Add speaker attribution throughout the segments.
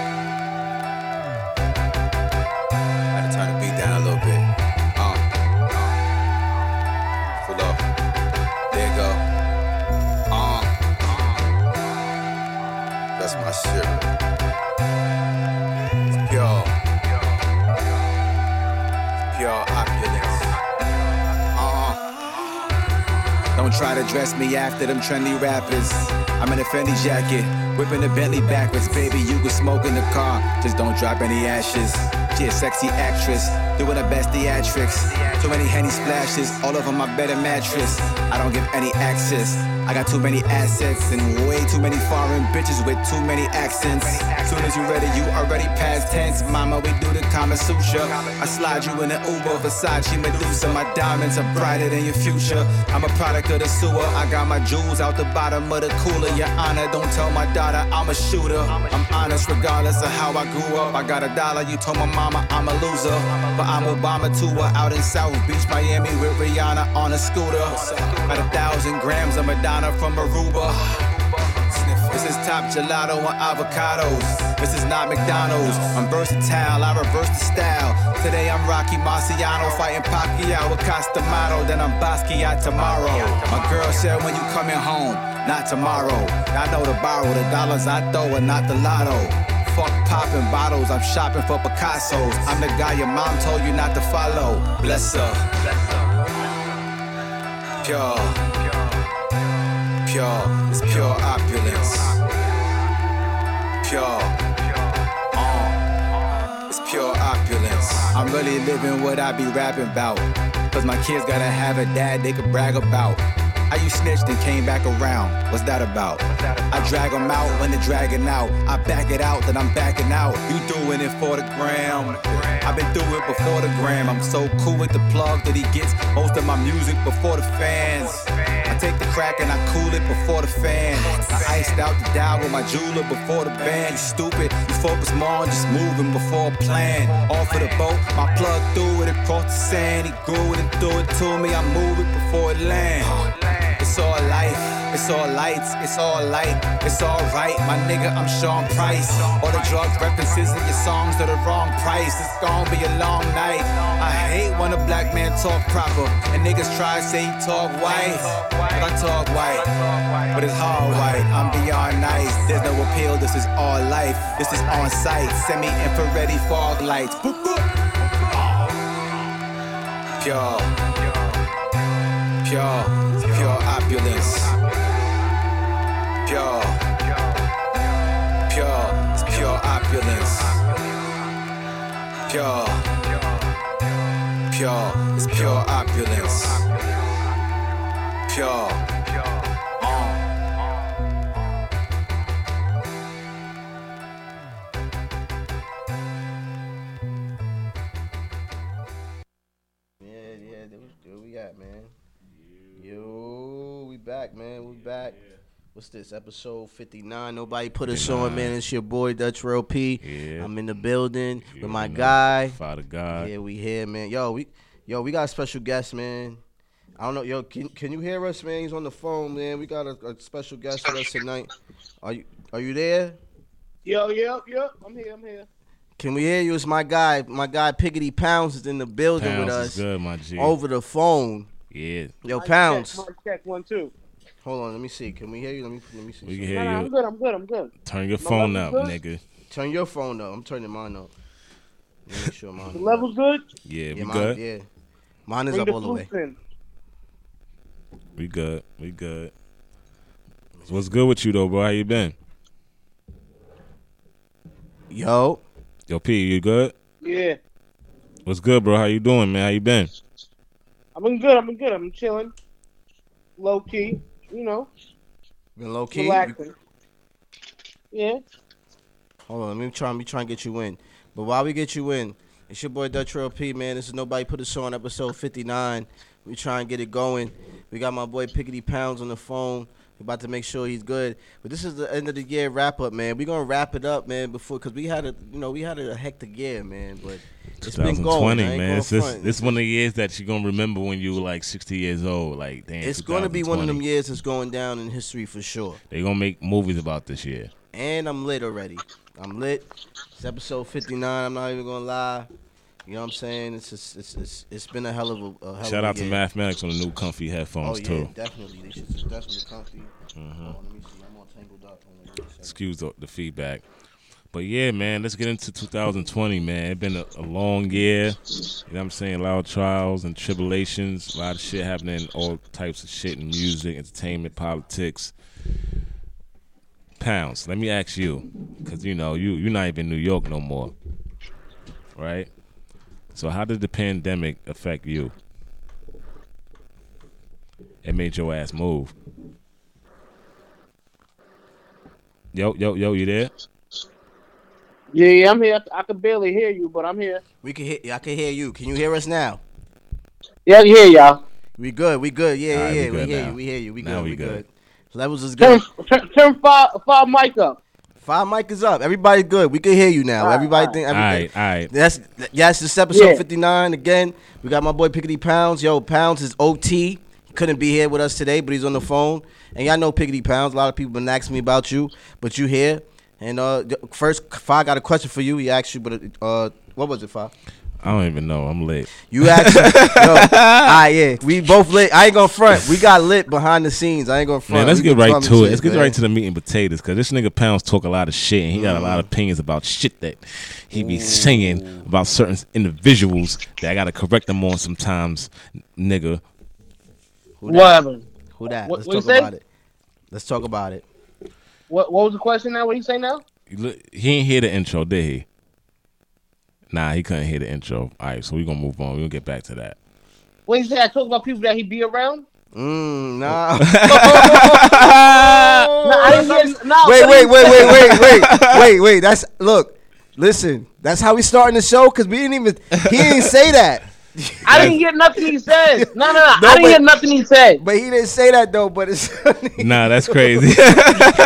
Speaker 1: Uh, Uh, my shit. It's pure, pure opulence. Uh-huh.
Speaker 2: Don't try to dress me after them trendy rappers. I'm in a Fendi jacket, whipping a Bentley backwards. Baby, you can smoke in the car, just don't drop any ashes. She a sexy actress, doing her best theatrics. Too many henny splashes, all over my bed and mattress. I don't give any access. I got too many assets and way too many foreign bitches with too many accents. Soon as you ready, you already past tense. Mama, we do the Kama Sutra. I slide you in an Uber, Versace, Medusa. My diamonds are brighter than your future. I'm a product of the sewer. I got my jewels out the bottom of the cooler. Your honor, don't tell my daughter I'm a shooter. I'm honest regardless of how I grew up. I got a dollar, you told my mom. I'm a loser. But I'm Obama to her out in South Beach, Miami with Rihanna on a scooter. Got a thousand grams of Madonna from Aruba. This is top gelato and avocados. This is not McDonald's. I'm versatile, I reverse the style. Today I'm Rocky Marciano fighting Pacquiao with Costamato. Then I'm Basquiat tomorrow. My girl said when you coming home, not tomorrow. I know to borrow the dollars I throw and not the lotto fuck popping bottles. I'm shopping for Picasso's. I'm the guy your mom told you not to follow. Bless her. Pure, pure, it's pure opulence. Pure, uh, it's pure opulence. I'm really living what I be rapping about. Cause my kids gotta have a dad they could brag about. How you snitched and came back around? What's that about? I drag 'em out when they're dragging out. I back it out, then I'm backing out. You doing it for the gram. I've been through it before the gram. I'm so cool with the plug that he gets most of my music before the fans. I take the crack and I cool it before the fans. I iced out the dial with my jeweler before the band. You stupid, you focus more on just moving before a plan. Off of the boat, my plug threw it across the sand. He grew it and threw it to me. I move it before it land. It's all life, it's all lights, it's all light, it's all right, my nigga. I'm Sean Price. All the drug references in your songs are the wrong price. It's gonna be a long night. I hate when a black man talk proper and niggas try to say he talk white, but I talk white, but it's hard white. I'm beyond nice. There's no appeal. This is all life. This is on site. Semi infrared fog lights. Boop, boop. Pure, pure pure opulence. Pure, pure, it's pure opulence. Pure, pure, it's pure opulence. Pure.
Speaker 3: Yeah, yeah, that was good. We got man. Yo, we back, man. We back.
Speaker 4: Yeah.
Speaker 3: What's this? Episode 59. Nobody put us on, man. It's your boy, Dutch Real P.
Speaker 4: Yeah.
Speaker 3: am in the building with my
Speaker 4: You know,
Speaker 3: guy.
Speaker 4: Father God.
Speaker 3: Yeah, we here, man. Yo, we yo, we got a special guest, man. I don't know, yo, can can you hear us, man? He's on the phone, man. We got a, a special guest with us tonight. Are you are you there?
Speaker 5: Yo, yep, yep. I'm here. I'm here.
Speaker 3: Can we hear you? It's my guy, my guy Piggity Pounds is in the building
Speaker 4: Pounds
Speaker 3: with
Speaker 4: is
Speaker 3: us
Speaker 4: good, my G.
Speaker 3: over the phone.
Speaker 4: Yeah,
Speaker 3: Yo,
Speaker 5: Mic
Speaker 3: Oh, Pounds.
Speaker 5: Check, mic check one two.
Speaker 3: Hold on, let me see. Can we hear you? Let me let me see.
Speaker 4: we
Speaker 3: something.
Speaker 4: can
Speaker 5: No, no,
Speaker 4: hear
Speaker 5: I'm
Speaker 4: you.
Speaker 5: good. I'm good. I'm good.
Speaker 4: Turn your phone up,
Speaker 5: level's good?
Speaker 4: nigga.
Speaker 3: Turn your phone up. I'm turning mine up. Let me make sure mine.
Speaker 5: The level's good.
Speaker 4: Yeah, we
Speaker 3: yeah, mine,
Speaker 4: good.
Speaker 3: yeah. Mine is
Speaker 5: Bring
Speaker 3: up
Speaker 5: the
Speaker 3: all the way.
Speaker 5: boost in.
Speaker 4: We good. We good. What's good with you though, bro? How you been?
Speaker 3: Yo,
Speaker 4: Yo, P, you good?
Speaker 5: Yeah,
Speaker 4: What's good, bro? How you doing, man? How you been?
Speaker 5: I've been good. I've been good. I'm chilling, low key. You know,
Speaker 3: been low key.
Speaker 5: relaxing. Yeah.
Speaker 3: Hold on, let me try, let me try and get you in. But while we get you in, it's your boy Dutch Real P, man. This is Nobody Put Us On, episode 59. We try and get it going. We got my boy Pickety Pounds on the phone. We about to make sure he's good. But this is the end of the year wrap up, man. We're gonna wrap it up, man, before because we had a you know, we had a hectic year, man, but it's been going. I ain't
Speaker 4: man.
Speaker 3: gonna
Speaker 4: It's this,
Speaker 3: front.
Speaker 4: this one of the years that you're gonna remember when you were like 60 years old. Like, damn.
Speaker 3: it's gonna be one of them
Speaker 4: 2020.
Speaker 3: years that's going down in history for sure.
Speaker 4: They gonna make movies about this year.
Speaker 3: And I'm lit already. I'm lit. It's episode 59. I'm not even gonna lie. You know what I'm saying? It's it's it's, it's, it's been a hell of a, a hell
Speaker 4: Shout
Speaker 3: of a
Speaker 4: out to
Speaker 3: year.
Speaker 4: Mathematics on the new comfy
Speaker 3: Oh
Speaker 4: headphones
Speaker 3: yeah,
Speaker 4: too. Mm-hmm.
Speaker 3: definitely. These shits is definitely comfy. Hold on, let me see. I'm all tangled up. Hold on, give me a second.
Speaker 4: Excuse the, the feedback. But yeah, man, let's get into 2020, man. It's been a, a long year. You know what I'm saying? A lot of trials and tribulations. A lot of shit happening. All types of shit in music, entertainment, politics. Pounds, let me ask you, because you know you you're not even in New York no more, right? So how did the pandemic affect you? It made your ass move. Yo yo yo, you there?
Speaker 5: Yeah, yeah, I'm here. I can barely hear you, but I'm here.
Speaker 3: We can hear. I can hear you. Can you hear us now?
Speaker 5: Yeah, I can hear y'all.
Speaker 3: We good. We good. Yeah,
Speaker 4: All right,
Speaker 3: yeah,
Speaker 4: we
Speaker 3: yeah. We,
Speaker 4: good
Speaker 3: hear
Speaker 4: now.
Speaker 3: you. We hear you. We
Speaker 4: Now
Speaker 3: good.
Speaker 4: we
Speaker 3: We good.
Speaker 4: good.
Speaker 3: Levels is
Speaker 5: Turn,
Speaker 3: good.
Speaker 5: turn, turn five, five mic up.
Speaker 3: Five mic is up. Everybody good. We can hear you now.
Speaker 5: All right,
Speaker 3: Everybody
Speaker 5: all
Speaker 3: think.
Speaker 4: All
Speaker 3: everything-
Speaker 4: right, all right.
Speaker 3: That's yes. This is episode
Speaker 5: Yeah.
Speaker 3: fifty nine again. We got my boy Pickety Pounds. Yo, Pounds is OT. Couldn't be here with us today, but he's on the phone. And y'all know Pickety Pounds. A lot of people been asking me about you, but you here. And uh, th- first, Fi got a question for you. He asked you, but uh, what was it, Fi?
Speaker 4: I don't even know. I'm late.
Speaker 3: You asked. yo, ah, yeah. We both lit. I ain't gonna front. We got lit behind the scenes. I ain't gonna front.
Speaker 4: Man, let's
Speaker 3: We
Speaker 4: get
Speaker 3: was
Speaker 4: right
Speaker 3: bumming
Speaker 4: to it.
Speaker 3: shit,
Speaker 4: Let's get
Speaker 3: man.
Speaker 4: right to the meat and potatoes because this nigga Pounds talk a lot of shit and he got a lot of opinions about shit that he be saying about certain individuals that I gotta correct him on sometimes, nigga.
Speaker 3: Who that?
Speaker 5: Whatever.
Speaker 3: Who that?
Speaker 5: What-
Speaker 3: Let's
Speaker 5: what you
Speaker 3: talk
Speaker 5: say?
Speaker 3: about it. Let's talk about it.
Speaker 5: What, what was the question now? What do you say now?
Speaker 4: You look- He ain't hear the intro, did he? Nah, he couldn't hear the intro. All right, so we gonna move on. We'll get back to that.
Speaker 5: What do you say? I talk about people that he be around.
Speaker 3: Mm, nah.
Speaker 5: No, I didn't hear. No,
Speaker 3: wait,
Speaker 5: but
Speaker 3: wait,
Speaker 5: he-
Speaker 3: wait, wait, wait, wait, wait, wait. That's look. Listen, that's how we starting the show because we didn't even he didn't say that,
Speaker 5: I didn't hear nothing he said. No, no, no.
Speaker 3: No,
Speaker 5: I didn't
Speaker 3: but-
Speaker 5: hear nothing he said.
Speaker 3: but he didn't say that though. But it's
Speaker 4: Nah, that's crazy.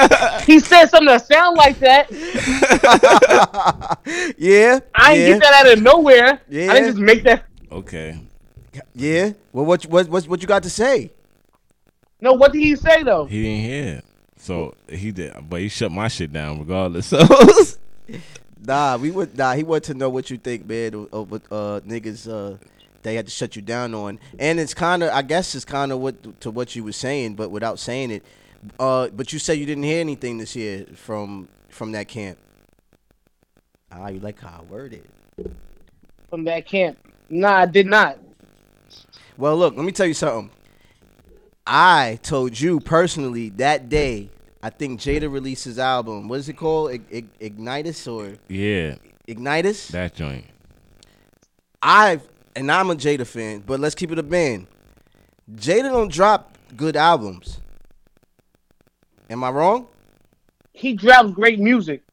Speaker 5: He said something that sound like that.
Speaker 3: yeah,
Speaker 5: I
Speaker 3: yeah,
Speaker 5: didn't get that out of nowhere.
Speaker 3: Yeah.
Speaker 5: I didn't just make that.
Speaker 4: okay.
Speaker 3: yeah. Well, what, what what what you got to say?
Speaker 5: No, what did he say though?
Speaker 4: He didn't hear. it. So he did but he shut my shit down regardless. So
Speaker 3: Nah, we would nah. He wanted to know what you think, man, of, of what, uh, niggas uh, they had to shut you down on, and it's kind of I guess it's kind of what to what you were saying, but without saying it. Uh, but you said you didn't hear anything this year from from that camp. Ah, you like how I worded.
Speaker 5: From that camp? Nah, I did not.
Speaker 3: Well, look, let me tell you something. I told you personally that day. I think Jada released his album. What is it called? Ig- Ig- Ignitus or
Speaker 4: yeah,
Speaker 3: Ignitus?
Speaker 4: that joint.
Speaker 3: I've and I'm a Jada fan, but let's keep it a band. Jada don't drop good albums. Am I wrong?
Speaker 5: He drops great music.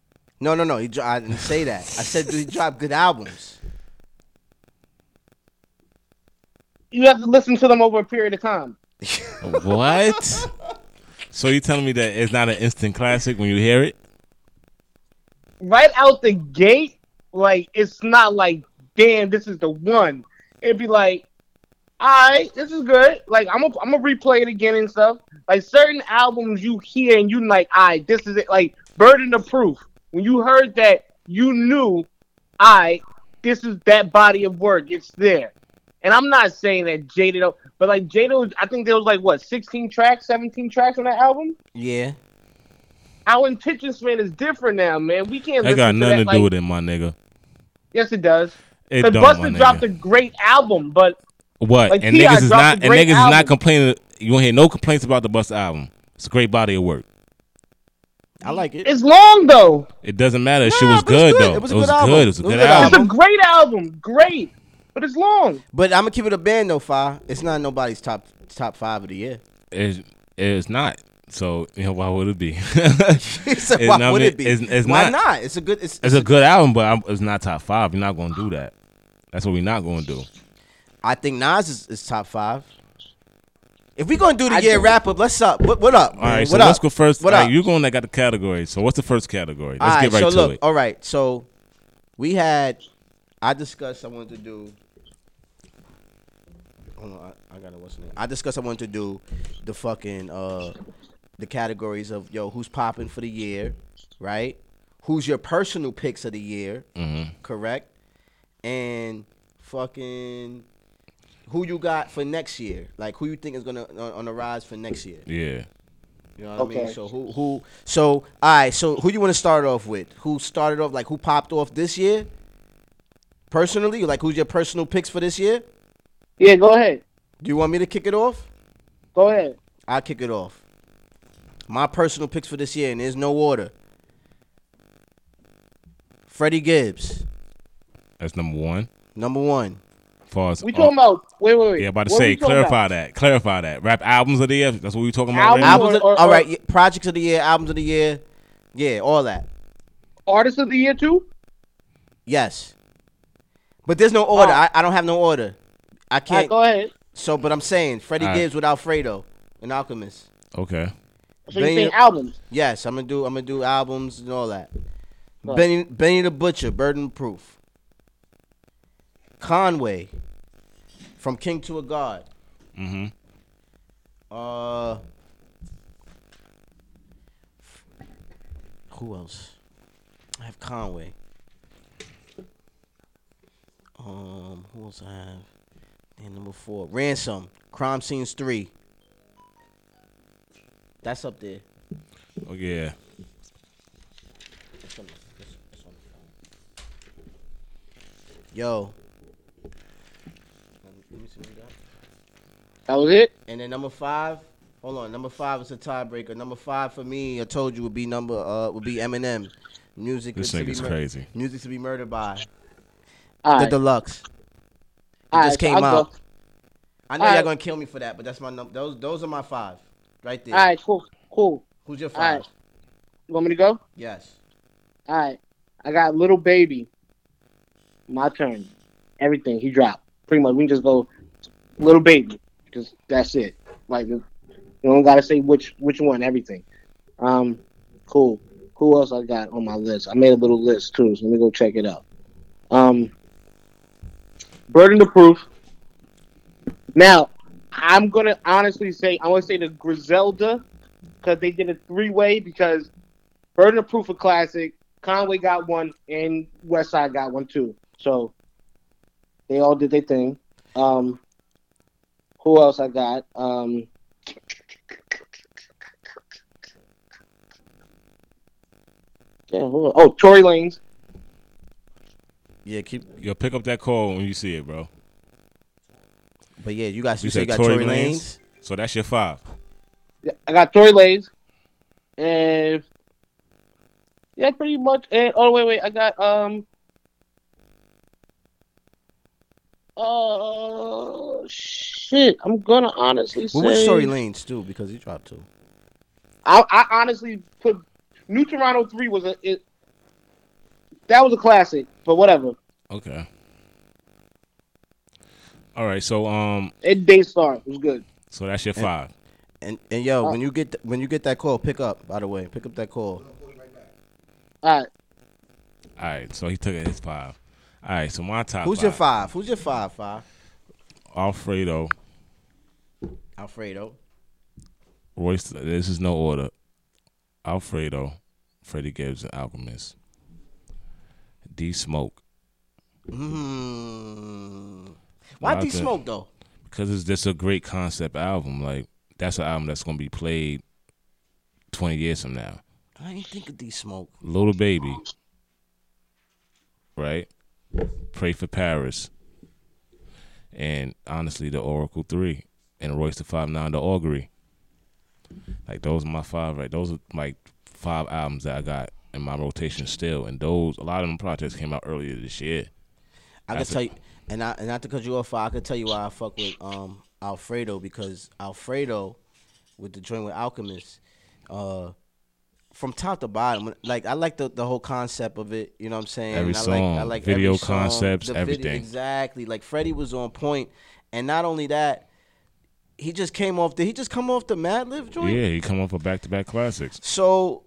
Speaker 3: No, no, no. He dro- I didn't say that. I said that he dropped good albums.
Speaker 5: You have to listen to them over a period of time.
Speaker 4: What? so you telling me that it's not an instant classic when you hear it?
Speaker 5: Right out the gate, like it's not like, damn, this is the one. It'd be like, all right, this is good. Like I'm gonna I'm gonna replay it again and stuff. Like certain albums you hear and you like, all right, this is it. Like Burden of Proof. When you heard that, you knew, I this is that body of work. It's there. And I'm not saying that Jada don't, but like Jada, was- I think there was like what 16 tracks, 17 tracks on that album.
Speaker 3: Yeah.
Speaker 5: Our attention span is different now, man. We can't.
Speaker 4: That
Speaker 5: listen
Speaker 4: got nothing to
Speaker 5: that,
Speaker 4: do
Speaker 5: like-
Speaker 4: with it, my nigga.
Speaker 5: Yes, it does.
Speaker 4: It
Speaker 5: Because
Speaker 4: don't, my
Speaker 5: Busta
Speaker 4: nigga.
Speaker 5: dropped a great album, but
Speaker 4: what?
Speaker 5: like,
Speaker 4: and
Speaker 5: T.I.
Speaker 4: niggas is
Speaker 5: dropped a
Speaker 4: not and
Speaker 5: great
Speaker 4: niggas is
Speaker 5: album.
Speaker 4: not complaining. You won't hear no complaints about the Busta album. It's a great body of work.
Speaker 3: I like it.
Speaker 5: it's long though.
Speaker 4: It doesn't matter. It
Speaker 3: Nah,
Speaker 4: shit was
Speaker 3: but it's
Speaker 4: good,
Speaker 3: good.
Speaker 4: though.
Speaker 3: It was a good album.
Speaker 4: good. It was a good
Speaker 5: It's a
Speaker 4: album.
Speaker 5: great album, great, but it's long.
Speaker 3: But I'm gonna keep it a band though, Fi. It's not nobody's top top five of the year.
Speaker 4: It's, it's not. So you know why would it be?
Speaker 3: He said,
Speaker 4: It's
Speaker 3: why
Speaker 4: not
Speaker 3: would
Speaker 4: me-
Speaker 3: it be?
Speaker 4: it's- it's
Speaker 3: why
Speaker 4: not.
Speaker 3: not? It's a good. It's,
Speaker 4: it's a good album, but I'm, it's not top five. You're not gonna do that. That's what we're not gonna do.
Speaker 3: I think Nas is, is top five. If we gonna do the
Speaker 5: I
Speaker 3: year
Speaker 5: don't-
Speaker 3: wrap up, let's up. What, what up?
Speaker 4: All right, so
Speaker 3: what
Speaker 4: let's
Speaker 3: up?
Speaker 4: go first.
Speaker 3: What
Speaker 4: all
Speaker 3: up?
Speaker 4: right, you going that got the category. So what's the first category? Let's
Speaker 3: Alright,
Speaker 4: get right to
Speaker 3: so look, oh.
Speaker 4: it.
Speaker 3: All right, so we had I discussed I wanted to do. Hold on, I, I gotta what's the name? I discussed I wanted to do the fucking uh the categories of yo who's popping for the year, right? Who's your personal picks of the year,
Speaker 4: Mhm.
Speaker 3: correct? And fucking who you got for next year. Like who you think is gonna on, on the rise for next year.
Speaker 4: Yeah.
Speaker 3: You know what I mean?
Speaker 5: Okay.
Speaker 3: So who who so all right, so who you wanna start off with? Who started off like who popped off this year? Personally? Like who's your personal picks for this year?
Speaker 5: Yeah, go ahead.
Speaker 3: Do you want me to kick it off?
Speaker 5: Go ahead.
Speaker 3: I'll kick it off. My personal picks for this year, and there's no order. Freddie Gibbs,
Speaker 4: That's number one.
Speaker 3: number one.
Speaker 4: Far as uh,
Speaker 5: We talking about wait, wait, wait.
Speaker 4: Oh. yeah, about to
Speaker 5: What
Speaker 4: say
Speaker 5: we talking
Speaker 4: clarify that. Clarify that. Rap albums of the year. That's what we talking about.
Speaker 5: Album-
Speaker 4: right now?
Speaker 3: Albums, of-
Speaker 5: or-
Speaker 3: all
Speaker 5: or-
Speaker 3: right. yeah, Projects of the year, albums of the year, yeah, all that.
Speaker 5: Artist of the year too?
Speaker 3: Yes, but there's no order.
Speaker 5: Oh.
Speaker 3: I, I don't have no order. I
Speaker 5: All right,
Speaker 3: can't.
Speaker 5: go ahead.
Speaker 3: so, but I'm saying Freddie
Speaker 4: All right.
Speaker 3: Gibbs with Alfredo, an alchemist.
Speaker 4: Okay.
Speaker 5: So you
Speaker 3: Bang
Speaker 5: saying
Speaker 3: it.
Speaker 5: albums?
Speaker 3: Yes, I'm gonna do. I'm gonna do albums and all that.
Speaker 5: Right.
Speaker 3: Benny, Benny the Butcher, Burden Proof. Conway, from King to a God.
Speaker 4: Mm-hmm.
Speaker 3: Uh, who else? I have Conway. Um, who else I have? And number four, Ransom, Crime Scenes Three. That's up there.
Speaker 4: Oh yeah.
Speaker 3: Yo. Let me see what we got.
Speaker 5: That was it.
Speaker 3: And then number five, hold on. Number five is a tiebreaker. Number five for me, I told you would be number uh would be Eminem. Music
Speaker 4: This
Speaker 3: to be
Speaker 4: nigga's
Speaker 3: mur-
Speaker 4: crazy.
Speaker 3: Music to be murdered by
Speaker 5: All
Speaker 3: the
Speaker 5: right.
Speaker 3: deluxe. It
Speaker 5: All right,
Speaker 3: just
Speaker 5: so
Speaker 3: came
Speaker 5: I'll
Speaker 3: out.
Speaker 5: Go.
Speaker 3: I know
Speaker 5: All
Speaker 3: y'all all
Speaker 5: right.
Speaker 3: gonna kill me for that, but that's my number. Those those are my five, right there.
Speaker 5: All right, cool, cool.
Speaker 3: Who's your
Speaker 5: all
Speaker 3: five?
Speaker 5: right. You want me to go?
Speaker 3: Yes.
Speaker 5: All right. I got little baby. My turn. Everything he dropped. Pretty much. We can just go little baby. Just that's it. Like you don't gotta say which which one. Everything. Um, cool. Who else I got on my list? I made a little list too, so let me go check it out. Um, burden of proof. Now, I'm gonna honestly say I want to say the Griselda because they did a three way because Burden of Proof a classic. Conway got one, and Westside got one too. So they all did their thing. Um, who else I got? Um, yeah, who, oh, Tory Lanez.
Speaker 3: Yeah. Keep.
Speaker 4: Yo, pick up that call when you see it, bro.
Speaker 3: But yeah, you guys. You,
Speaker 4: You
Speaker 3: say you
Speaker 4: said
Speaker 3: got
Speaker 4: Tory
Speaker 3: Tory
Speaker 4: Lanez?
Speaker 3: Lanez.
Speaker 4: So that's your five.
Speaker 5: I got Tory Lanez, and yeah, pretty much. And oh wait, wait, I got um. Oh shit! I'm gonna honestly say.
Speaker 3: Well, what's Tory Lanez too? Because he dropped two.
Speaker 5: I, I honestly put New Toronto three was a it, that was a classic, but whatever.
Speaker 4: Okay. All right. So um.
Speaker 5: It Daystar was good.
Speaker 4: So that's your five.
Speaker 3: And and yo,
Speaker 5: Uh,
Speaker 3: when you get th- when you get that call, pick up. By the way, pick up that call.
Speaker 5: All right,
Speaker 4: All right. So he took it his five. All right. So my top.
Speaker 3: Who's your five? Who's your five? Five.
Speaker 4: Alfredo.
Speaker 3: Alfredo.
Speaker 4: Royce. This is no order. Alfredo, Freddie Gibbs, and Alchemist. D Smoke
Speaker 3: Mm. Why'd he
Speaker 4: Nothing.
Speaker 3: smoke though?
Speaker 4: because it's just a great concept album. Like that's an album that's gonna be played twenty years from now.
Speaker 3: I didn't think of D Smoke.
Speaker 4: Little Baby, right? Pray for Paris, and honestly, the Oracle Three and Royce the Five Nine, the Augury. Like those are my five, right? Those are my five albums that I got in my rotation still, and those a lot of them projects came out earlier this year.
Speaker 3: I could
Speaker 4: That's
Speaker 3: tell
Speaker 4: a-
Speaker 3: you, and I and not to cut you off, I could tell you why I fuck with um Alfredo because Alfredo with the joint with Alchemist, uh, from top to bottom, when- like I like the, the whole concept of it. You know what I'm saying?
Speaker 4: Every
Speaker 3: And I
Speaker 4: song,
Speaker 3: like, I like
Speaker 4: video
Speaker 3: every song,
Speaker 4: concepts,
Speaker 3: the video-
Speaker 4: everything.
Speaker 3: exactly. Like Freddie was on point, and not only that, he just came off. Did he just come off the Mad Live joint?
Speaker 4: Yeah, he come off of back to back classics.
Speaker 3: So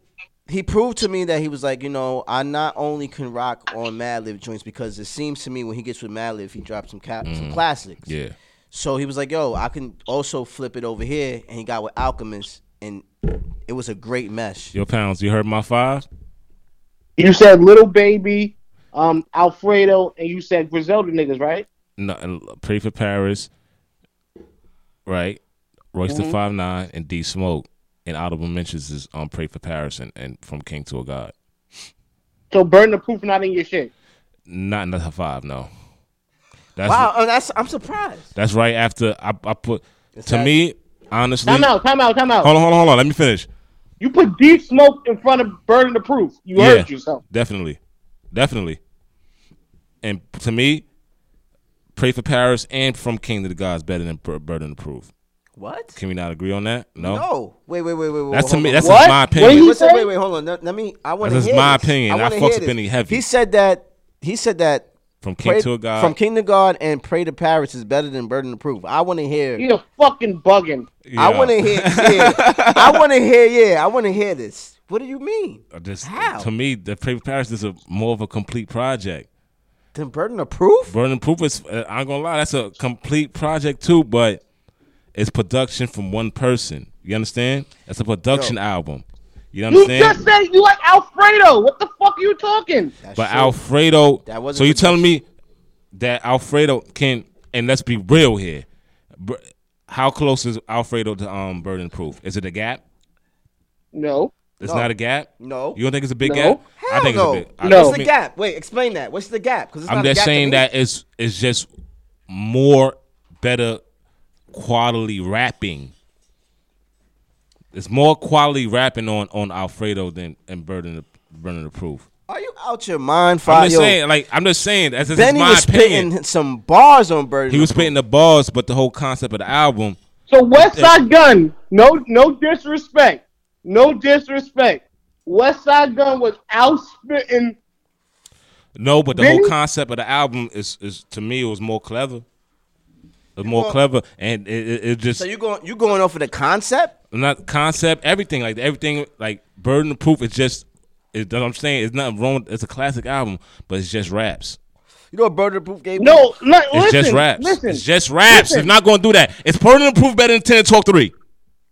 Speaker 3: he proved to me that he was like, you know, I not only can rock on Madlib joints because it seems to me when he gets with Madlib, he drops some ca- some classics.
Speaker 4: Mm-hmm. Yeah,
Speaker 3: So he was like, yo, I can also flip it over here, and he got with Alchemist, and it was a great mesh.
Speaker 4: yo, pounds, you heard my five.
Speaker 5: you said Little Baby, um, Alfredo, and you said Griselda niggas, right?
Speaker 4: nothing. Pray for Paris, right? Royce the Five Nine and D Smoke and audible mentions is on Pray for Paris and, and from King to a God.
Speaker 5: So burn the proof not in your shit.
Speaker 4: Not in the five, no. That's
Speaker 3: Wow, oh, that's I'm surprised.
Speaker 4: that's right after I, I put. to
Speaker 3: that-
Speaker 4: me, honestly,
Speaker 5: Time out, time out, time out.
Speaker 4: hold on, hold on, hold on. Let me finish.
Speaker 5: You put deep smoke in front of burden the proof. You hurt yourself.
Speaker 4: Definitely. Definitely. And to me, Pray for Paris and From King to the Gods better than Bur- Burden of Proof.
Speaker 3: What?
Speaker 4: Can we not agree on that? No.
Speaker 3: No. Wait, wait, wait, wait, wait.
Speaker 4: That's to
Speaker 3: hold
Speaker 4: me.
Speaker 3: on.
Speaker 4: That's
Speaker 5: What?
Speaker 4: just my
Speaker 5: What
Speaker 4: opinion.
Speaker 5: you-
Speaker 3: Wait, so
Speaker 5: say?
Speaker 3: wait, wait, hold on. Let, let me. I want to
Speaker 4: That's
Speaker 3: hear.
Speaker 4: just my
Speaker 3: this.
Speaker 4: opinion. I
Speaker 3: wanna
Speaker 4: fucks
Speaker 3: hear
Speaker 4: with
Speaker 3: this.
Speaker 4: Benny heavy.
Speaker 3: He said that. He said that.
Speaker 4: From King
Speaker 3: pray-
Speaker 4: to a God.
Speaker 3: From King to God and Pray to Paris is better than Burden to Proof. I want to hear.
Speaker 5: You're fucking bugging.
Speaker 4: Yeah.
Speaker 3: I want to hear. Yeah. I want to hear. Yeah, I want to hear this. What do you mean?
Speaker 4: I Just,
Speaker 3: How?
Speaker 4: To me, the Pray for Paris is a more of a complete project.
Speaker 3: Then Burden of Proof?
Speaker 4: Burden of Proof is. uh, I'm gonna lie. That's a complete project too, but it's production from one person. You understand? That's a production album. You
Speaker 5: You
Speaker 4: understand?
Speaker 5: just said you like Alfredo. What the fuck are you talking?
Speaker 3: That's
Speaker 4: But
Speaker 3: true.
Speaker 4: Alfredo,
Speaker 3: That wasn't
Speaker 4: so you
Speaker 3: production.
Speaker 4: telling me that Alfredo can? And let's be real here. Br- How close is Alfredo to um Burden Proof? Is it a gap?
Speaker 5: No.
Speaker 4: It's
Speaker 3: No.
Speaker 4: not a gap.
Speaker 3: No.
Speaker 4: you don't think it's a big
Speaker 5: No.
Speaker 4: gap?
Speaker 3: Hell
Speaker 4: I think
Speaker 3: no.
Speaker 4: it's a big. I
Speaker 5: No.
Speaker 4: just
Speaker 3: What's the
Speaker 4: mean-
Speaker 3: gap? Wait, explain that. What's the gap? Because
Speaker 4: I'm just saying that it's it's just more better quality rapping. It's more quality rapping on on Alfredo than and Burden of- Burden of Proof.
Speaker 3: Are you out your mind,
Speaker 4: I'm
Speaker 3: Fabio?
Speaker 4: just saying, like I'm just saying, that's, that's
Speaker 3: Benny
Speaker 4: my
Speaker 3: was
Speaker 4: opinion.
Speaker 3: spitting some bars on Burden.
Speaker 4: He was spitting the bars, but the whole concept of the album.
Speaker 5: So West Side Gun, no no disrespect. No disrespect. West Side Gun was out spitting.
Speaker 4: No, but the
Speaker 5: Really?
Speaker 4: whole concept of the album is, is to me it was more clever. It was more
Speaker 3: want-
Speaker 4: clever, and it, it, it just
Speaker 3: So you going you going off of the concept?
Speaker 4: not concept, everything like everything like burden of proof. It's just, it, I'm saying it's nothing wrong. It's a classic album, but it's just raps.
Speaker 3: You know what Burden of Proof gave me?
Speaker 5: No, no
Speaker 4: It's
Speaker 5: listen,
Speaker 4: just raps.
Speaker 5: Listen,
Speaker 4: It's just raps.
Speaker 5: Listen.
Speaker 4: It's not going to do that. It's burden of proof better than ten and talk three.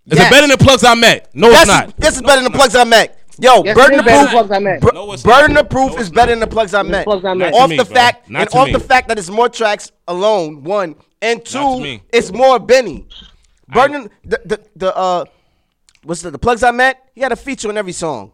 Speaker 4: Is
Speaker 3: Yes.
Speaker 4: it better than plugs I met? No,
Speaker 3: That's
Speaker 4: it's not.
Speaker 3: This is better than the plugs I met. Yo,
Speaker 5: Yes,
Speaker 3: Burden of
Speaker 5: it is better than
Speaker 3: Proof.
Speaker 5: plugs I met.
Speaker 3: Bur-
Speaker 4: No, it's not.
Speaker 3: Burden of Proof
Speaker 4: No,
Speaker 3: is
Speaker 4: it's
Speaker 3: better than the plugs I met.
Speaker 5: plugs I met. Not to
Speaker 3: Off
Speaker 4: me,
Speaker 3: the
Speaker 4: bro.
Speaker 3: fact
Speaker 4: Not
Speaker 3: and
Speaker 4: to
Speaker 3: off
Speaker 4: me.
Speaker 3: the fact that it's more tracks alone. One and
Speaker 4: to
Speaker 3: two,
Speaker 4: me.
Speaker 3: it's more Benny. Burden the the, the uh, what's the the plugs I met? He had a feature on every song.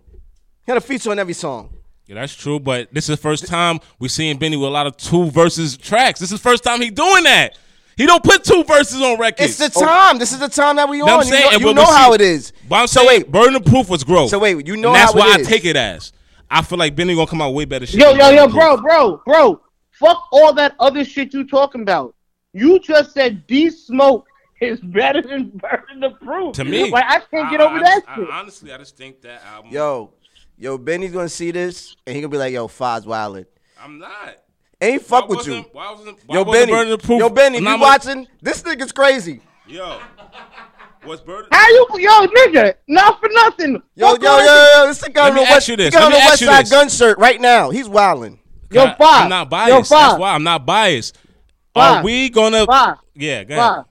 Speaker 3: He had a feature on every song.
Speaker 4: Yeah, that's true, but this is the first time we seeing Benny with a lot of two verses tracks. This is the first time he doing that. He don't put two verses on
Speaker 3: It's
Speaker 4: records.
Speaker 3: the time. This is the time that we on.
Speaker 4: Know what
Speaker 3: you know,
Speaker 4: And
Speaker 3: you
Speaker 4: what
Speaker 3: know
Speaker 4: we
Speaker 3: how
Speaker 4: see-
Speaker 3: it is.
Speaker 4: But I'm
Speaker 3: so
Speaker 4: saying,
Speaker 3: wait,
Speaker 4: burden of proof was growth.
Speaker 3: So wait, you know
Speaker 4: and that's
Speaker 3: how it
Speaker 4: why
Speaker 3: is.
Speaker 4: I take it as. I feel like Benny gonna come out with way better shit.
Speaker 5: Yo,
Speaker 4: than
Speaker 5: yo,
Speaker 4: Burden
Speaker 5: yo,
Speaker 4: of Proof.
Speaker 5: bro, bro, bro. Fuck all that other shit you talking about. You just said D Smoke is better than Burden the Proof.
Speaker 4: To me,
Speaker 5: like I can't get
Speaker 4: I-
Speaker 5: over
Speaker 4: I
Speaker 5: that
Speaker 4: just- I-
Speaker 5: shit.
Speaker 4: honestly, I just think that album.
Speaker 3: yo, yo, Benny's gonna see this and he gonna be like, yo, Foz Wildin.
Speaker 4: I'm not.
Speaker 3: Ain't
Speaker 4: Why
Speaker 3: fuck with you.
Speaker 4: wasn't- Why wasn't, why
Speaker 3: Yo
Speaker 4: wasn't
Speaker 3: Benny,
Speaker 4: Burden of Proof?
Speaker 3: yo Benny, if you
Speaker 4: phenomenal-
Speaker 3: watching? This nigga's crazy.
Speaker 4: Yo, what's burden?
Speaker 5: How you, yo, nigga? Not for nothing.
Speaker 3: Yo,
Speaker 5: Fuck
Speaker 3: yo,
Speaker 5: all
Speaker 3: yo,
Speaker 5: that
Speaker 3: yo, this nigga
Speaker 4: Let
Speaker 3: on the
Speaker 4: me ask
Speaker 3: West,
Speaker 4: you this.
Speaker 3: nigga on the
Speaker 4: Let me ask
Speaker 3: West
Speaker 4: you
Speaker 3: Side
Speaker 4: this.
Speaker 3: gun shirt right now. He's wildin.
Speaker 5: Yo,
Speaker 4: I-
Speaker 5: Fox.
Speaker 4: I'm not
Speaker 5: Yo,
Speaker 4: biased.
Speaker 5: Fox.
Speaker 4: That's why I'm not biased. Are
Speaker 5: Fox.
Speaker 4: we gonna?
Speaker 5: Fox.
Speaker 4: Yeah, go
Speaker 5: Why?
Speaker 4: ahead.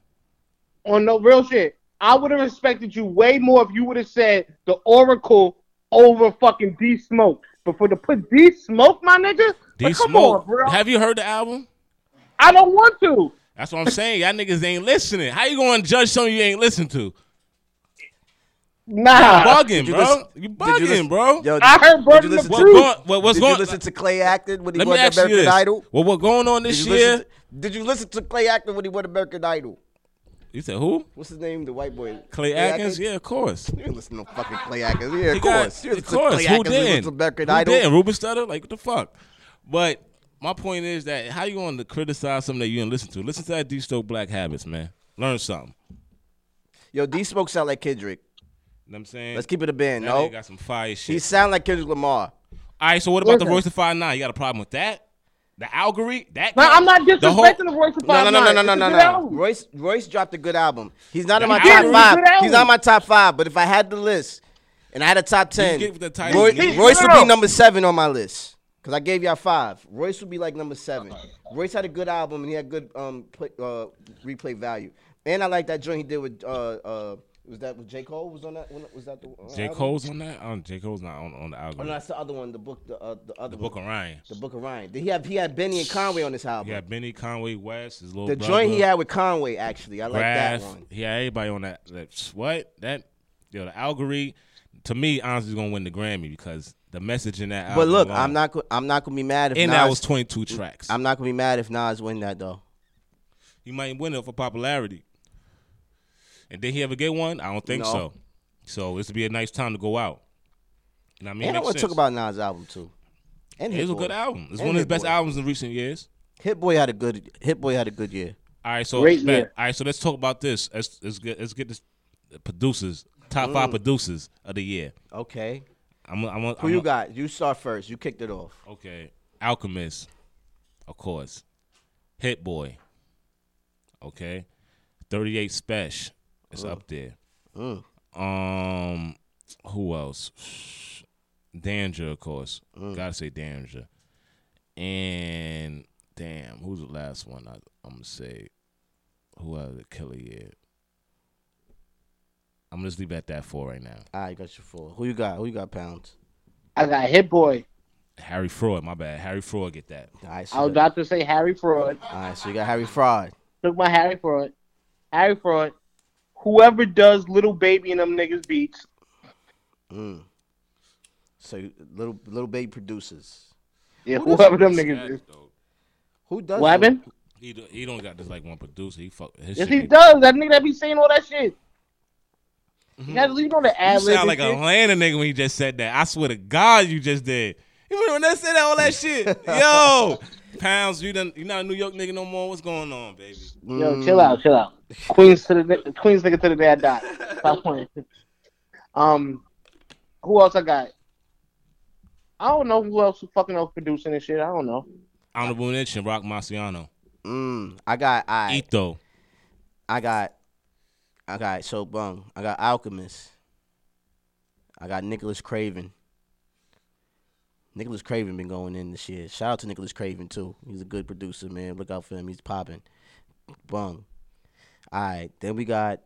Speaker 5: On no real shit. I would have respected you way more if you would have said the Oracle over fucking D Smoke. But for to put D Smoke, my nigga,
Speaker 4: D
Speaker 5: like, come
Speaker 4: Smoke.
Speaker 5: on, bro.
Speaker 4: Have you heard the album?
Speaker 5: I don't want to.
Speaker 4: That's what I'm saying. Y'all niggas ain't listening. How you gonna judge something you ain't listening to?
Speaker 5: Nah.
Speaker 4: Bugging,
Speaker 3: you
Speaker 4: bro.
Speaker 3: listen-
Speaker 4: you
Speaker 3: Did you
Speaker 4: bugging,
Speaker 3: listen-
Speaker 4: bro.
Speaker 3: Yo,
Speaker 5: I
Speaker 3: did-
Speaker 5: heard Burden
Speaker 3: you
Speaker 5: the
Speaker 3: listen to-
Speaker 4: what,
Speaker 5: Proof.
Speaker 4: going- what- what's
Speaker 3: did
Speaker 4: going?
Speaker 3: you listen to Clay acting when he
Speaker 4: let
Speaker 3: won
Speaker 4: me ask
Speaker 3: the
Speaker 4: you
Speaker 3: American
Speaker 4: this.
Speaker 3: Idol?
Speaker 4: Well, what going on
Speaker 3: Did
Speaker 4: this
Speaker 3: you,
Speaker 4: year?
Speaker 3: listen to, did you listen to Clay acting when he won American Idol?
Speaker 4: you said who?
Speaker 3: What's his name? The white boy.
Speaker 4: Clay Atkins. Yeah, of course.
Speaker 3: You ain't listen to fucking Clay Atkins. Yeah,
Speaker 4: He
Speaker 3: of
Speaker 4: got-
Speaker 3: course. You
Speaker 4: of
Speaker 3: listen to
Speaker 4: course.
Speaker 3: Clay
Speaker 4: Who
Speaker 3: Atkins when he
Speaker 4: didn't?
Speaker 3: went to American
Speaker 4: Who
Speaker 3: Idol.
Speaker 4: didn't? Ruben Studdard? Like what the fuck? But my point is that how you going to criticize something that you didn't listen to? Listen to that D Stoke Black Habits, man. Learn something. You
Speaker 3: Yo, D Smoke sound like Kendrick.
Speaker 4: know what I'm saying?
Speaker 3: Let's keep it a band.
Speaker 4: That
Speaker 3: No,
Speaker 4: nigga got some fire shit.
Speaker 3: he sound like Kendrick Lamar.
Speaker 4: All right, so what about the
Speaker 5: Listen.
Speaker 4: Royce the Five Nine? You got a problem with that? The algorithm? That?
Speaker 5: Nah,
Speaker 4: kind-
Speaker 5: I'm not
Speaker 4: the whole-
Speaker 5: disrespecting the Royce of
Speaker 3: No, no,
Speaker 5: Five
Speaker 3: no, no,
Speaker 5: Nine.
Speaker 3: no,
Speaker 5: It's
Speaker 3: no,
Speaker 5: a
Speaker 3: no,
Speaker 5: good
Speaker 3: no.
Speaker 5: album.
Speaker 3: Royce Royce dropped a good album. He's not in my
Speaker 4: He did,
Speaker 3: top
Speaker 4: it was a
Speaker 5: good
Speaker 3: five.
Speaker 5: album.
Speaker 3: He's not in my top five. But if I had the list and I had a top ten,
Speaker 4: get with the title,
Speaker 3: Roy,
Speaker 4: nigga.
Speaker 3: Royce would be
Speaker 5: No.
Speaker 3: number seven on my list because I gave y'all five. Royce would be like number seven. Royce had a good album and he had good um play, uh, replay value. And I like that joint he did with uh uh Was that was J Cole was on that? one? Was that the on the
Speaker 4: J
Speaker 3: album?
Speaker 4: Cole's on that. Um, J Cole's not on on the
Speaker 3: Oh,
Speaker 4: album.
Speaker 3: no, that's the other one. The book, the uh, the other
Speaker 4: the book
Speaker 3: one.
Speaker 4: of Ryan.
Speaker 3: the book of Ryan. Then he had he had Benny and Conway on this album.
Speaker 4: He had Benny Conway West, his little
Speaker 3: the
Speaker 4: brother.
Speaker 3: joint he had with Conway actually, I like that
Speaker 4: Raph.
Speaker 3: one.
Speaker 4: He had everybody on that. that what that? Yo, the algorithm. To me, honestly, is gonna win the Grammy because the message in that.
Speaker 3: But
Speaker 4: album
Speaker 3: look,
Speaker 4: alone-
Speaker 3: I'm not go- I'm not gonna be mad if
Speaker 4: And
Speaker 3: Nas,
Speaker 4: that was 22 tracks.
Speaker 3: I'm not gonna be mad if Nas win that though.
Speaker 4: he might win it for popularity. And did he ever get one? I don't think
Speaker 3: No.
Speaker 4: so. So this would be a nice time to go out. You know what I mean?
Speaker 3: and I
Speaker 4: Makes
Speaker 3: want to
Speaker 4: sense.
Speaker 3: talk about Nas' album too. And
Speaker 4: It
Speaker 3: Hit
Speaker 4: was a
Speaker 3: Boy.
Speaker 4: good album. It's
Speaker 3: And
Speaker 4: one of his
Speaker 3: Hit
Speaker 4: best
Speaker 3: Boy.
Speaker 4: albums in recent years.
Speaker 3: Hit Boy had a good Hit Boy had a good year.
Speaker 4: All right, so
Speaker 5: Great
Speaker 4: bet.
Speaker 5: year.
Speaker 4: all right, so let's talk about this. Let's let's get let's get this the producers top five producers of the year.
Speaker 3: Okay,
Speaker 4: I'm a- I'm a-
Speaker 3: who
Speaker 4: I'm
Speaker 3: you
Speaker 4: a-
Speaker 3: got? You start first. You kicked it off.
Speaker 4: Okay, Alchemist, of course, Hit Boy. Okay, Thirty Eight Special is up there.
Speaker 3: Mm.
Speaker 4: Um, who else? Danger, of course. Gotta say Danger. And damn, who's the last one? I, I'm gonna say who out of the killer yet? I'm gonna just leave it at that for right now.
Speaker 3: All right, got you four. Who you got? Who you got? Pounds.
Speaker 5: I got Hit Boy.
Speaker 4: Harry Fraud, my bad. Harry Fraud, get that.
Speaker 3: All right, so
Speaker 5: I was
Speaker 3: that-
Speaker 5: about to say Harry Fraud.
Speaker 3: all right, so you got Harry Fraud.
Speaker 5: Took my Harry Fraud. Harry Fraud. Whoever does Little Baby and them niggas beats.
Speaker 3: Mm. So you- little little baby producers.
Speaker 5: Yeah,
Speaker 3: Who does
Speaker 5: whoever them
Speaker 4: That's
Speaker 5: niggas is.
Speaker 4: that, though.
Speaker 3: Who does
Speaker 5: What
Speaker 3: Lil-
Speaker 5: happened?
Speaker 4: He do, he don't got just like one producer. He fuck. His
Speaker 5: Yes,
Speaker 4: shit
Speaker 5: he
Speaker 4: be-
Speaker 5: does. That nigga that be saying all that shit.
Speaker 3: Mm-hmm.
Speaker 5: You gotta leave on the
Speaker 4: You
Speaker 5: ad lib.
Speaker 4: sound like a Atlanta nigga when you just said that. I swear to God, you just did. You remember when they said that all that shit? Yo, pounds, you done. You not a New York nigga no more. What's going on, baby?
Speaker 5: Yo, chill out, chill out. Queens to the Queens nigga to the day I die. Stop playing. Um, who else I got? I don't know who else is fucking else producing this shit. I don't know.
Speaker 4: Honorable mention, Rock Marciano,
Speaker 3: Mm, I got I
Speaker 4: Ito.
Speaker 3: I got I got so bum. I got Alchemist. I got Nicholas Craven. Nicholas Craven been going in this year. Shout out to Nicholas Craven too. He's a good producer, man. Look out for him. He's popping. Bum. All right, then we got.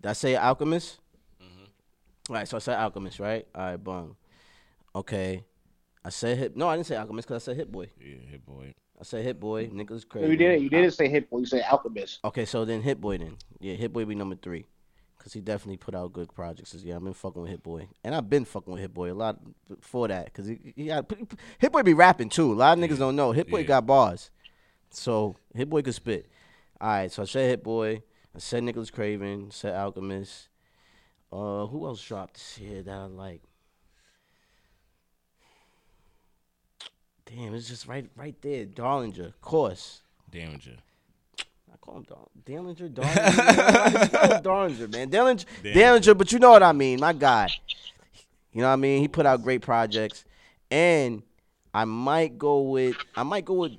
Speaker 3: Did I say Alchemist? All right, so I said Alchemist, right? All right, bum. Okay, I said Hit. No, I didn't say Alchemist because I said Hit Boy.
Speaker 4: Yeah, hit boy.
Speaker 3: I said Hit Boy. Nicholas Craven.
Speaker 5: You did it. You didn't say hip boy. You said alchemist.
Speaker 3: Okay, so then Hit Boy then. Yeah, Hit Boy be number three. Cause he definitely put out good projects. This year. I've been fucking with Hit Boy, and I've been fucking with Hit Boy a lot before that. Cause he, he got Hit Boy be rapping too. A lot of niggas don't know Hit Boy
Speaker 4: Yeah.
Speaker 3: got bars, so Hit Boy could spit. All right, so I said Hit Boy, I said Nicholas Craven, said Alchemist. Uh, who else dropped this year that I like? Damn, it's just right, right there. Darlinger, of course.
Speaker 4: Damager.
Speaker 3: I call him Dar- Dillinger, Darlinger. Darlinger, man. Dillinger, Dillinger, but you know what I mean. My God. You know what I mean? He put out great projects. And I might go with I might go with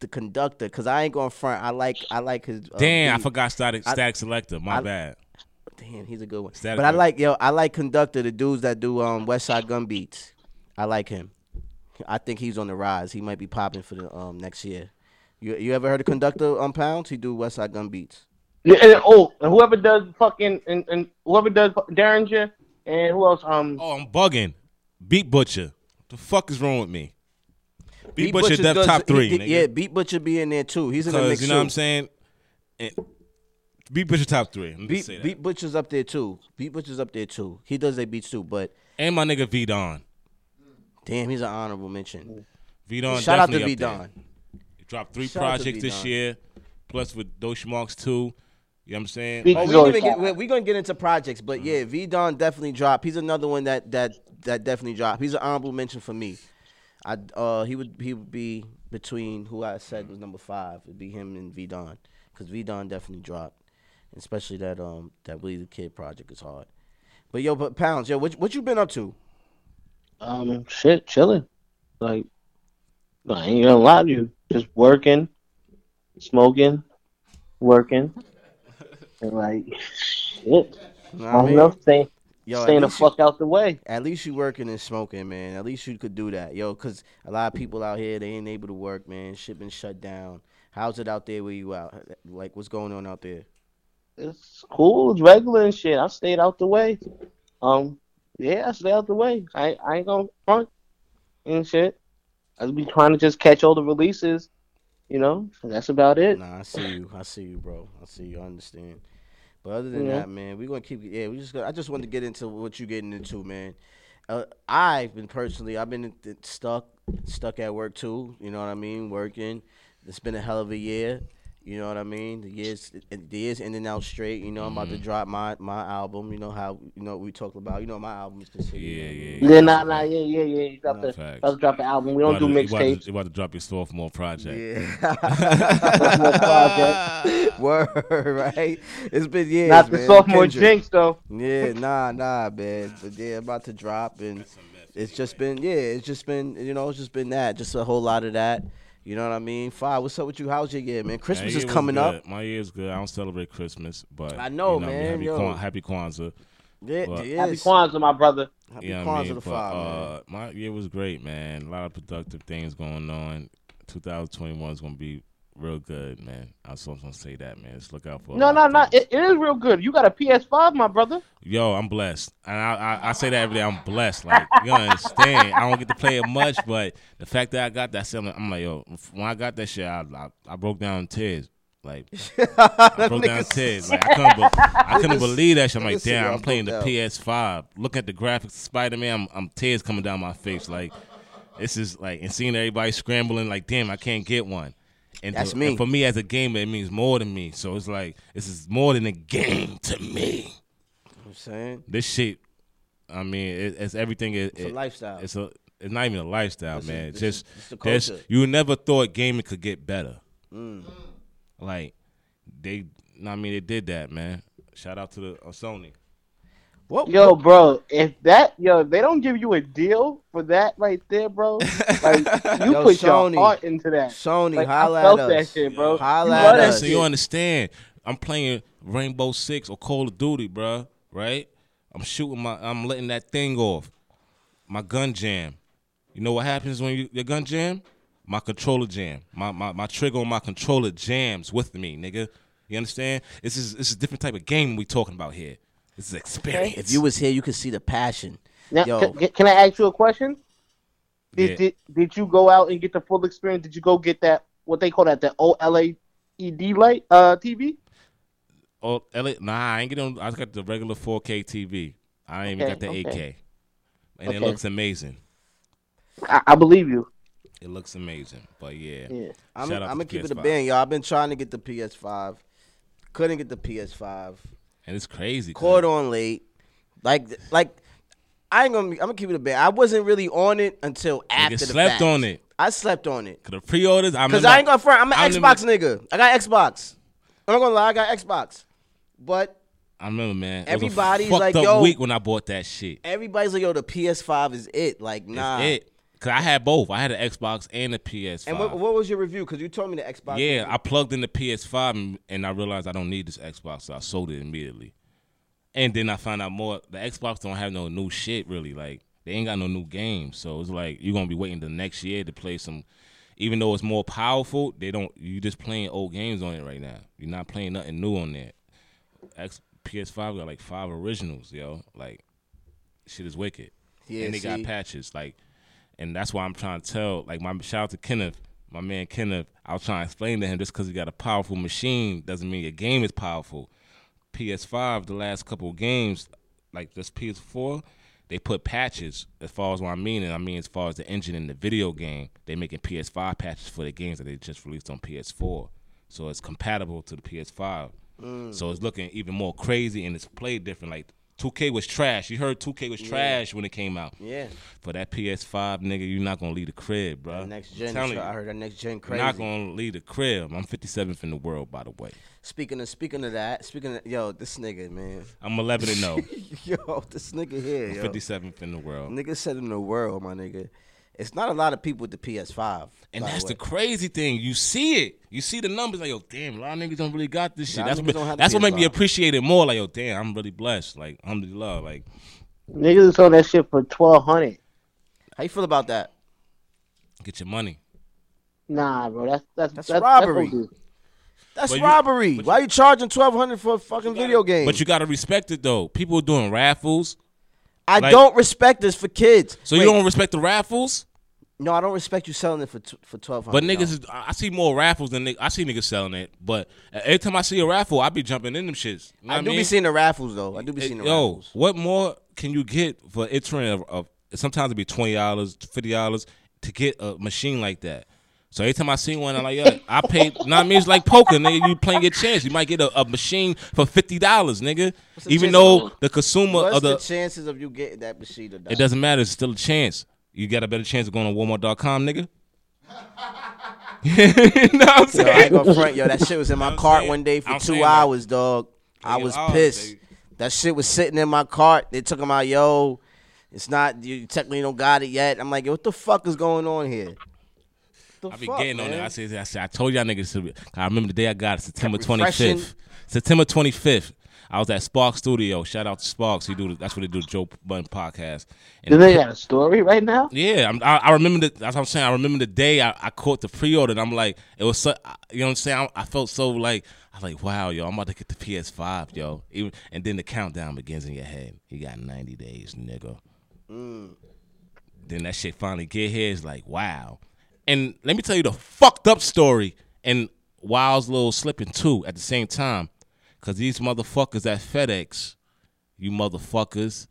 Speaker 3: the conductor because I ain't going front. I like I like his uh,
Speaker 4: Damn, I
Speaker 3: beat.
Speaker 4: forgot Static
Speaker 3: I-
Speaker 4: Static Selector. My
Speaker 3: I-
Speaker 4: bad.
Speaker 3: Damn, he's a good one.
Speaker 4: Static
Speaker 3: but I
Speaker 4: Mike.
Speaker 3: like yo, I like conductor, the dudes that do um West Side Gun Beats. I like him. I think he's on the rise. He might be popping for the um next year. You you ever heard of conductor um pounds? He do West Side Gun Beats.
Speaker 5: Yeah, and- oh, and whoever does fucking and, and whoever does Derringer and who else? Um,
Speaker 4: Oh, I'm bugging. Beat Butcher. The fuck is wrong with me? Beat,
Speaker 3: Beat
Speaker 4: Butcher, def
Speaker 3: does-
Speaker 4: top three.
Speaker 3: he-
Speaker 4: nigga.
Speaker 3: Yeah, Beat Butcher be in there too. He's in the
Speaker 4: Because
Speaker 3: mix.
Speaker 4: you know what I'm
Speaker 3: too.
Speaker 4: saying? And Beat Butcher top three. Let me
Speaker 3: Beat,
Speaker 4: say that.
Speaker 3: Beat Butcher's up there too. Beat Butcher's up there too. He does their beats too, but
Speaker 4: and my nigga V Don.
Speaker 3: damn, he's an honorable mention.
Speaker 4: V Don
Speaker 3: Shout out to
Speaker 4: definitely
Speaker 3: V
Speaker 4: up there.
Speaker 3: Don.
Speaker 4: He dropped three
Speaker 3: Shout out to
Speaker 4: projects this
Speaker 3: B-Don.
Speaker 4: year, plus with Dosh Marks too. You know what I'm saying?
Speaker 5: Big
Speaker 3: Oh,
Speaker 5: He's
Speaker 3: we
Speaker 5: always
Speaker 3: even get,
Speaker 5: fine.
Speaker 3: we're, we gonna get into projects, but yeah, V Don definitely dropped. He's another one that that that definitely dropped. He's an honorable mention for me. I uh he would he would be between who I said was number five. It'd be him and V Don because V Don definitely dropped, especially that um that Willie the Kid project is hard. But yo, but pounds, yo, what what you been up to?
Speaker 5: um, shit, chilling. Like, I ain't gonna lie to you. Just working, smoking, working, and like, shit.
Speaker 3: You know what I
Speaker 5: I don't
Speaker 3: mean?
Speaker 5: know. Stay,
Speaker 3: Yo,
Speaker 5: staying
Speaker 3: at
Speaker 5: the
Speaker 3: least, you,
Speaker 5: fuck out the way.
Speaker 3: at least you working and smoking, man. At least you could do that, yo. Cause a lot of people out here they ain't able to work, man. Shit been shut down. How's it out there where you out? Like, what's going on out there?
Speaker 5: it's cool. It's regular and shit. I stayed out the way. Um, yeah, I stay out the way. I, I ain't gonna front and shit. I be trying to just catch all the releases, you know. And that's about it.
Speaker 3: Nah, I see you. I see you, bro. I see you. I understand. But other than
Speaker 5: Yeah.
Speaker 3: that, man, we're gonna keep. Yeah, we just. Gonna, I just wanted to get into what you getting into, man. Uh, I've been personally, I've been th- stuck, stuck at work too. You know what I mean? Working. It's been a hell of a year. You know what I mean? The years, the years in and out straight. You know, I'm about to drop my my album. You know how you know we talked about. You know my album is considered.
Speaker 4: Yeah, yeah, yeah.
Speaker 5: Yeah, nah, nah, yeah, yeah, yeah. You got
Speaker 3: Nah,
Speaker 5: to,
Speaker 4: facts.
Speaker 5: got to drop an album. We
Speaker 4: You
Speaker 5: don't
Speaker 4: about
Speaker 5: do
Speaker 4: to- you about to-
Speaker 5: mixtapes.
Speaker 4: You about to drop your sophomore project.
Speaker 5: Sophomore project.
Speaker 3: Word, right? It's been years.
Speaker 5: Not the
Speaker 3: man.
Speaker 5: sophomore
Speaker 3: Kendrick.
Speaker 5: jinx though.
Speaker 3: Yeah, nah, nah, man. But yeah, about to drop, and it's just been, yeah, it's just been, you know, it's just been that, just a whole lot of that. You know what I mean? Fi, what's up with you? How's your year, man?
Speaker 4: My
Speaker 3: Christmas
Speaker 4: year
Speaker 3: is
Speaker 4: was
Speaker 3: coming
Speaker 4: good.
Speaker 3: up.
Speaker 4: My year's good. I don't celebrate Christmas, but
Speaker 3: I know,
Speaker 4: you what I mean?
Speaker 3: man,
Speaker 4: Happy,
Speaker 3: yo.
Speaker 4: Kwan- happy Kwanzaa.
Speaker 3: Yeah,
Speaker 4: Well,
Speaker 3: yes.
Speaker 5: Happy Kwanzaa, my brother.
Speaker 3: Happy
Speaker 4: Yeah,
Speaker 3: Kwanzaa
Speaker 4: I mean,
Speaker 3: to
Speaker 4: but,
Speaker 3: Fi, man.
Speaker 4: uh, my year was great, man. A lot of productive things going on. 2021 is gonna be real good, man. I was gonna say that, man. Just look out for. a
Speaker 5: No,
Speaker 4: lot
Speaker 5: no,
Speaker 4: of
Speaker 5: no.
Speaker 4: things.
Speaker 5: It, it is real good. You got a PS5, my brother.
Speaker 4: Yo, I'm blessed, and I, I I say that every day. I'm blessed. Like you don't understand. I don't get to play it much, but the fact that I got that, something, I'm like, yo, when I got that shit, I I, I broke down in tears. Like I broke down in tears. Like I couldn't, be, I couldn't believe that shit. I'm
Speaker 3: nigga
Speaker 4: like,
Speaker 3: said
Speaker 4: damn,
Speaker 3: I
Speaker 4: I'm playing the
Speaker 3: broke down.
Speaker 4: PS5. Look at the graphics, Spider Man. I'm, I'm tears coming down my face. Like this is like, and seeing everybody scrambling. Like damn, I can't get one. And
Speaker 3: That's
Speaker 4: to-
Speaker 3: me.
Speaker 4: And for me as a gamer, it means more than me. So it's like this is more than a game to me
Speaker 3: I'm saying
Speaker 4: this shit. I mean, it, it's everything. It,
Speaker 3: it's
Speaker 4: it-
Speaker 3: a lifestyle.
Speaker 4: It's a. It's not even a lifestyle,
Speaker 3: This is-
Speaker 4: man. It's
Speaker 3: this is-
Speaker 4: just
Speaker 3: this is the
Speaker 4: there's-
Speaker 3: culture. Mm.
Speaker 4: you never thought gaming could get better. Like they, I mean, they did that, man. Shout out to the uh, Sony.
Speaker 3: what?
Speaker 5: Yo, bro, if that yo, if they don't give you a deal for that right there, bro. Like you
Speaker 3: Yo,
Speaker 5: put
Speaker 3: Sony.
Speaker 5: your heart into that.
Speaker 3: Sony,
Speaker 5: Like,
Speaker 3: holla
Speaker 5: I felt
Speaker 3: at
Speaker 5: that
Speaker 3: us.
Speaker 5: shit, bro.
Speaker 3: Holla
Speaker 5: You
Speaker 3: at
Speaker 5: love that
Speaker 3: us.
Speaker 4: So
Speaker 5: shit.
Speaker 4: you understand? I'm playing Rainbow Six or Call of Duty, bruh, Right? I'm shooting my. I'm letting that thing off. My gun jam. You know what happens when you, your gun jam? My controller jam. My, my my trigger on my controller jams with me, nigga. You understand? This is this is a different type of game we talking about here. This is experience.
Speaker 3: If you was here, you could see the passion.
Speaker 5: Now,
Speaker 3: Yo.
Speaker 5: can, can I ask you a question? Did,
Speaker 4: Yeah.
Speaker 5: did did you go out and get the full experience? Did you go get that what they call that the OLED light uh TV?
Speaker 4: oh, LA, nah, I ain't getting. I got the regular 4K TV. I ain't even
Speaker 5: Okay,
Speaker 4: got the
Speaker 5: okay.
Speaker 4: 8K, and it
Speaker 5: Okay.
Speaker 4: looks amazing.
Speaker 5: I, I believe you.
Speaker 4: It looks amazing. But yeah,
Speaker 5: Yeah.
Speaker 3: I'm,
Speaker 4: Shout out
Speaker 3: I'm gonna
Speaker 4: to
Speaker 3: keep it a
Speaker 4: PS5.
Speaker 3: band, y'all. I've been trying to get the PS5, couldn't get the PS5.
Speaker 4: and it's crazy. 'cause-
Speaker 3: caught on late. Like like I ain't gonna be, I'm gonna keep it a bit. I wasn't really on it until after the
Speaker 4: slept
Speaker 3: fact.
Speaker 4: on it.
Speaker 3: I slept on it.
Speaker 4: The pre-orders, I
Speaker 3: Cause
Speaker 4: remember-
Speaker 3: I ain't gonna front. I'm an
Speaker 4: I remember-
Speaker 3: Xbox nigga. I got Xbox. I'm not gonna lie, I got Xbox. But
Speaker 4: I remember, man.
Speaker 3: Everybody's
Speaker 4: it was a
Speaker 3: like,
Speaker 4: fucked up
Speaker 3: yo-
Speaker 4: week when I bought that shit. It's
Speaker 3: everybody's like, yo, the PS5 is it. Like, nah.
Speaker 4: it. Cause I had both. I had an Xbox and a PS5.
Speaker 3: And what, what was your review? Cause you told me the Xbox.
Speaker 4: yeah, I plugged in the PS5 and, and I realized I don't need this Xbox, so I sold it immediately. And then I found out more. The Xbox don't have no new shit really. Like they ain't got no new games, so it's like you're gonna be waiting the next year to play some. Even though it's more powerful, they don't. You just playing old games on it right now. You're not playing nothing new on there. X, PS5 got like five originals, yo. Like shit is wicked.
Speaker 3: Yeah,
Speaker 4: and they
Speaker 3: see?
Speaker 4: got patches. Like and that's why I'm trying to tell, like, my shout out to Kenneth, my man Kenneth. I was trying to explain to him just because he got a powerful machine doesn't mean your game is powerful. PS5, the last couple of games, like this PS4, they put patches as far as what I mean, and I mean as far as the engine in the video game, they making PS5 patches for the games that they just released on PS4. So it's compatible to the PS5. So it's looking even more crazy and it's played different. Like 2K was trash. You heard 2K was trash when it came out.
Speaker 3: Yeah.
Speaker 4: For that PS5, nigga, you're not gonna leave the crib, bro.
Speaker 3: That next gen.
Speaker 4: Telling
Speaker 3: is-
Speaker 4: you,
Speaker 3: I heard that next gen
Speaker 4: you're
Speaker 3: crazy.
Speaker 4: not gonna leave the crib. I'm 57th in the world, by the way.
Speaker 3: Speaking of speaking of that, speaking of yo, this nigga man,
Speaker 4: I'm 11 and 0.
Speaker 3: yo, this nigga here, yo.
Speaker 4: 57th in the world.
Speaker 3: Nigga said in the world, my nigga. It's not a lot of people with the PS5.
Speaker 4: And
Speaker 3: by
Speaker 4: that's the
Speaker 3: way.
Speaker 4: crazy thing. You see it. You see the numbers. Like, yo, damn, a lot of niggas don't really got this shit.
Speaker 3: Lot of
Speaker 4: That's
Speaker 3: niggas
Speaker 4: what,
Speaker 3: don't have the
Speaker 4: that's what made me
Speaker 3: PS5.
Speaker 4: appreciate it more. Like, yo, damn, I'm really blessed. Like, I'm the love. Like,
Speaker 5: Niggas is on that shit for twelve hundred.
Speaker 3: How you feel about that?
Speaker 4: get your money.
Speaker 5: Nah, bro, that's that's
Speaker 3: That's
Speaker 5: that's,
Speaker 3: robbery.
Speaker 5: OD.
Speaker 3: That's
Speaker 4: But you-
Speaker 3: robbery.
Speaker 4: but you-
Speaker 3: Why you charging twelve hundred for a fucking video game?
Speaker 4: But you gotta respect it though. People are doing raffles,
Speaker 3: I
Speaker 4: like-
Speaker 3: don't respect this for kids.
Speaker 4: so you
Speaker 3: Wait,
Speaker 4: don't respect the raffles.
Speaker 3: No, I don't respect you selling it for t- for twelve hundred.
Speaker 4: But niggas, is, I I see more raffles than niggas. I see niggas selling it. But every time I see a raffle, I be jumping in them shits. You know
Speaker 3: I,
Speaker 4: what
Speaker 3: do
Speaker 4: mean?
Speaker 3: be seeing the raffles though. I do be
Speaker 4: Hey,
Speaker 3: seeing the
Speaker 4: yo,
Speaker 3: raffles.
Speaker 4: what more can you get for it? Turn of, sometimes it be twenty dollars, fifty dollars to get a machine like that. So every time I see one, I'm like, yo, I paid. Know what I mean, it's like poker, nigga. You playing your chance. You might get a, a machine for fifty dollars, nigga.
Speaker 3: the chance
Speaker 4: Even though the consumer
Speaker 3: What's
Speaker 4: of
Speaker 3: the,
Speaker 4: the,
Speaker 3: chances of you getting that machine? to die?
Speaker 4: it doesn't matter. It's still a chance. You got a better chance of going to Walmart.com, nigga. you know what I'm
Speaker 3: Yo, I ain't
Speaker 4: saying?
Speaker 3: gonna front, yo. That shit was in my
Speaker 4: I'm
Speaker 3: cart
Speaker 4: saying-
Speaker 3: one day for
Speaker 4: I'm
Speaker 3: two
Speaker 4: saying, like,
Speaker 3: hours, dog. I
Speaker 4: yo,
Speaker 3: was
Speaker 4: hours,
Speaker 3: pissed.
Speaker 4: baby.
Speaker 3: That shit was sitting in my cart. They took him out, yo. It's not you technically don't got it yet. I'm like, yo, what the fuck is going on here? The
Speaker 4: I be
Speaker 3: fuck,
Speaker 4: getting on
Speaker 3: man?
Speaker 4: there. I said, I said, I told y'all niggas. To be, I remember the day I got it, September twenty
Speaker 3: refreshing.
Speaker 4: fifth. September twenty fifth. I was at Spark Studio. Shout out to Sparks. He do the- that's what they do. Joe Button podcast. And
Speaker 5: Do they got a story right now?
Speaker 4: yeah, I'm, I, I remember the, that's what I'm saying. I remember the day I, I caught the pre order. and I'm like, it was so. You know what I'm saying? I, I felt so like I was like, wow, yo, I'm about to get the PS5, yo. Even and then the countdown begins in your head. You got 90 days, nigga. Then that shit finally get here. It's like, wow. And let me tell you the fucked up story and Wild's little slipping too at the same time, cause these motherfuckers at FedEx, you motherfuckers.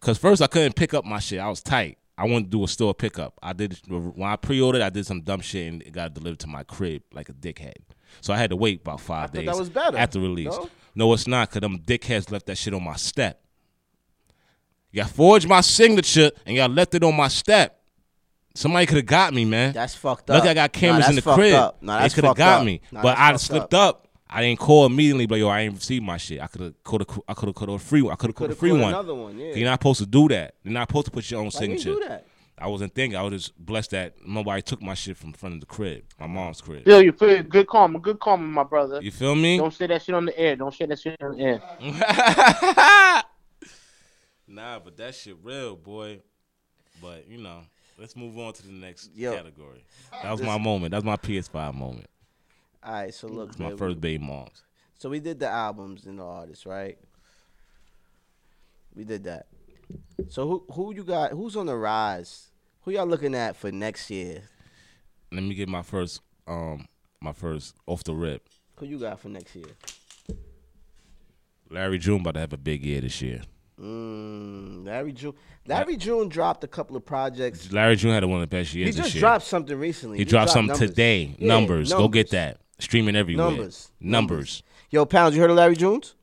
Speaker 4: Cause first I couldn't pick up my shit. I was tight. I wanted to do a store pickup. I did when I pre-ordered. I did some dumb shit and it got delivered to my crib like a dickhead. So I had to wait about five
Speaker 3: thought
Speaker 4: days
Speaker 3: that was better.
Speaker 4: after release.
Speaker 3: No?
Speaker 4: No? it's not. Cause them dickheads left that shit on my step. Y'all forged my signature and y'all left it on my step. Somebody could have got me, man.
Speaker 3: That's fucked up.
Speaker 4: Lucky I got cameras
Speaker 3: Nah,
Speaker 4: in the
Speaker 3: that's fucked
Speaker 4: crib.
Speaker 3: up. Nah,
Speaker 4: they
Speaker 3: that's
Speaker 4: could have
Speaker 3: fucked
Speaker 4: got
Speaker 3: up.
Speaker 4: me,
Speaker 3: Nah,
Speaker 4: but
Speaker 3: that's
Speaker 4: I
Speaker 3: fucked
Speaker 4: slipped up. I didn't call immediately, but yo, I ain't received my shit. I could have called a, I could have called a free one. I could have called a
Speaker 3: Coulda
Speaker 4: free
Speaker 3: caught
Speaker 4: one.
Speaker 3: Another one. Yeah.
Speaker 4: You're not supposed to do that. You're not supposed to put your own
Speaker 3: Why you
Speaker 4: signature.
Speaker 3: do that?
Speaker 4: I wasn't thinking. I was just blessed that nobody took my shit from front of the crib, my mom's crib.
Speaker 5: Feel you, feel you. Good karma, good karma, my brother.
Speaker 4: You feel me?
Speaker 5: Don't say that shit on the air. Don't say that shit on the air.
Speaker 4: nah, but that shit real, boy. But you know, let's move on to the next
Speaker 3: Yo.
Speaker 4: category. That was my moment. That was my PS5 moment.
Speaker 3: All right, so look,
Speaker 4: It's my
Speaker 3: man,
Speaker 4: first baby mom's.
Speaker 3: So we did the albums and the artists, right? We did that. So who who you got? Who's on the rise? Who y'all looking at for next year?
Speaker 4: Let me get my first, um, my first off the rip.
Speaker 3: Who you got for next year?
Speaker 4: Larry June about to have a big year this year.
Speaker 3: Mm, Larry June. Larry June dropped a couple of projects.
Speaker 4: Larry June had one of the best years
Speaker 3: He just
Speaker 4: this year.
Speaker 3: dropped something recently.
Speaker 4: He, dropped, something
Speaker 3: numbers.
Speaker 4: today.
Speaker 3: Yeah,
Speaker 4: numbers. Go get that. Streaming everywhere.
Speaker 3: Numbers.
Speaker 4: Numbers.
Speaker 3: Yo, pounds. You heard of Larry June's?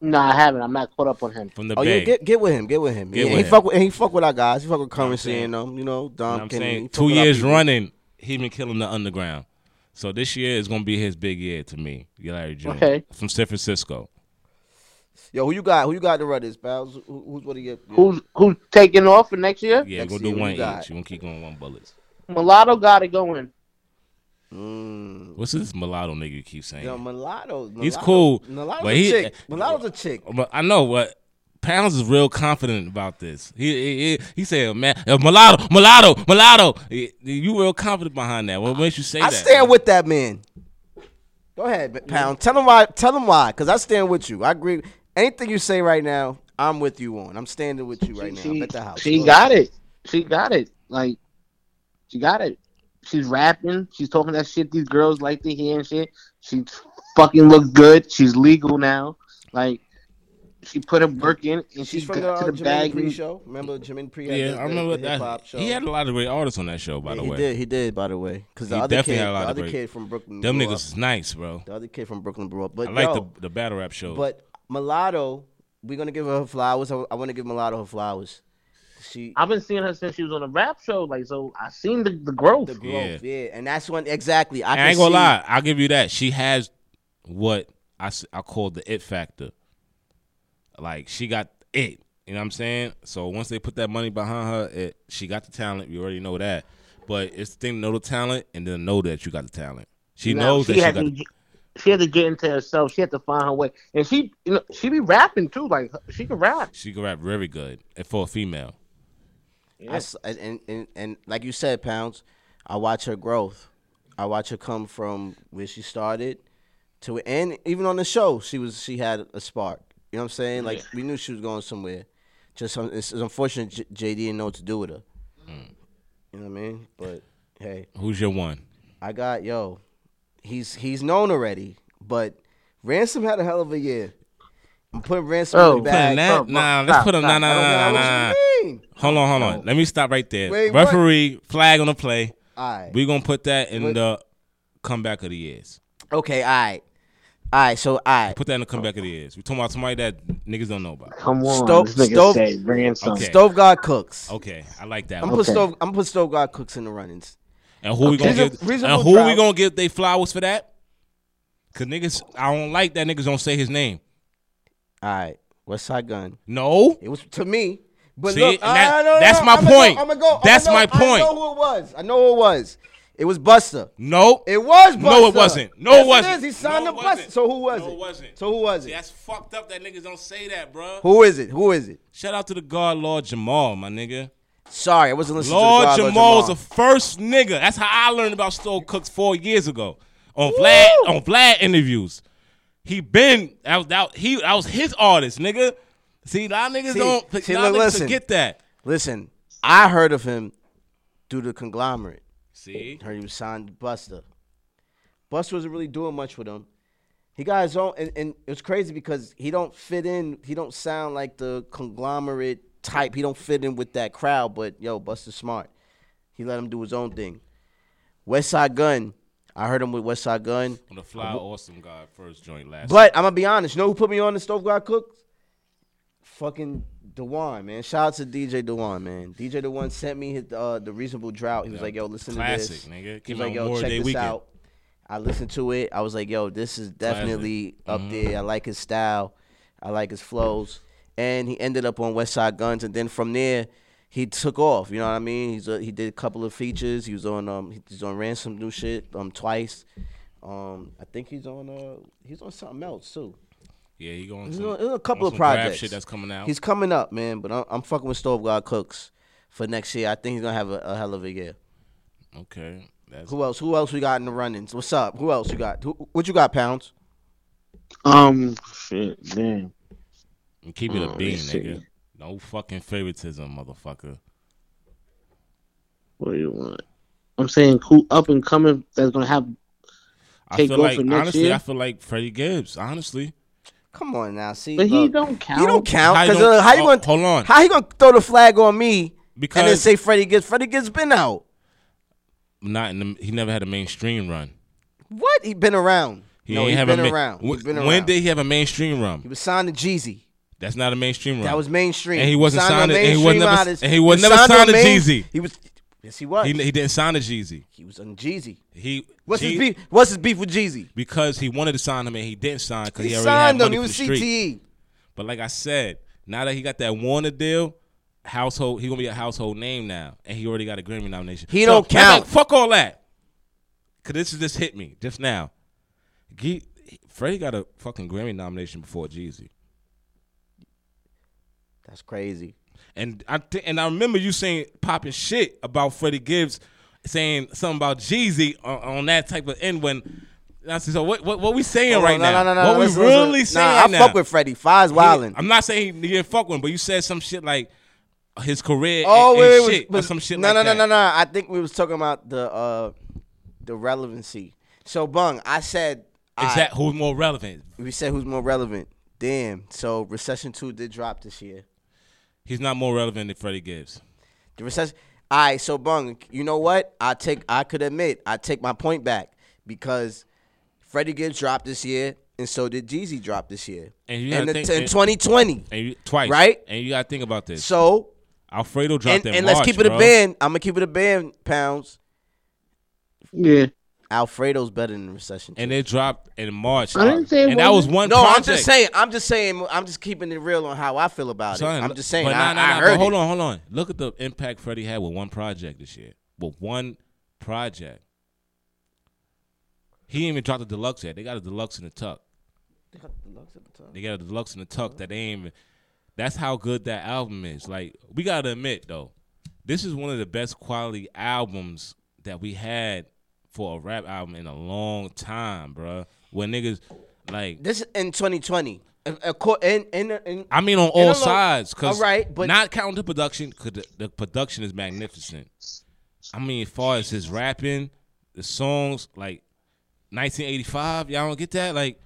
Speaker 5: Nah, I haven't. I'm not caught up on him.
Speaker 4: From the
Speaker 3: Oh yeah,
Speaker 4: Bay.
Speaker 3: get get with him. Get with him.
Speaker 4: Get
Speaker 3: yeah,
Speaker 4: with
Speaker 3: he
Speaker 4: him.
Speaker 3: fuck with and he fuck with our guys. He fuck with currency
Speaker 4: saying?
Speaker 3: and um, you know,
Speaker 4: You know
Speaker 3: Dom
Speaker 4: what I'm
Speaker 3: Kennedy. He
Speaker 4: saying?
Speaker 3: fuck
Speaker 4: Two
Speaker 3: with our
Speaker 4: years
Speaker 3: people.
Speaker 4: running, he been killing the underground. So this year is gonna be his big year to me, Larry June.
Speaker 5: Okay.
Speaker 4: From San Francisco.
Speaker 3: Yo, who you got? Who you got to run this, pals? Who, who's what he get?
Speaker 5: Who's who's taking off for next year?
Speaker 4: Yeah,
Speaker 3: Next
Speaker 4: gonna
Speaker 3: year,
Speaker 4: do
Speaker 3: who
Speaker 4: one
Speaker 3: you got?
Speaker 4: each. We're gonna keep going one bullet.
Speaker 5: Mulatto got it going.
Speaker 3: Mm.
Speaker 4: What's this mulatto nigga you keep saying?
Speaker 3: Yo, mulatto.
Speaker 4: He's
Speaker 3: mulatto-
Speaker 4: cool,
Speaker 3: Mulatto's
Speaker 4: but
Speaker 3: a
Speaker 4: he- Oh,
Speaker 3: chick. Mulatto's a chick.
Speaker 4: But I know what Pounds is real confident about this. He he, he, he said, "Man, uh, mulatto, mulatto, mulatto." Y- You real confident behind that. What makes you say
Speaker 3: I
Speaker 4: that?
Speaker 3: stand with that man. Go ahead, B- Pound. Tell him why. Tell him why. Cause I stand with you. I agree. Anything you say right now, I'm with you on. I'm standing with you right now.
Speaker 5: she,
Speaker 3: I'm at the house.
Speaker 5: she
Speaker 3: Go
Speaker 5: got it. She got it. Like she got it. She's rapping. She's talking that shit these girls like to hear and shit. She fucking look good. She's legal now. Like she put her work in and
Speaker 3: She's
Speaker 5: she
Speaker 3: from the,
Speaker 5: got
Speaker 3: uh,
Speaker 5: to the bag.
Speaker 3: Jermaine Pre
Speaker 5: and-
Speaker 3: show. Remember Jermaine Pre? had
Speaker 4: Yeah,
Speaker 3: the,
Speaker 4: I remember
Speaker 3: the, the hip
Speaker 4: that.
Speaker 3: hop show.
Speaker 4: He had a lot of great artists on that show, by
Speaker 3: Yeah,
Speaker 4: the
Speaker 3: he
Speaker 4: way.
Speaker 3: did. He did. By the way, because the
Speaker 4: He
Speaker 3: other
Speaker 4: definitely
Speaker 3: kid,
Speaker 4: had a
Speaker 3: the
Speaker 4: lot of
Speaker 3: other
Speaker 4: great-
Speaker 3: kid from Brooklyn.
Speaker 4: Them
Speaker 3: blew
Speaker 4: niggas
Speaker 3: up.
Speaker 4: is nice, bro.
Speaker 3: The other kid from Brooklyn blew up. But
Speaker 4: I like
Speaker 3: yo,
Speaker 4: the the battle rap show.
Speaker 3: But mulatto, we're gonna give her her flowers. I, I want to give mulatto her flowers. She
Speaker 5: I've been seeing her since she was on the rap show. Like so, I seen the, the growth.
Speaker 3: the growth, yeah. and that's when exactly. I,
Speaker 4: I,
Speaker 3: can
Speaker 4: ain't gonna
Speaker 3: see-
Speaker 4: lie, I'll give you that. She has what I s- I call the it factor. Like she got it. You know what I'm saying? So once they put that money behind her, it, she got the talent. We already know that. But it's the thing to know the talent and then know that you got the talent. She
Speaker 5: Now,
Speaker 4: knows that she
Speaker 5: had
Speaker 4: got.
Speaker 5: to,
Speaker 4: The,
Speaker 5: get- she had to get into herself. She had to find her way, and she, you know, she be rapping too. Like she can rap.
Speaker 4: she can rap very good and for a female.
Speaker 3: I s- and, and and and like you said, pounds. I watch her growth. I watch her come from where she started to and even on the show she was she had a spark. You know what I'm saying? Like we knew she was going somewhere. Just un- it's, it's unfortunate J- JD didn't know what to do with her.
Speaker 4: Mm.
Speaker 3: You know what I mean? But hey,
Speaker 4: Who's your one?
Speaker 3: I got yo. He's he's known already, but Ransom had a hell of a year. I'm putting Ransom
Speaker 5: Oh,
Speaker 3: in the
Speaker 5: putting
Speaker 3: bag.
Speaker 4: Putting that?
Speaker 5: oh,
Speaker 4: nah,
Speaker 5: oh,
Speaker 4: let's
Speaker 5: stop,
Speaker 4: put him. Nah,
Speaker 5: stop.
Speaker 4: nah,
Speaker 5: I
Speaker 4: nah,
Speaker 3: Nah,
Speaker 4: nah, nah.
Speaker 3: what you mean?
Speaker 4: Hold on, hold on. Let me stop right there.
Speaker 3: Wait, what?
Speaker 4: Referee, flag on the play.
Speaker 3: All right.
Speaker 4: We're going to put that in
Speaker 3: What?
Speaker 4: the comeback of the years.
Speaker 3: Okay. All right. All right. So all right.
Speaker 4: Put that in the comeback of the years. We're talking about somebody that niggas don't know about.
Speaker 5: Come on,
Speaker 3: Stove-
Speaker 5: this nigga
Speaker 3: stove-
Speaker 5: said ransom.
Speaker 4: Okay.
Speaker 3: Stove God Cooks.
Speaker 4: Okay, I like that
Speaker 3: I'm
Speaker 4: one.
Speaker 3: put
Speaker 5: Okay.
Speaker 3: Stove. I'm put Stove God Cooks in the runnings.
Speaker 4: And who we gonna
Speaker 3: Reason-
Speaker 4: give?
Speaker 3: reasonable
Speaker 4: And who we
Speaker 3: drought.
Speaker 4: gonna give they flowers for that? Cause niggas, I don't like that niggas don't say his name.
Speaker 3: All right. West Side Gun.
Speaker 4: No,
Speaker 3: It was to me. But
Speaker 4: See,
Speaker 3: look,
Speaker 4: and that-
Speaker 3: I- I don't
Speaker 4: that's
Speaker 3: know.
Speaker 4: my
Speaker 3: I'ma
Speaker 4: point.
Speaker 3: Go, I'ma go, I'ma
Speaker 4: That's
Speaker 3: know-
Speaker 4: my
Speaker 3: I
Speaker 4: point.
Speaker 3: know who it was. I know who it was. It was Buster.
Speaker 4: no,
Speaker 3: It was Buster.
Speaker 4: No, it wasn't. No,
Speaker 3: yes,
Speaker 4: it wasn't.
Speaker 3: is. He signed
Speaker 4: no,
Speaker 3: the
Speaker 4: it
Speaker 3: Buster.
Speaker 4: wasn't.
Speaker 3: So who was
Speaker 4: No,
Speaker 3: it?
Speaker 4: it wasn't.
Speaker 3: So who was it?
Speaker 4: That's fucked up that niggas don't say that, bro.
Speaker 3: Who is it? Who is it?
Speaker 4: Shout out to the God Lord Jamal, my nigga.
Speaker 3: Sorry, I wasn't listening
Speaker 4: Lord
Speaker 3: to the
Speaker 4: Jamal,
Speaker 3: God, Lord
Speaker 4: was the first nigga. That's how I learned about Stove Cooks four years ago on Vlad on Vlad interviews. He been that was that, he that was his artist, nigga. See, a lot of niggas
Speaker 3: See,
Speaker 4: don't
Speaker 3: see,
Speaker 4: a lot of
Speaker 3: look,
Speaker 4: niggas
Speaker 3: listen.
Speaker 4: forget that.
Speaker 3: Listen, I heard of him through the conglomerate.
Speaker 4: See,
Speaker 3: Heard he was signed to Buster. Buster wasn't really doing much with him. He got his own, and, and it was crazy because he don't fit in. He don't sound like the conglomerate type. He don't fit in with that crowd. But yo, Buster's smart. He let him do his own thing. West Side Gun. I heard him with West Side Gun.
Speaker 4: on the fly, awesome guy first joint last.
Speaker 3: But I'm gonna be honest. You know who put me on the stove guy cook? Fucking Dewan, man. Shout out to DJ Dewan, man. DJ Dewan sent me his, uh, the reasonable drought. He was
Speaker 4: Yeah,
Speaker 3: like, "Yo, listen
Speaker 4: classic,
Speaker 3: to this."
Speaker 4: nigga.
Speaker 3: He
Speaker 4: Came
Speaker 3: was like,
Speaker 4: out
Speaker 3: "Yo,
Speaker 4: Memorial
Speaker 3: check
Speaker 4: Day
Speaker 3: this
Speaker 4: weekend.
Speaker 3: out." I listened to it. I was like, "Yo, this is definitely up
Speaker 4: Mm-hmm.
Speaker 3: there. I like his style. I like his flows." And he ended up on West Side Guns, and then from there, he took off. You know what I mean? He's a, he did a couple of features. He was on um he's on Ransom new shit um twice. Um, I think he's on uh he's on something else too.
Speaker 4: yeah, he going
Speaker 3: There's
Speaker 4: some,
Speaker 3: a, there's a couple
Speaker 4: on
Speaker 3: of
Speaker 4: some rap
Speaker 3: projects.
Speaker 4: shit that's coming out.
Speaker 3: He's coming up, man. But I'm, I'm fucking with Stove God Cooks for next year. I think he's gonna have a, a hell of a year.
Speaker 4: okay. That's
Speaker 3: Who else? Who else we got in the runnings? What's up? Who else you got? Who, what you got, Pounds?
Speaker 5: Um, shit, damn.
Speaker 4: and keep it a
Speaker 5: Oh,
Speaker 4: bean,
Speaker 5: let's see.
Speaker 4: nigga. No fucking favoritism, motherfucker.
Speaker 5: What do you want? I'm saying who up and coming that's gonna have.
Speaker 4: I
Speaker 5: Take
Speaker 4: feel
Speaker 5: go
Speaker 4: like
Speaker 5: for next
Speaker 4: honestly,
Speaker 5: year?
Speaker 4: I feel like Freddie Gibbs. Honestly,
Speaker 3: Come on now, see.
Speaker 5: But he
Speaker 3: look,
Speaker 5: don't count.
Speaker 3: He don't count
Speaker 4: How you
Speaker 3: because
Speaker 4: don't-
Speaker 3: uh, how you
Speaker 4: oh,
Speaker 3: gonna
Speaker 4: hold on.
Speaker 3: How you gonna throw the flag on me and then
Speaker 4: Because-
Speaker 3: say Freddie gets Freddie gets been out?
Speaker 4: not in the, he never had a mainstream run.
Speaker 3: What? He been around.
Speaker 4: He
Speaker 3: no,
Speaker 4: ain't
Speaker 3: he
Speaker 4: have
Speaker 3: been,
Speaker 4: a ma-
Speaker 3: around.
Speaker 4: When,
Speaker 3: he been around.
Speaker 4: when did he have a mainstream
Speaker 3: he
Speaker 4: run?
Speaker 3: was signed to Jeezy?
Speaker 4: That's not a mainstream run.
Speaker 3: That was mainstream.
Speaker 4: And he wasn't signed to- and he
Speaker 3: mainstream
Speaker 4: wasn't never-
Speaker 3: artist.
Speaker 4: and he was never signed to Jeezy.
Speaker 3: He was. Yes, he was.
Speaker 4: he,
Speaker 3: He,
Speaker 4: he didn't sign to Jeezy.
Speaker 3: was on Jeezy.
Speaker 4: He
Speaker 3: What's
Speaker 4: Jee-
Speaker 3: his beef? What's his beef with Jeezy?
Speaker 4: because he wanted to sign him and he didn't sign because
Speaker 3: He,
Speaker 4: he, already
Speaker 3: signed
Speaker 4: had
Speaker 3: him.
Speaker 4: money
Speaker 3: He
Speaker 4: from
Speaker 3: was E.
Speaker 4: the
Speaker 3: CTE.
Speaker 4: street. But like I said, now that he got that Warner deal, household he gonna be a household name now, and he already got a Grammy nomination.
Speaker 3: He don't
Speaker 4: matter of
Speaker 3: count.
Speaker 4: fact, fuck all that. Cause this is just hit me just now. He, Freddie got a fucking Grammy nomination before Jeezy.
Speaker 3: That's crazy.
Speaker 4: And I th- and I remember you saying popping shit about Freddie Gibbs, saying something about Jeezy on, on that type of end. When and I said, so what what, what we saying
Speaker 3: Hold on,
Speaker 4: right
Speaker 3: no,
Speaker 4: now?
Speaker 3: No, no, no,
Speaker 4: what
Speaker 3: no,
Speaker 4: we
Speaker 3: listen, listen.
Speaker 4: really saying
Speaker 3: Nah,
Speaker 4: right
Speaker 3: I
Speaker 4: now?
Speaker 3: fuck with Freddie. Fi's wildin'.
Speaker 4: I'm not saying he, he didn't fuck with him, but you said some shit like his career.
Speaker 3: oh
Speaker 4: and,
Speaker 3: wait,
Speaker 4: and
Speaker 3: wait,
Speaker 4: shit,
Speaker 3: wait,
Speaker 4: or some shit
Speaker 3: No,
Speaker 4: like
Speaker 3: no,
Speaker 4: that.
Speaker 3: no, no, no. I think we was talking about the uh, the relevancy. So Bung, I said
Speaker 4: Is
Speaker 3: I-
Speaker 4: that who's more relevant?
Speaker 3: we said who's more relevant. Damn. So Recession Two did drop this year.
Speaker 4: He's not more relevant than Freddie Gibbs.
Speaker 3: The recession. All right, so Bung, you know what? I take. I could admit. I take my point back because Freddie Gibbs dropped this year, and so did Jeezy drop this year.
Speaker 4: And you
Speaker 3: in,
Speaker 4: gotta
Speaker 3: the,
Speaker 4: think-
Speaker 3: in 2020.
Speaker 4: And you, twice,
Speaker 3: Right?
Speaker 4: And you gotta think about this.
Speaker 3: So
Speaker 4: Alfredo dropped
Speaker 3: and,
Speaker 4: that.
Speaker 3: and let's
Speaker 4: March,
Speaker 3: keep it
Speaker 4: bro.
Speaker 3: a band. I'm gonna keep it a band. Pounds.
Speaker 5: Yeah.
Speaker 3: Alfredo's better than recession.
Speaker 4: And it dropped in March.
Speaker 5: I didn't say it
Speaker 4: and that was
Speaker 5: wasn't.
Speaker 4: one.
Speaker 3: no,
Speaker 4: project.
Speaker 3: I'm just saying. I'm just saying. I'm just keeping it real on how I feel about
Speaker 4: Son,
Speaker 3: it. I'm
Speaker 4: look-
Speaker 3: just saying.
Speaker 4: But
Speaker 3: I,
Speaker 4: nah, nah,
Speaker 3: I
Speaker 4: nah,
Speaker 3: heard
Speaker 4: but hold
Speaker 3: it.
Speaker 4: on, hold on. Look at the impact Freddie had with one project this year. With one project, he ain't even dropped a deluxe yet. They got a deluxe in the tuck. They got a deluxe in the tuck that they ain't even. That's how good that album is. Like we gotta admit though, this is one of the best quality albums that we had for a rap album in a long time, bruh. When niggas like
Speaker 3: This is in 2020. Of- of cour- in in in
Speaker 4: I mean, on
Speaker 3: a
Speaker 4: all
Speaker 3: lo-
Speaker 4: sides, because
Speaker 3: all right, but-
Speaker 4: not counting the production, because the, the production is magnificent. I mean, as far as his rapping, the songs, like 1985, y'all don't get that, like,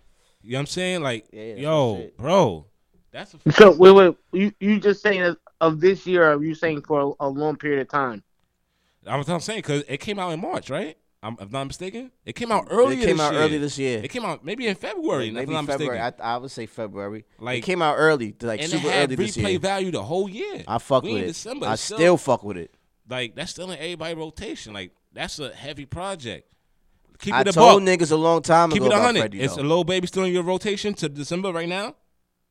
Speaker 4: you know what I'm saying, like,
Speaker 3: Yeah, yeah, that's
Speaker 4: yo,
Speaker 3: my shit.
Speaker 4: bro, that's a f-
Speaker 5: So wait, wait, you you just saying of- of this year? Or are you saying for a, a long period of time?
Speaker 4: I'm, what I'm saying because it came out in March, right? I'm, if not mistaken, it came out earlier.
Speaker 3: it came
Speaker 4: this
Speaker 3: out
Speaker 4: year.
Speaker 3: early this year.
Speaker 4: It came out maybe in February. if
Speaker 3: Maybe
Speaker 4: I'm not
Speaker 3: February. I,
Speaker 4: mistaken.
Speaker 3: I would say February. Like
Speaker 4: Like-
Speaker 3: it came out early, like
Speaker 4: and
Speaker 3: super
Speaker 4: it had
Speaker 3: early this
Speaker 4: replay
Speaker 3: year.
Speaker 4: value the whole year.
Speaker 3: I fuck
Speaker 4: we
Speaker 3: with
Speaker 4: in
Speaker 3: it.
Speaker 4: December.
Speaker 3: I
Speaker 4: It's
Speaker 3: still, fuck with it.
Speaker 4: like that's still in everybody rotation. Like that's a heavy project. Keep
Speaker 3: I
Speaker 4: it a
Speaker 3: told
Speaker 4: buck.
Speaker 3: niggas a long time
Speaker 4: Keep
Speaker 3: ago
Speaker 4: it a
Speaker 3: about
Speaker 4: hundred.
Speaker 3: Freddie,
Speaker 4: It's a
Speaker 3: though.
Speaker 4: little baby still in your rotation to December right now.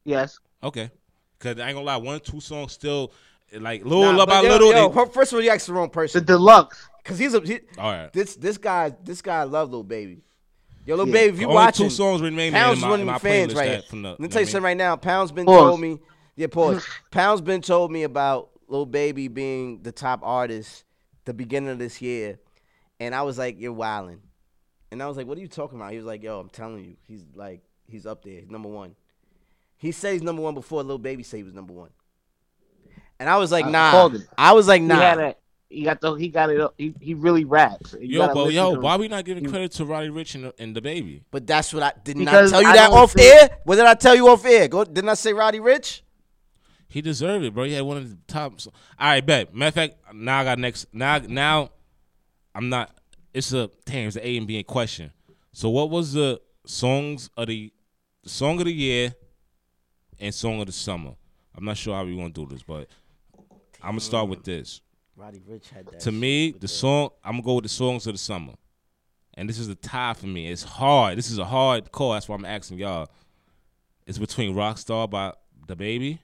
Speaker 5: Yes.
Speaker 4: Okay, because I ain't gonna lie, one two songs still like little
Speaker 3: Nah, but
Speaker 4: by
Speaker 3: yo-
Speaker 4: little.
Speaker 3: yo,
Speaker 4: they-
Speaker 3: fir- first of all, you asked the wrong
Speaker 5: The
Speaker 3: person
Speaker 5: deluxe.
Speaker 3: because he's a he,
Speaker 4: all right,
Speaker 3: this this guy this guy love little baby. Yo, little
Speaker 5: Yeah.
Speaker 3: baby, if
Speaker 4: The
Speaker 3: you
Speaker 4: only
Speaker 3: watching,
Speaker 4: two songs remaining
Speaker 3: Pounds
Speaker 4: in
Speaker 3: is
Speaker 4: my,
Speaker 3: one
Speaker 4: in
Speaker 3: of
Speaker 4: my
Speaker 3: my fans
Speaker 4: playlist
Speaker 3: right here.
Speaker 4: that from the.
Speaker 3: Let me tell you something right now. Pound's been
Speaker 5: Pause.
Speaker 3: told me, yeah, pause. Pound's been told me about Lil Baby being the top artist the beginning of this year, and I was like, "You're wildin'," and I was like, "What are you talking about?" He was like, "Yo, I'm telling you, he's like, he's up there. He's number one." He said he's number one before Lil Baby said he was number one, and I was like,
Speaker 5: I
Speaker 3: "Nah."
Speaker 5: called it.
Speaker 3: I was like,
Speaker 5: He had
Speaker 3: "Nah."
Speaker 5: it. He got the. He got it. up. He he really raps.
Speaker 4: Yo,
Speaker 5: You gotta
Speaker 4: but
Speaker 5: listen to
Speaker 4: yo,
Speaker 5: him.
Speaker 4: why we not giving credit to Roddy Rich and, the- and the baby?
Speaker 3: But that's what I did not
Speaker 5: Because
Speaker 3: tell you
Speaker 5: I
Speaker 3: that
Speaker 5: don't
Speaker 3: off
Speaker 5: think-
Speaker 3: air. What did I tell you off air? Go, didn't I say Roddy Rich?
Speaker 4: He deserved it, bro. He had one of the top. so- All right, bet. Matter of fact, now I got next. Now, now, I'm not. It's a damn. It's an A and B in question. So, what was the songs of the song of the year and song of the summer? I'm not sure how we gonna do this, but I'm gonna start with this.
Speaker 3: Roddy Rich had that.
Speaker 4: To me, the song I'm gonna go with the songs of the summer, and this is the tie for me. It's hard. This is a hard call. That's why I'm asking y'all. It's between Rockstar by the Baby.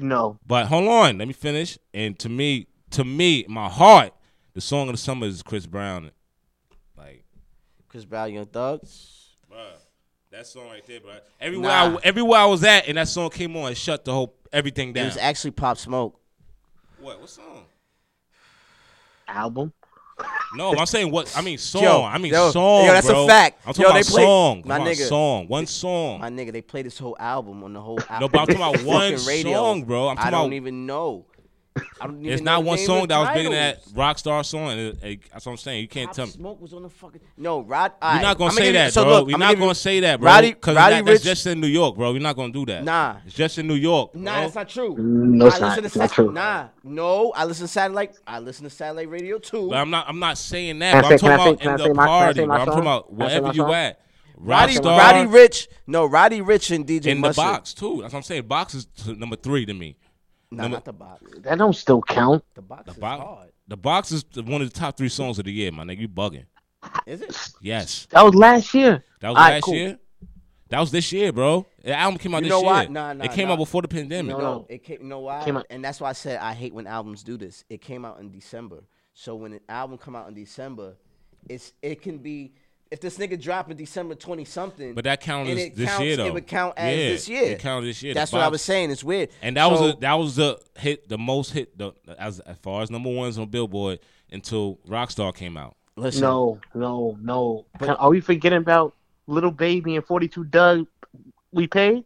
Speaker 5: No.
Speaker 4: But hold on, let me finish. And to me, to me, my heart, the song of the summer is Chris Brown. Like
Speaker 3: Chris Brown, Young Thug.
Speaker 4: that song right there, bro. Everywhere,
Speaker 3: Nah.
Speaker 4: I, everywhere I was at, and that song came on, it shut the whole everything
Speaker 3: It
Speaker 4: down.
Speaker 3: was actually Pop Smoke.
Speaker 4: what? What song?
Speaker 5: Album.
Speaker 4: No, I'm saying what I mean song.
Speaker 3: Yo,
Speaker 4: I mean
Speaker 3: yo,
Speaker 4: song.
Speaker 3: yo, that's a
Speaker 4: bro.
Speaker 3: fact.
Speaker 4: I'm talking
Speaker 3: Yo,
Speaker 4: about
Speaker 3: they play-
Speaker 4: song.
Speaker 3: my
Speaker 4: My nigga,
Speaker 3: nigga.
Speaker 4: song. One song.
Speaker 3: My nigga, they play this whole album on the whole album.
Speaker 4: No, but I'm talking about one
Speaker 3: radio.
Speaker 4: song, bro. I'm
Speaker 3: I
Speaker 4: talking
Speaker 3: don't
Speaker 4: about-
Speaker 3: even know. I don't even
Speaker 4: It's
Speaker 3: know
Speaker 4: not
Speaker 3: the
Speaker 4: one
Speaker 3: name
Speaker 4: song
Speaker 3: of
Speaker 4: that was bigger than that
Speaker 3: titles.
Speaker 4: Rockstar song. And it- it- that's what I'm saying. You can't
Speaker 3: Pop
Speaker 4: tell me.
Speaker 3: Smoke was on the fucking. No, Rod.
Speaker 4: We're not gonna
Speaker 3: I'm
Speaker 4: say that,
Speaker 3: so
Speaker 4: bro.
Speaker 3: Look,
Speaker 4: We're
Speaker 3: I'm
Speaker 4: not
Speaker 3: give you-
Speaker 4: gonna say that, bro.
Speaker 3: Roddy-
Speaker 4: Because
Speaker 3: Roddy
Speaker 4: that, that's
Speaker 3: Rich-
Speaker 4: just in New York, bro. We're not gonna do that.
Speaker 3: Nah.
Speaker 4: it's just in New York.
Speaker 3: Nah,
Speaker 4: bro.
Speaker 3: that's not true.
Speaker 5: Mm, No, it's
Speaker 3: I
Speaker 5: not.
Speaker 3: listen to
Speaker 5: It's not
Speaker 3: sat-
Speaker 5: true.
Speaker 3: Nah, no. I listen to satellite. I listen to satellite radio too.
Speaker 4: But I'm not. I'm not saying that.
Speaker 5: Can I
Speaker 4: But
Speaker 5: say-
Speaker 4: I'm talking
Speaker 5: can
Speaker 4: about
Speaker 5: I say- can I
Speaker 4: in
Speaker 5: say
Speaker 4: the
Speaker 5: my- can I
Speaker 4: party,
Speaker 5: say
Speaker 4: bro.
Speaker 5: my
Speaker 4: I'm talking
Speaker 5: song?
Speaker 4: about
Speaker 5: Can I say
Speaker 4: wherever
Speaker 5: my
Speaker 4: you
Speaker 5: song?
Speaker 4: at.
Speaker 3: Roddy,
Speaker 4: Rockstar
Speaker 3: Roddy Rich. No, Roddy Rich and DJ
Speaker 4: in the
Speaker 3: Mustard.
Speaker 4: box too. That's what I'm saying. Box is t- number three to me.
Speaker 3: Nah,
Speaker 4: Number-
Speaker 3: not the box.
Speaker 5: That don't still count.
Speaker 3: The box is
Speaker 4: Box-
Speaker 3: hard.
Speaker 4: the box is the- one of the top three songs of the year, my nigga. You bugging?
Speaker 3: Is it?
Speaker 4: Yes,
Speaker 5: That was last year.
Speaker 4: that was
Speaker 5: All right,
Speaker 4: last
Speaker 5: cool.
Speaker 4: year. That was this year, bro. The album came out
Speaker 3: You
Speaker 4: this
Speaker 3: know
Speaker 4: year.
Speaker 3: what? Nah, nah,
Speaker 4: it came
Speaker 3: nah.
Speaker 4: out before the pandemic.
Speaker 5: No,
Speaker 3: No, it came. You know why?
Speaker 5: came out-
Speaker 3: And that's why I said I hate when albums do this. It came out in December, so when an album come out in December, it's it can be if this nigga drop in December twenty something.
Speaker 4: But that counted
Speaker 3: and
Speaker 4: as
Speaker 3: it
Speaker 4: this
Speaker 3: counts-
Speaker 4: year, though.
Speaker 3: It would count as
Speaker 4: Yeah,
Speaker 3: this year.
Speaker 4: it counted this year. The
Speaker 3: That's what I
Speaker 4: box-
Speaker 3: was saying. It's weird.
Speaker 4: And that
Speaker 3: So,
Speaker 4: was a, that was the hit, the most hit, the, as as far as number ones on Billboard until Rockstar came out.
Speaker 3: listen.
Speaker 5: No, no, no. Are we forgetting about Little Baby and 42 Doug? We paid?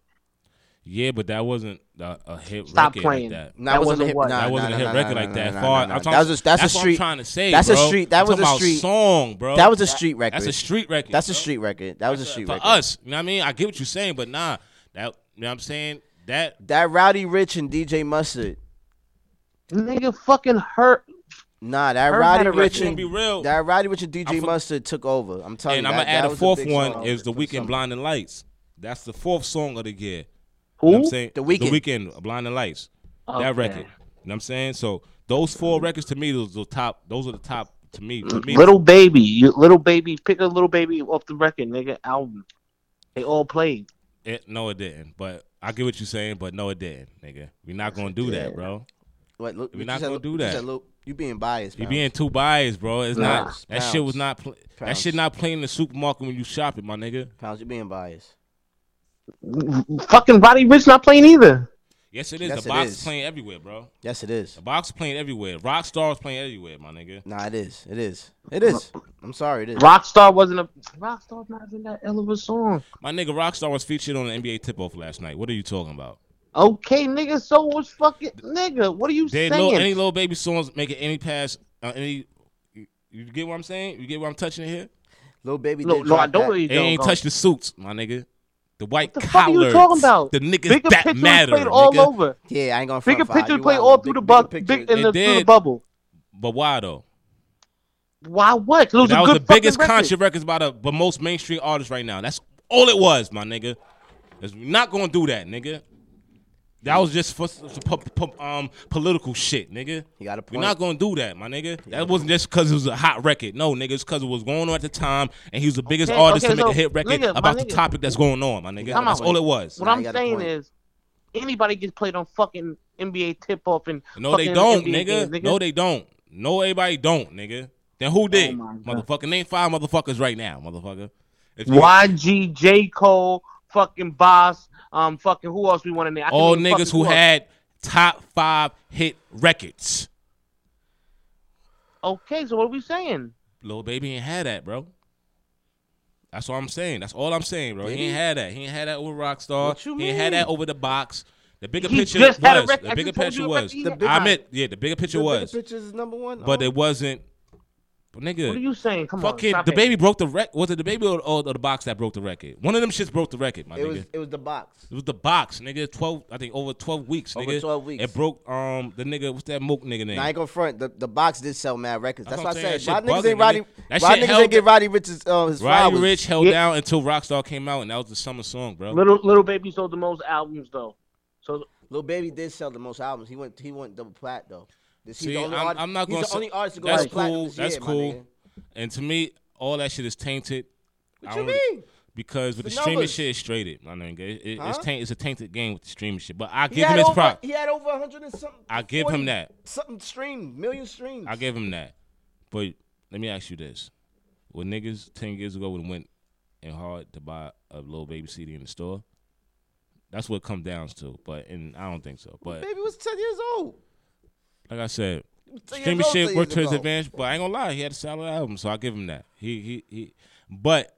Speaker 4: Yeah, but that wasn't a, a hit
Speaker 5: Stop
Speaker 4: record
Speaker 5: playing.
Speaker 4: like that.
Speaker 3: Nah,
Speaker 5: That
Speaker 3: it
Speaker 5: wasn't
Speaker 3: a hit-
Speaker 5: what?
Speaker 3: nah,
Speaker 4: that wasn't
Speaker 3: nah,
Speaker 4: a hit
Speaker 3: nah,
Speaker 4: record
Speaker 3: nah,
Speaker 4: like
Speaker 3: nah,
Speaker 4: that.
Speaker 3: nah,
Speaker 4: Far,
Speaker 3: nah,
Speaker 4: I'm
Speaker 3: nah.
Speaker 4: talking,
Speaker 3: That was a- that's a
Speaker 4: what
Speaker 3: street-
Speaker 4: I'm trying to say.
Speaker 3: that's a
Speaker 4: bro.
Speaker 3: street- that
Speaker 4: I'm
Speaker 3: was
Speaker 4: talking
Speaker 3: a
Speaker 4: about
Speaker 3: street-
Speaker 4: song, bro.
Speaker 3: That was a street record.
Speaker 4: That's a street record.
Speaker 3: That's a
Speaker 4: bro.
Speaker 3: street record. That was a
Speaker 4: For-
Speaker 3: street
Speaker 4: for
Speaker 3: record.
Speaker 4: us. You know what I mean? I get what you're saying, but nah, that you know what I'm saying that
Speaker 3: That Rowdy Rich and DJ Mustard.
Speaker 5: Nigga fucking hurt.
Speaker 3: Nah, that
Speaker 5: Herb had
Speaker 3: Rowdy
Speaker 5: a record.
Speaker 3: Rich
Speaker 4: Let's
Speaker 3: and
Speaker 4: be real.
Speaker 3: that Roddy Rich and DJ
Speaker 4: I'm for-
Speaker 3: Mustard took over. I'm telling
Speaker 4: and
Speaker 3: you.
Speaker 4: I'm
Speaker 3: that-
Speaker 4: gonna
Speaker 3: that
Speaker 4: add a
Speaker 3: was
Speaker 4: fourth
Speaker 3: big
Speaker 4: one
Speaker 3: song
Speaker 4: is the
Speaker 3: for
Speaker 4: weekend
Speaker 3: summer.
Speaker 4: blinding lights. That's the fourth song of the year.
Speaker 5: Who?
Speaker 4: You know what I'm saying?
Speaker 3: The Weeknd.
Speaker 4: The weekend, Blinding Lights. That
Speaker 5: Okay.
Speaker 4: record. You know what I'm saying? So those four records to me, those are the top. Those are the top to me. To me,
Speaker 5: Little Baby. You, little Baby. Pick a Little Baby off the record, nigga. Album. They all played.
Speaker 4: It, no, it didn't. But I get what you're saying. But no, it didn't, nigga. We're not gonna do that, bro.
Speaker 3: What, look,
Speaker 4: We're
Speaker 3: you
Speaker 4: not
Speaker 3: said
Speaker 4: gonna
Speaker 3: look-
Speaker 4: do
Speaker 3: you
Speaker 4: that.
Speaker 3: said look- you being biased.
Speaker 4: You
Speaker 3: Pounds.
Speaker 4: being too biased, bro. It's not.
Speaker 5: Pounds,
Speaker 4: That shit
Speaker 3: pounds,
Speaker 4: was not. Pl- that
Speaker 3: pounds.
Speaker 4: shit not playing in the supermarket when you shopping, my nigga.
Speaker 3: Pounds, you being biased.
Speaker 5: Fucking Roddy Rich not playing either.
Speaker 4: Yes, it is.
Speaker 3: Yes,
Speaker 4: the
Speaker 3: it
Speaker 4: box
Speaker 3: is.
Speaker 4: is playing everywhere, bro.
Speaker 3: Yes, it is.
Speaker 4: The box playing everywhere. Rock stars playing everywhere, my nigga.
Speaker 3: Nah, it is. It is. It is. I'm sorry, it is.
Speaker 5: Rockstar wasn't a Rockstar's not even that hell of a song.
Speaker 4: My nigga Rockstar was featured on the NBA tip off last night. What are you talking about?
Speaker 5: Okay, nigga, so was fucking nigga. What are you
Speaker 4: Did
Speaker 5: saying?
Speaker 4: Lil, any little baby songs make it any pass? Uh, any? You, you get what I'm saying? You get what I'm touching it here?
Speaker 3: Lil baby.
Speaker 5: no,
Speaker 3: did
Speaker 5: no, I
Speaker 3: drop
Speaker 5: don't.
Speaker 3: that.
Speaker 5: really
Speaker 4: It
Speaker 5: don't
Speaker 4: ain't
Speaker 5: go.
Speaker 4: touch the suits, my nigga. The white
Speaker 5: What the fuck are
Speaker 4: collars.
Speaker 5: you talking about?
Speaker 4: The niggas
Speaker 5: Bigger
Speaker 4: that
Speaker 5: picture
Speaker 4: matter,
Speaker 5: played all
Speaker 4: nigga.
Speaker 5: over.
Speaker 3: Yeah, I ain't gonna.
Speaker 5: Bigger
Speaker 3: front fire.
Speaker 5: picture
Speaker 3: You
Speaker 5: played
Speaker 3: out.
Speaker 5: all
Speaker 3: Big-
Speaker 5: through the
Speaker 3: bigger
Speaker 5: bu-
Speaker 3: picture
Speaker 5: big in
Speaker 4: It
Speaker 5: the, through the
Speaker 4: did.
Speaker 5: bubble.
Speaker 4: But why though?
Speaker 5: Why? What? 'Cause It was
Speaker 4: That
Speaker 5: a
Speaker 4: was
Speaker 5: good
Speaker 4: the biggest
Speaker 5: fucking record.
Speaker 4: conscious records by the but most mainstream artists right now. That's all it was, my nigga. That's- We're not gonna do that, nigga. That was just for, for po- po- um political shit, nigga.
Speaker 3: You got a
Speaker 4: We're
Speaker 3: point.
Speaker 4: not gonna do that, my nigga. That wasn't just because it was a hot record. No, nigga, it's because it was going on at the time, and he was the biggest
Speaker 5: Okay,
Speaker 4: artist
Speaker 5: okay,
Speaker 4: to make
Speaker 5: so,
Speaker 4: a hit record
Speaker 5: nigga, my
Speaker 4: about the
Speaker 5: nigga.
Speaker 4: topic that's going on, my nigga.
Speaker 5: Time
Speaker 4: That's
Speaker 5: out.
Speaker 4: all it was.
Speaker 5: What
Speaker 3: Nah, you
Speaker 5: I'm
Speaker 3: got a
Speaker 5: saying
Speaker 3: point.
Speaker 5: is, anybody gets played on fucking NBA tip off and
Speaker 4: No, they
Speaker 5: fucking
Speaker 4: don't,
Speaker 5: NBA
Speaker 4: nigga.
Speaker 5: games,
Speaker 4: No, they don't. No, everybody don't, nigga. Then who did?
Speaker 5: Oh my God.
Speaker 4: motherfucker, name five motherfuckers right now, motherfucker. If you-
Speaker 5: YG, J Cole, fucking Boss, um, fucking who else we want in there? I can
Speaker 4: all
Speaker 5: name
Speaker 4: niggas
Speaker 5: fucking
Speaker 4: who
Speaker 5: else.
Speaker 4: had top five hit records.
Speaker 5: Okay, so what are we saying?
Speaker 4: Lil Baby ain't had that, bro. That's what I'm saying. That's all I'm saying, bro. He ain't had that. He ain't had that over Rockstar.
Speaker 3: What
Speaker 4: He
Speaker 3: you
Speaker 4: ain't had
Speaker 3: mean?
Speaker 4: that over the box. The bigger
Speaker 5: He
Speaker 4: picture was
Speaker 5: just had a rec- I
Speaker 4: the bigger
Speaker 5: just told
Speaker 4: picture
Speaker 5: you the record
Speaker 4: was.
Speaker 5: he had.
Speaker 4: I admit, yeah, the bigger picture
Speaker 3: The bigger
Speaker 4: was,
Speaker 3: Pictures is number one.
Speaker 4: but
Speaker 3: Oh.
Speaker 4: it wasn't. But nigga,
Speaker 5: What are you saying? Come
Speaker 4: fucking
Speaker 5: on, stop
Speaker 4: the
Speaker 5: it.
Speaker 4: baby broke the record. Was it the baby or, or the box that broke the record? One of them shits broke the record, my
Speaker 3: It
Speaker 4: nigga.
Speaker 3: was. It was the box.
Speaker 4: It was the box, nigga. Twelve, I think over twelve weeks, nigga.
Speaker 3: Over 12 weeks.
Speaker 4: It broke um the nigga. What's that moke nigga name?
Speaker 3: Now, I ain't gonna front. The, the box did sell mad records.
Speaker 4: That's
Speaker 3: That's,
Speaker 4: what
Speaker 3: why
Speaker 4: I'm
Speaker 3: I
Speaker 4: saying.
Speaker 3: said.
Speaker 4: That
Speaker 3: Why
Speaker 4: shit
Speaker 3: niggas
Speaker 4: buzzing,
Speaker 3: ain't Roddy?
Speaker 4: nigga. That
Speaker 3: Why
Speaker 4: shit
Speaker 3: niggas
Speaker 4: held-
Speaker 3: ain't get Roddy Rich's uh, his
Speaker 4: Roddy
Speaker 3: flowers?
Speaker 4: Rich held
Speaker 5: Yeah.
Speaker 4: down until Rockstar came out, and that was the summer song, bro.
Speaker 5: Little little baby sold the most albums though. So
Speaker 3: Lil Baby did sell the most albums. He went. He went double plat though. This- he's
Speaker 4: See,
Speaker 3: the
Speaker 4: I'm,
Speaker 3: only artist-
Speaker 4: I'm not
Speaker 3: he's
Speaker 4: gonna.
Speaker 3: the
Speaker 4: say-
Speaker 3: only artist to go
Speaker 4: that's
Speaker 3: double platinum
Speaker 4: cool.
Speaker 3: this
Speaker 4: that's
Speaker 3: year, my
Speaker 4: cool.
Speaker 3: nigga.
Speaker 4: And to me, all that shit is tainted. What
Speaker 3: you mean?
Speaker 4: Because with the,
Speaker 3: The
Speaker 4: streaming
Speaker 3: numbers.
Speaker 4: shit, it's straighted, my nigga. It- it- it's,
Speaker 3: Huh?
Speaker 4: taint, it's a tainted game with the streaming shit. But I
Speaker 3: He
Speaker 4: give him
Speaker 3: had
Speaker 4: his
Speaker 3: over-
Speaker 4: prop.
Speaker 3: He had over 100 and something.
Speaker 4: I give
Speaker 3: 40
Speaker 4: him that.
Speaker 3: Something streamed, million streams.
Speaker 4: I give him that. But let me ask you this: When niggas ten years ago would have went and hard to buy a little baby CD in the store, that's what it comes down to. But and I don't think so. But
Speaker 3: Baby was 10 years old.
Speaker 4: like I said,
Speaker 3: Ten
Speaker 4: streaming
Speaker 3: years old,
Speaker 4: shit
Speaker 3: ten
Speaker 4: worked
Speaker 3: years
Speaker 4: to his
Speaker 3: ago.
Speaker 4: advantage. But I ain't gonna lie, he had a solid album, so I give him that. He he he. But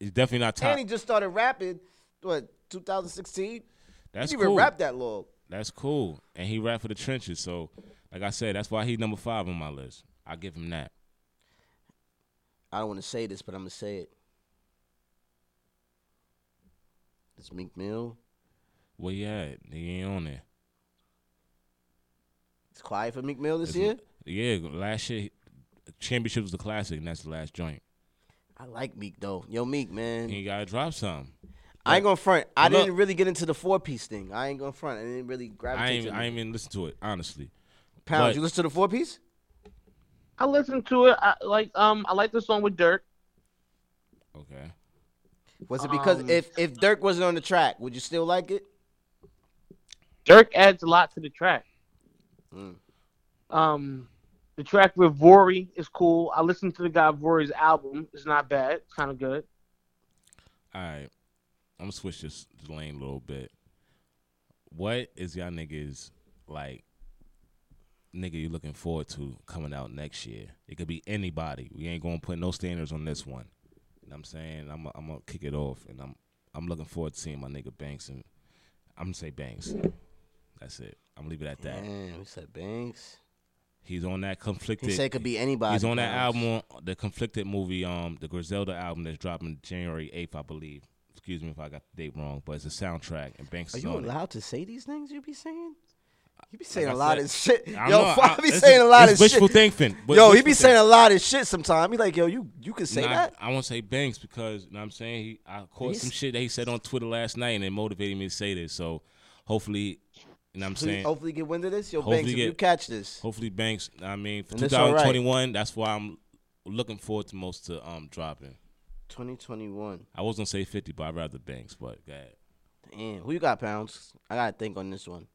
Speaker 4: he's definitely not top.
Speaker 3: And he just started rapping. What 2016?
Speaker 4: that's
Speaker 3: he didn't even
Speaker 4: cool.
Speaker 3: rap that long.
Speaker 4: That's cool. And he rap for the trenches. So like I said, that's why he's number five on my list. I give him that.
Speaker 3: I don't want to say this, but I'm gonna say it. It's Meek Mill.
Speaker 4: Where he at? He ain't on there.
Speaker 3: It's quiet for Meek Mill this
Speaker 4: It's-
Speaker 3: year.
Speaker 4: Yeah, last year championship was the classic, and that's the last joint.
Speaker 3: I like Meek though. Yo, Meek, man.
Speaker 4: And you gotta drop something.
Speaker 3: I ain't gonna front. I
Speaker 4: Look.
Speaker 3: didn't really get into the four piece thing. I ain't gonna front. I didn't really
Speaker 4: I
Speaker 3: gravitate
Speaker 4: ain't,
Speaker 3: to
Speaker 4: I
Speaker 3: it.
Speaker 4: ain't even listen to it honestly.
Speaker 3: Pounds.
Speaker 4: but-
Speaker 3: You listen to the four piece?
Speaker 5: I listened to it. I like um I like the song with Dirk.
Speaker 4: Okay,
Speaker 3: Was it because
Speaker 5: Um,
Speaker 3: if if Dirk wasn't on the track, would you still like it?
Speaker 5: Dirk adds a lot to the track.
Speaker 3: Mm.
Speaker 5: Um, the track with Vori is cool. I listened to the guy Vori's album. It's not bad. It's kind of good.
Speaker 4: all right. I'm gonna switch this lane a little bit. What is y'all niggas like? Nigga, you looking forward to coming out next year? It could be anybody. We ain't gonna put no standards on this one. You know what I'm saying I'm I'm gonna kick it off, and I'm I'm looking forward to seeing my nigga Banks, and I'm gonna say Banks. That's it. I'm gonna leave it at that.
Speaker 3: Man, we said Banks.
Speaker 4: He's on that conflicted.
Speaker 3: He said it could be anybody.
Speaker 4: he's on that
Speaker 3: Pounds.
Speaker 4: album, on the conflicted movie, um, the Griselda album that's dropping January eighth, I believe. Excuse me if I got the date wrong, but it's a soundtrack and Banks
Speaker 3: Are
Speaker 4: is
Speaker 3: you
Speaker 4: on it.
Speaker 3: allowed to say these things you be saying? You be saying
Speaker 4: I
Speaker 3: a lot
Speaker 4: said,
Speaker 3: of shit.
Speaker 4: I
Speaker 3: yo,
Speaker 4: know,
Speaker 3: Fab
Speaker 4: I-
Speaker 3: be
Speaker 4: this
Speaker 3: saying
Speaker 4: is-
Speaker 3: a lot of
Speaker 4: it's
Speaker 3: shit.
Speaker 4: witful thinking, but
Speaker 3: yo, he
Speaker 4: wishful
Speaker 3: be saying a lot of shit sometimes. He like, yo, you you can say
Speaker 4: Nah,
Speaker 3: that.
Speaker 4: I won't say Banks because you know what I'm saying he, I caught
Speaker 3: He's-
Speaker 4: some shit that he said on Twitter last night and it motivated me to say this. So hopefully, you know what I'm
Speaker 3: Please,
Speaker 4: saying.
Speaker 3: hopefully oh. get wind of this. Yo,
Speaker 4: Hopefully
Speaker 3: Banks, if
Speaker 4: get-
Speaker 3: you catch this.
Speaker 4: Hopefully Banks. I mean, for
Speaker 3: And it's all right.
Speaker 4: 2021, that's why I'm looking forward to most to um dropping.
Speaker 3: 2021.
Speaker 4: I was gonna say 50, but I'd rather Banks. But go ahead.
Speaker 3: Damn, who you got, Pounds? I gotta think on this one.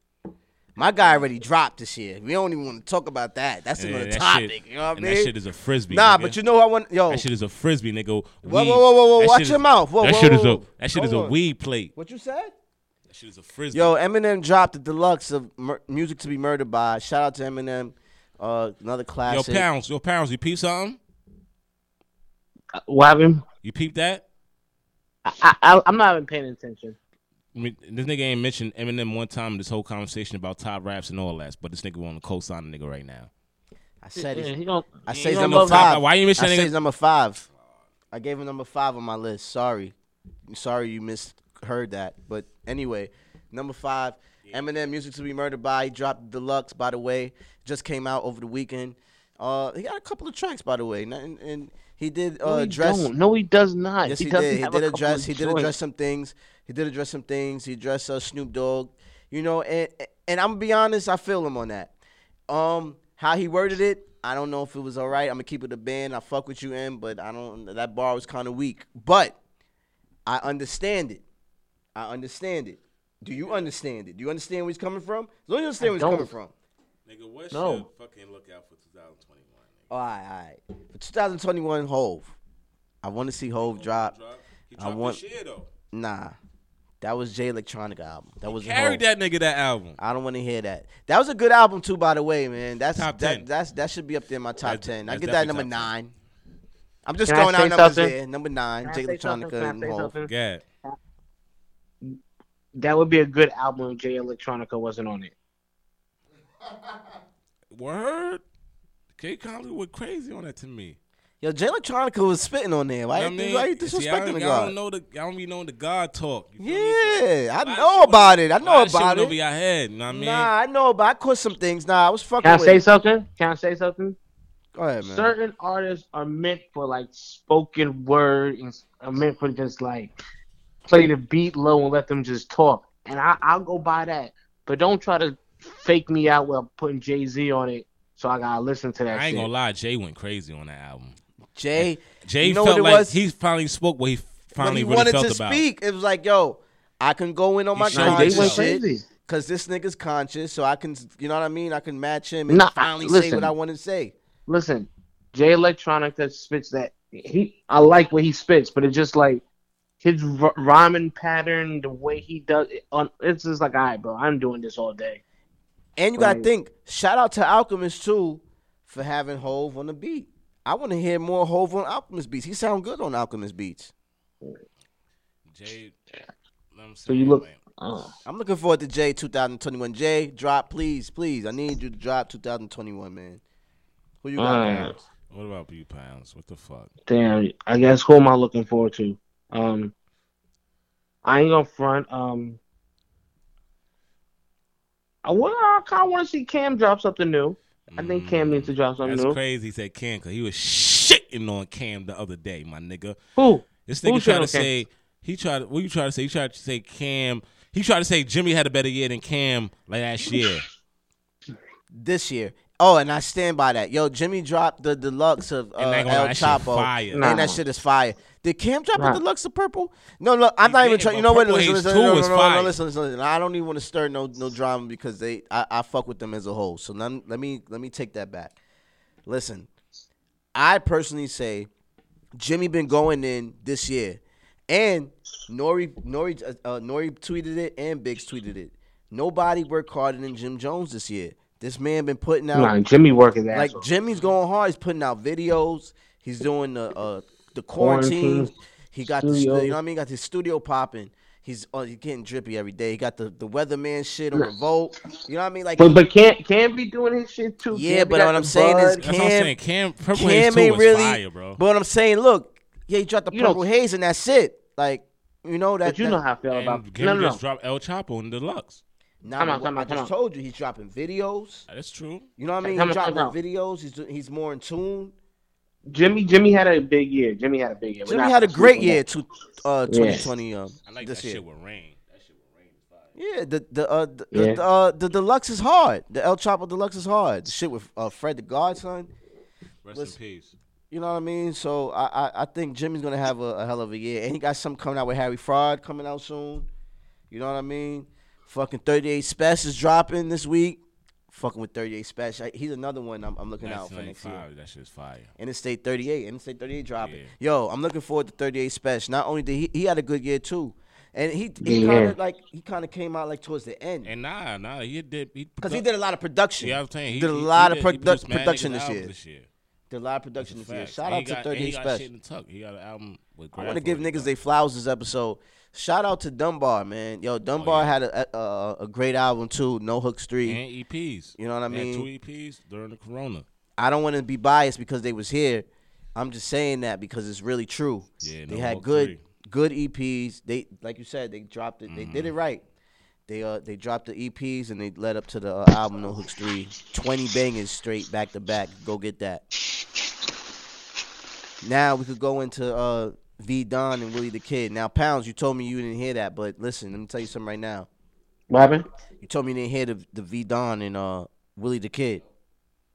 Speaker 3: My guy already dropped this year. We don't even want to talk about that. That's
Speaker 4: And
Speaker 3: another
Speaker 4: that
Speaker 3: topic.
Speaker 4: shit-
Speaker 3: you know what I
Speaker 4: and
Speaker 3: mean?
Speaker 4: That shit is a frisbee.
Speaker 3: nah,
Speaker 4: nigga.
Speaker 3: but you know what I want? Yo,
Speaker 4: That shit is a frisbee, nigga.
Speaker 3: Whoa,
Speaker 4: Weed-
Speaker 3: whoa, whoa, whoa, whoa,
Speaker 4: that
Speaker 3: watch
Speaker 4: shit
Speaker 3: your mouth. Whoa,
Speaker 4: that
Speaker 3: whoa,
Speaker 4: shit
Speaker 3: whoa,
Speaker 4: is a
Speaker 3: whoa.
Speaker 4: that shit is a
Speaker 3: Hold on.
Speaker 4: weed plate.
Speaker 3: what you said?
Speaker 4: That shit is a frisbee.
Speaker 3: Yo, Eminem dropped the deluxe of Mur- Music to Be Murdered by. Shout out to Eminem. Uh, another
Speaker 4: yo,
Speaker 3: classic.
Speaker 4: pounds, yo, pounds. You peep something?
Speaker 5: Uh, What happened?
Speaker 4: You peep that?
Speaker 5: I, I, I'm not even paying attention.
Speaker 4: I mean, this nigga ain't mentioned Eminem one time in this whole conversation about top raps and all that, but this nigga want to co-sign the nigga right now.
Speaker 3: I said
Speaker 5: Yeah,
Speaker 3: it.
Speaker 5: he don't-
Speaker 3: I
Speaker 5: he
Speaker 3: say
Speaker 5: don't
Speaker 3: number
Speaker 5: love
Speaker 3: five.
Speaker 4: Why you mention
Speaker 3: I
Speaker 4: that
Speaker 3: say
Speaker 4: nigga?
Speaker 3: he's number five. I gave him number five on my list. Sorry, sorry you misheard that. But anyway, number five, Eminem, "Music to Be Murdered By." He dropped deluxe, by the way. Just came out over the weekend. Uh, he got a couple of tracks, by the way, and, and- and he did uh,
Speaker 5: No, he
Speaker 3: address.
Speaker 5: don't. No, he does not.
Speaker 3: Yes,
Speaker 5: he,
Speaker 3: he,
Speaker 5: doesn't
Speaker 3: did. He
Speaker 5: have
Speaker 3: did
Speaker 5: a couple
Speaker 3: address.
Speaker 5: of
Speaker 3: He did
Speaker 5: joints.
Speaker 3: address some things. He did address some things. He addressed uh, Snoop Dogg. You know, and and I'm gonna be honest, I feel him on that. Um, how he worded it, I don't know if it was all right. I'm gonna keep it a band. I fuck with you, M, but I don't. That bar was kind of weak, but I understand it. I understand it. Do you understand it? Do you understand where he's coming from? As long as you understand where he's coming
Speaker 5: don't.
Speaker 3: from.
Speaker 4: Nigga, what's
Speaker 5: No. your
Speaker 4: fucking lookout for 2021?
Speaker 3: All right, all right. For 2021 Hove, I want to see Hove drop.
Speaker 4: He
Speaker 3: dropped want- this
Speaker 4: year though.
Speaker 3: Nah, that was Jay Electronica album. That was
Speaker 4: Carried that nigga that album.
Speaker 3: I don't want to hear that. That was a good album too, by the way, man. That's
Speaker 4: Top
Speaker 3: that,
Speaker 4: 10.
Speaker 3: That's that should be up there in my top
Speaker 4: That's-
Speaker 3: ten. I
Speaker 4: that's
Speaker 3: get that
Speaker 4: definitely
Speaker 3: number
Speaker 4: top 10.
Speaker 3: nine. I'm just
Speaker 5: Can I
Speaker 3: throwing
Speaker 5: say
Speaker 3: out numbers
Speaker 5: something?
Speaker 3: there. Number nine, Jay Electronica and Hov.
Speaker 4: Yeah.
Speaker 5: That would be a good album if Jay Electronica wasn't on it.
Speaker 4: Word. K Conley went crazy on that to me.
Speaker 3: Yo, Jay Electronica was spitting on there. Why,
Speaker 4: You know
Speaker 3: you-
Speaker 4: what I mean?
Speaker 3: why you
Speaker 4: See, I
Speaker 3: disrespecting
Speaker 4: don't,
Speaker 3: the
Speaker 4: I
Speaker 3: God?
Speaker 4: don't know the I don't be knowing the God talk. You feel me?
Speaker 3: Yeah,
Speaker 4: A lot
Speaker 3: I
Speaker 4: of
Speaker 3: know
Speaker 4: shit
Speaker 3: about
Speaker 4: went-
Speaker 3: it. I
Speaker 4: a lot
Speaker 3: know
Speaker 4: of shit
Speaker 3: about
Speaker 4: went Over
Speaker 3: it.
Speaker 4: your head. You know what I mean?
Speaker 3: Nah, I know, but I caught some things. Nah, I was fucking
Speaker 5: Can I
Speaker 3: with.
Speaker 5: say
Speaker 3: it.
Speaker 5: something? Can I say something?
Speaker 3: Go ahead, man.
Speaker 5: Certain artists are meant for like spoken word and s- are meant for just like play the beat low and let them just talk. And I, I'll go by that. But don't try to fake me out while putting Jay Z on it so I gotta listen to that
Speaker 4: I ain't
Speaker 5: shit.
Speaker 4: gonna lie, Jay went crazy on that album.
Speaker 3: Jay,
Speaker 4: Jay
Speaker 3: you know
Speaker 4: felt
Speaker 3: what it
Speaker 4: like
Speaker 3: was?
Speaker 4: he finally spoke what he
Speaker 3: when
Speaker 4: finally
Speaker 3: he
Speaker 4: really
Speaker 3: wanted
Speaker 4: felt
Speaker 3: to
Speaker 4: about.
Speaker 3: speak, it was like, yo, I can go in on my
Speaker 4: showed Nah,
Speaker 5: Jay
Speaker 3: conscious
Speaker 5: went
Speaker 4: himself.
Speaker 3: shit.
Speaker 5: crazy.
Speaker 3: Cause this nigga's conscious, so I can, you know what I mean? I can match him and
Speaker 5: Nah,
Speaker 3: finally say
Speaker 5: listen.
Speaker 3: what I want to say.
Speaker 5: listen, Jay Electronica spits that he. I like what he spits, but it's just like his r- rhyming pattern, the way he does it. On it's just like, all right, bro, I'm doing this all day.
Speaker 3: And you gotta
Speaker 5: Right.
Speaker 3: think, shout out to Alchemist too for having Hove on the beat. I want to hear more Hove on Alchemist beats. He sound good on Alchemist beats.
Speaker 4: Jay, let me
Speaker 5: So you look.
Speaker 4: man.
Speaker 5: Oh.
Speaker 3: I'm looking forward to Jay 2021. Jay, drop, please, please. I need you to drop 2021, man. Who you got?
Speaker 5: Alright.
Speaker 3: man?
Speaker 4: What about you, pounds? What the fuck?
Speaker 5: Damn, I guess who am I looking forward to? Um, I ain't gonna front. Um, I want. I kind of want to see Cam drop something new. I think Cam needs to drop something
Speaker 4: Mm, That's
Speaker 5: new.
Speaker 4: crazy. He said Cam because he was shitting on Cam the other day, my nigga.
Speaker 5: Who?
Speaker 4: This
Speaker 5: Who
Speaker 4: nigga tried to
Speaker 5: shitting on
Speaker 4: say he tried. What you trying to say? He tried to say Cam. He tried to say Jimmy had a better year than Cam last year.
Speaker 3: This year. Oh, and I stand by that. Yo, Jimmy dropped the deluxe of uh,
Speaker 4: And they gonna
Speaker 3: El
Speaker 4: that shit
Speaker 3: Chapo.
Speaker 4: fire.
Speaker 3: And
Speaker 5: Nah.
Speaker 3: that shit is fire. Did Cam drop
Speaker 5: Nah.
Speaker 3: the deluxe of purple? No, look, I'm
Speaker 4: He
Speaker 3: not even
Speaker 4: did,
Speaker 3: trying. You
Speaker 4: but
Speaker 3: know what?
Speaker 4: Purple
Speaker 3: Listen,
Speaker 4: Haze
Speaker 3: listen,
Speaker 4: 2
Speaker 3: no, no,
Speaker 4: was
Speaker 3: no, no,
Speaker 4: fire.
Speaker 3: listen, listen, listen. I don't even want to stir no no drama because they I, I fuck with them as a whole. So none, let me let me take that back. Listen, I personally say Jimmy been going in this year, and Nori Nori uh, uh, Nori tweeted it and Biggs tweeted it. Nobody worked harder than Jim Jones this year. This man been putting out
Speaker 5: Nah, Jimmy working that.
Speaker 3: like Jimmy's going hard. He's putting out videos. He's doing the uh, the quarantine.
Speaker 5: Quarantine,
Speaker 3: He got the,
Speaker 5: studio.
Speaker 3: you know what I mean. Got his studio popping. He's oh, he's getting drippy every day. He got the the weatherman shit on revolt. You know what I mean? Like
Speaker 5: But but Cam Cam be doing his shit too.
Speaker 3: Yeah,
Speaker 5: Cam be
Speaker 3: but
Speaker 5: got
Speaker 3: what
Speaker 5: the
Speaker 3: I'm saying is-
Speaker 5: bud.
Speaker 4: That's what I'm
Speaker 3: Cam-
Speaker 4: saying. Cam Purple Haze
Speaker 3: Cam
Speaker 4: two
Speaker 3: ain't
Speaker 4: was
Speaker 3: really.
Speaker 4: fire, bro.
Speaker 3: But what I'm saying, look, yeah, he dropped the
Speaker 5: You know-
Speaker 3: purple haze and that's it. Like you know that.
Speaker 5: but you
Speaker 3: that-
Speaker 5: know how I feel about
Speaker 4: and Jimmy
Speaker 5: no no no.
Speaker 4: just dropped El Chapo in deluxe.
Speaker 3: Nah,
Speaker 5: Come
Speaker 3: but
Speaker 5: on,
Speaker 3: what-
Speaker 5: come
Speaker 3: I
Speaker 5: on, come
Speaker 3: just
Speaker 5: on.
Speaker 3: told you he's dropping videos.
Speaker 4: That's true.
Speaker 3: You know what I mean?
Speaker 5: Come
Speaker 3: He's
Speaker 5: on, come
Speaker 3: dropping
Speaker 5: on.
Speaker 3: videos. He's do- he's more in tune.
Speaker 5: Jimmy Jimmy had a big year. Jimmy had a big year. We're
Speaker 3: Jimmy
Speaker 5: not
Speaker 3: had a
Speaker 5: gonna
Speaker 3: great
Speaker 5: sleep on
Speaker 3: year
Speaker 5: that.
Speaker 3: to uh,
Speaker 5: Yeah.
Speaker 3: 2020. Um,
Speaker 4: I like
Speaker 3: this
Speaker 4: that
Speaker 3: year.
Speaker 4: shit with rain. That shit with rain. was fire.
Speaker 3: Yeah, the the uh, the,
Speaker 5: Yeah.
Speaker 3: the, uh, the deluxe is hard. The El Chapo deluxe is hard. The shit with uh, Fred the Godson.
Speaker 4: Rest
Speaker 3: Listen.
Speaker 4: in peace.
Speaker 3: You know what I mean? So I I, I think Jimmy's gonna have a, a hell of a year, and he got something coming out with Harry Fraud coming out soon. You know what I mean? Fucking 38 Special is dropping this week. Fucking with 38 Special, he's another one I'm, I'm looking out for next year.
Speaker 4: 1995. That shit's fire.
Speaker 3: Interstate 38, Interstate 38 dropping.
Speaker 4: Yeah.
Speaker 3: Yo, I'm looking forward to 38 Special. Not only did he he had a good year too. and he, he
Speaker 5: Yeah.
Speaker 3: kind of like he kind of came out like towards the end
Speaker 4: And nah, nah, he did.
Speaker 3: because he did a lot of production.
Speaker 4: Yeah, I'm saying he
Speaker 3: did a
Speaker 4: he- he
Speaker 3: lot of
Speaker 4: did- he
Speaker 3: produ-
Speaker 4: produced mad
Speaker 3: production
Speaker 4: niggas'
Speaker 3: this
Speaker 4: albums
Speaker 3: year.
Speaker 4: This year.
Speaker 3: Did a lot of production this year.
Speaker 4: Facts.
Speaker 3: Shout
Speaker 4: And
Speaker 3: out
Speaker 4: he
Speaker 3: to
Speaker 4: got- and
Speaker 3: 38
Speaker 4: He got
Speaker 3: Special.
Speaker 4: shit in the tuck. He got an album with.
Speaker 3: I
Speaker 4: Grab
Speaker 3: want to
Speaker 4: for
Speaker 3: give
Speaker 4: it.
Speaker 3: niggas they flowers this episode. Shout out to Dunbar, man. Yo,
Speaker 4: Oh,
Speaker 3: Dunbar had a, a a great album too, No Hooks Three.
Speaker 4: and EPs.
Speaker 3: You know what I
Speaker 4: They had
Speaker 3: mean?
Speaker 4: two EPs during the Corona.
Speaker 3: I don't want to be biased because they was here. I'm just saying that because it's really true.
Speaker 4: Yeah,
Speaker 3: they
Speaker 4: no
Speaker 3: had
Speaker 4: Hooks
Speaker 3: good
Speaker 4: Three.
Speaker 3: good EPs. They like you said, they dropped it. They did
Speaker 4: Mm-hmm.
Speaker 3: it right. They uh they dropped the EPs and they led up to the uh, album No Hooks Three. Twenty bangers straight back to back. Go get that. Now we could go into uh V Don and Willie the Kid. Now Pounds, you told me you didn't hear that, but listen, let me tell you something right now.
Speaker 5: What happened?
Speaker 3: You told me you didn't hear the the V Don and uh Willie the Kid.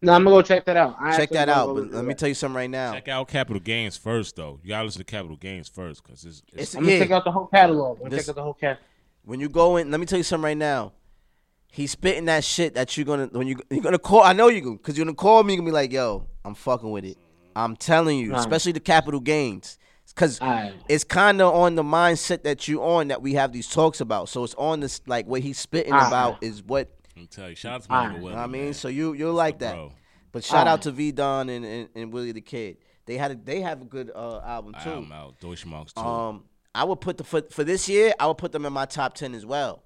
Speaker 5: No, I'm gonna go check that out. I
Speaker 3: Check
Speaker 5: actually
Speaker 3: that
Speaker 5: wanna
Speaker 3: out.
Speaker 5: go
Speaker 3: But
Speaker 5: do
Speaker 3: let me
Speaker 5: that.
Speaker 3: tell you something right now.
Speaker 4: Check out Capital Gains first, though. You gotta listen to Capital Gains first, cause it's, it's,
Speaker 3: It's-
Speaker 5: I'm gonna
Speaker 3: yeah.
Speaker 5: check out the whole catalog. I'm gonna
Speaker 3: This-
Speaker 5: check out the whole catalog.
Speaker 3: when you go in, let me tell you something right now. He's spitting that shit that you're gonna when you you're gonna call. I know you gonna because you're gonna call me. You're gonna be like, yo, I'm fucking with it. I'm telling you,
Speaker 5: Right.
Speaker 3: especially the capital gains, because
Speaker 5: Alright.
Speaker 3: it's kind of on the mindset that you on that we have these talks about. So it's on this like what he's spitting
Speaker 5: Alright.
Speaker 3: about is what
Speaker 4: let me tell you. Shout out to
Speaker 5: Alright.
Speaker 4: Michael Weller.
Speaker 3: I mean.
Speaker 4: man.
Speaker 3: So you you're like
Speaker 4: the
Speaker 3: that.
Speaker 4: bro.
Speaker 3: But shout out
Speaker 5: Alright.
Speaker 3: to V Don and, and and Willie the Kid. They had a, they have a good uh, album too.
Speaker 4: I'm out. Deutsche Marks too.
Speaker 3: Um, I would put the for, for this year. I would put them in my top ten as well.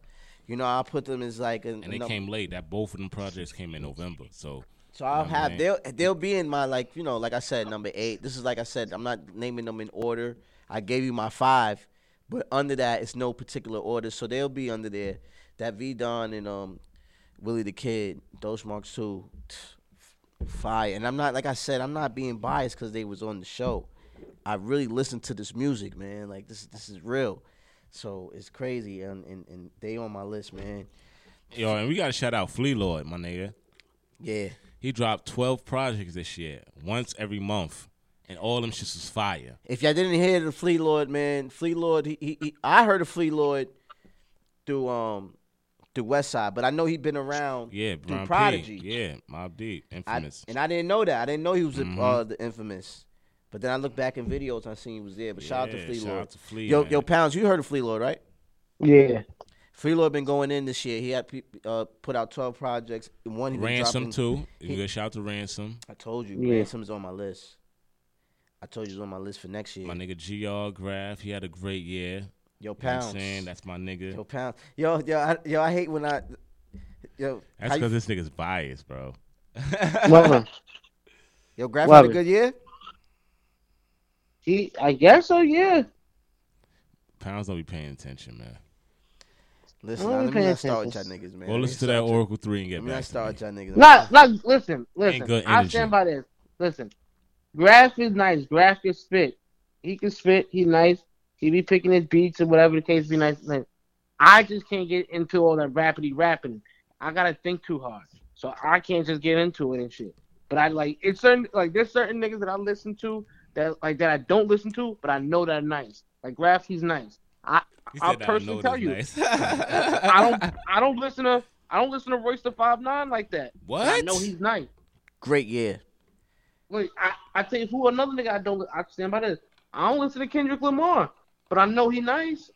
Speaker 3: You know, I'll put them as like an,
Speaker 4: and they
Speaker 3: num-
Speaker 4: came late. That both of them projects came in November. So
Speaker 3: So I'll
Speaker 4: Oh,
Speaker 3: have
Speaker 4: man.
Speaker 3: they'll they'll be in my like you know like I said number eight. This is like I said I'm not naming them in order. I gave you my five, but under that it's no particular order. So they'll be under there. That V Don and um Willie the Kid, Doge Marks too, fire. And I'm not like I said I'm not being biased because they was on the show. I really listened to this music, man. Like this this is real. So it's crazy and and, and they on my list, man.
Speaker 4: yo, and we gotta shout out Flea Lord, my nigga.
Speaker 3: Yeah.
Speaker 4: He dropped twelve projects this year, once every month, and all them shits was fire.
Speaker 3: If y'all didn't hear the Flea Lord, man, Flea Lord, he, he, he I heard of Flea Lord through um through West Side, but I know he'd been around
Speaker 4: Yeah,
Speaker 3: through
Speaker 4: Brian
Speaker 3: Prodigy.
Speaker 4: P. Yeah, Mob Deep,
Speaker 3: I,
Speaker 4: infamous. Mm-hmm.
Speaker 3: and I didn't know that. I didn't know he was the uh, the infamous. But then I looked back in videos and I seen he was there. But shout out to
Speaker 4: Yeah,
Speaker 3: Flea
Speaker 4: shout
Speaker 3: Lord.
Speaker 4: out to Flea,
Speaker 3: yo,
Speaker 4: man.
Speaker 3: yo, Pounds, you heard of Flea Lord, right?
Speaker 5: Yeah.
Speaker 3: Flea Lord been going in this year. He had pe- uh, put out twelve projects. One he been
Speaker 4: Ransom
Speaker 3: dropping-
Speaker 4: too. You gotta shout out to Ransom.
Speaker 3: I told you,
Speaker 5: Yeah.
Speaker 3: Ransom's on my list. I told you it's on my list for next year.
Speaker 4: My nigga Gr Graph, he had a great year.
Speaker 3: Yo,
Speaker 4: You know what
Speaker 3: Pounds.
Speaker 4: I'm saying that's my nigga.
Speaker 3: Yo, pound. Yo, yo, I, yo, I hate when I. Yo,
Speaker 4: That's
Speaker 3: how you-
Speaker 4: because this nigga's biased, bro.
Speaker 5: Whatever.
Speaker 3: yo, Graf had
Speaker 5: Love
Speaker 3: a
Speaker 5: it.
Speaker 3: good year.
Speaker 5: He, I guess so. Yeah.
Speaker 4: Pounds don't be paying attention, man.
Speaker 3: Listen,
Speaker 5: don't
Speaker 3: now,
Speaker 5: be
Speaker 3: let me
Speaker 5: paying
Speaker 3: not start with y'all
Speaker 5: attention.
Speaker 3: niggas, man.
Speaker 4: Go
Speaker 3: Let me
Speaker 4: listen to that
Speaker 3: start with-
Speaker 4: Oracle three and
Speaker 3: Let
Speaker 4: get
Speaker 3: me not
Speaker 4: back. to
Speaker 3: start
Speaker 4: me.
Speaker 3: with y'all niggas.
Speaker 5: Not, not. Listen,
Speaker 4: Ain't
Speaker 5: listen.
Speaker 4: good
Speaker 5: I
Speaker 4: energy.
Speaker 5: stand by this. Listen, Graph is nice. Graph can spit. He can spit. He nice. He be picking his beats and whatever the case be nice. nice. I just can't get into all that rapidy rapping. I gotta think too hard, so I can't just get into it and shit. But I like it's certain like there's certain niggas that I listen to that like that I don't listen to, but I know that are nice. Like Graph, he's nice. I
Speaker 4: He
Speaker 5: I'll
Speaker 4: said, "I
Speaker 5: personally
Speaker 4: know
Speaker 5: tell
Speaker 4: this
Speaker 5: you,
Speaker 4: nice."
Speaker 5: I don't I don't listen to I don't listen to Royce the Five Nine like that.
Speaker 4: What?
Speaker 5: But I know he's nice.
Speaker 3: Great year.
Speaker 5: Wait, I, I tell you who another nigga I don't I stand by this. I don't listen to Kendrick Lamar, but I know he nice.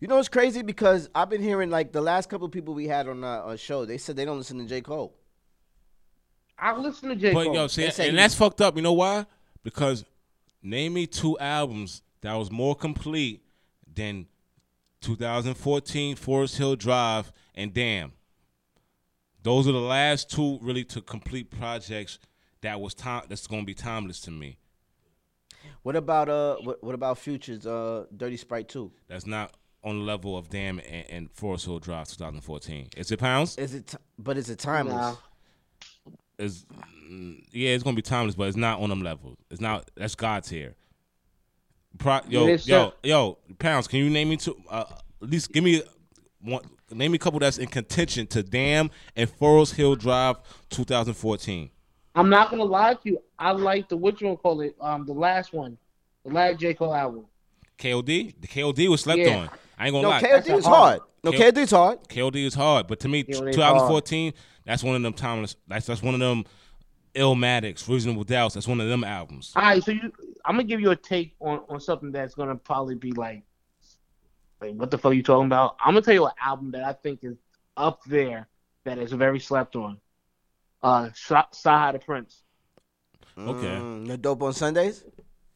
Speaker 3: You know it's crazy because I've been hearing like the last couple of people we had on our, our show. They said they don't listen to J Cole.
Speaker 5: I listen to J.
Speaker 4: But
Speaker 5: Cole.
Speaker 4: yo, see,
Speaker 3: They say
Speaker 4: and
Speaker 3: you-
Speaker 4: that's fucked up. You know why? Because name me two albums that was more complete than 2014 Forest Hill Drive and Damn. Those are the last two really to complete projects that was time that's gonna be timeless to me.
Speaker 3: What about uh? What, what about Futures? Uh, Dirty Sprite Two.
Speaker 4: That's not on the level of Damn and, and Forest Hill Drive 2014. Is it pounds?
Speaker 3: Is it? T- but is it timeless?
Speaker 5: Nah.
Speaker 4: Is mm, yeah, it's gonna be timeless, but it's not on them level. It's not. That's God's here. Pro, yo,
Speaker 5: it's
Speaker 4: yo,
Speaker 5: tough.
Speaker 4: yo, pounds. Can you name me two? Uh, at least give me one. Name me a couple that's in contention to Damn and Forest Hill Drive 2014.
Speaker 5: I'm not gonna lie to you. I like the what you gonna call it, um, the last one, the last J. Cole album.
Speaker 4: KOD. The KOD was slept
Speaker 5: Yeah.
Speaker 4: on. I ain't gonna
Speaker 3: No,
Speaker 4: lie.
Speaker 3: KOD is
Speaker 5: That's
Speaker 3: hard.
Speaker 5: hard.
Speaker 3: No,
Speaker 4: K-
Speaker 3: KOD is hard.
Speaker 4: KOD is hard, but to me,
Speaker 5: KOD is
Speaker 4: 2014. That's one of them timeless. That's that's one of them. Illmatics, Reasonable Doubts. That's one of them albums.
Speaker 5: All right, so you, I'm gonna give you a take on on something that's gonna probably be like Like, what the fuck you talking about? I'm gonna tell you an album that I think is up there that is very slept on. Uh, Sa- Saha the Prince.
Speaker 4: Okay.
Speaker 3: Mm, the dope on Sundays.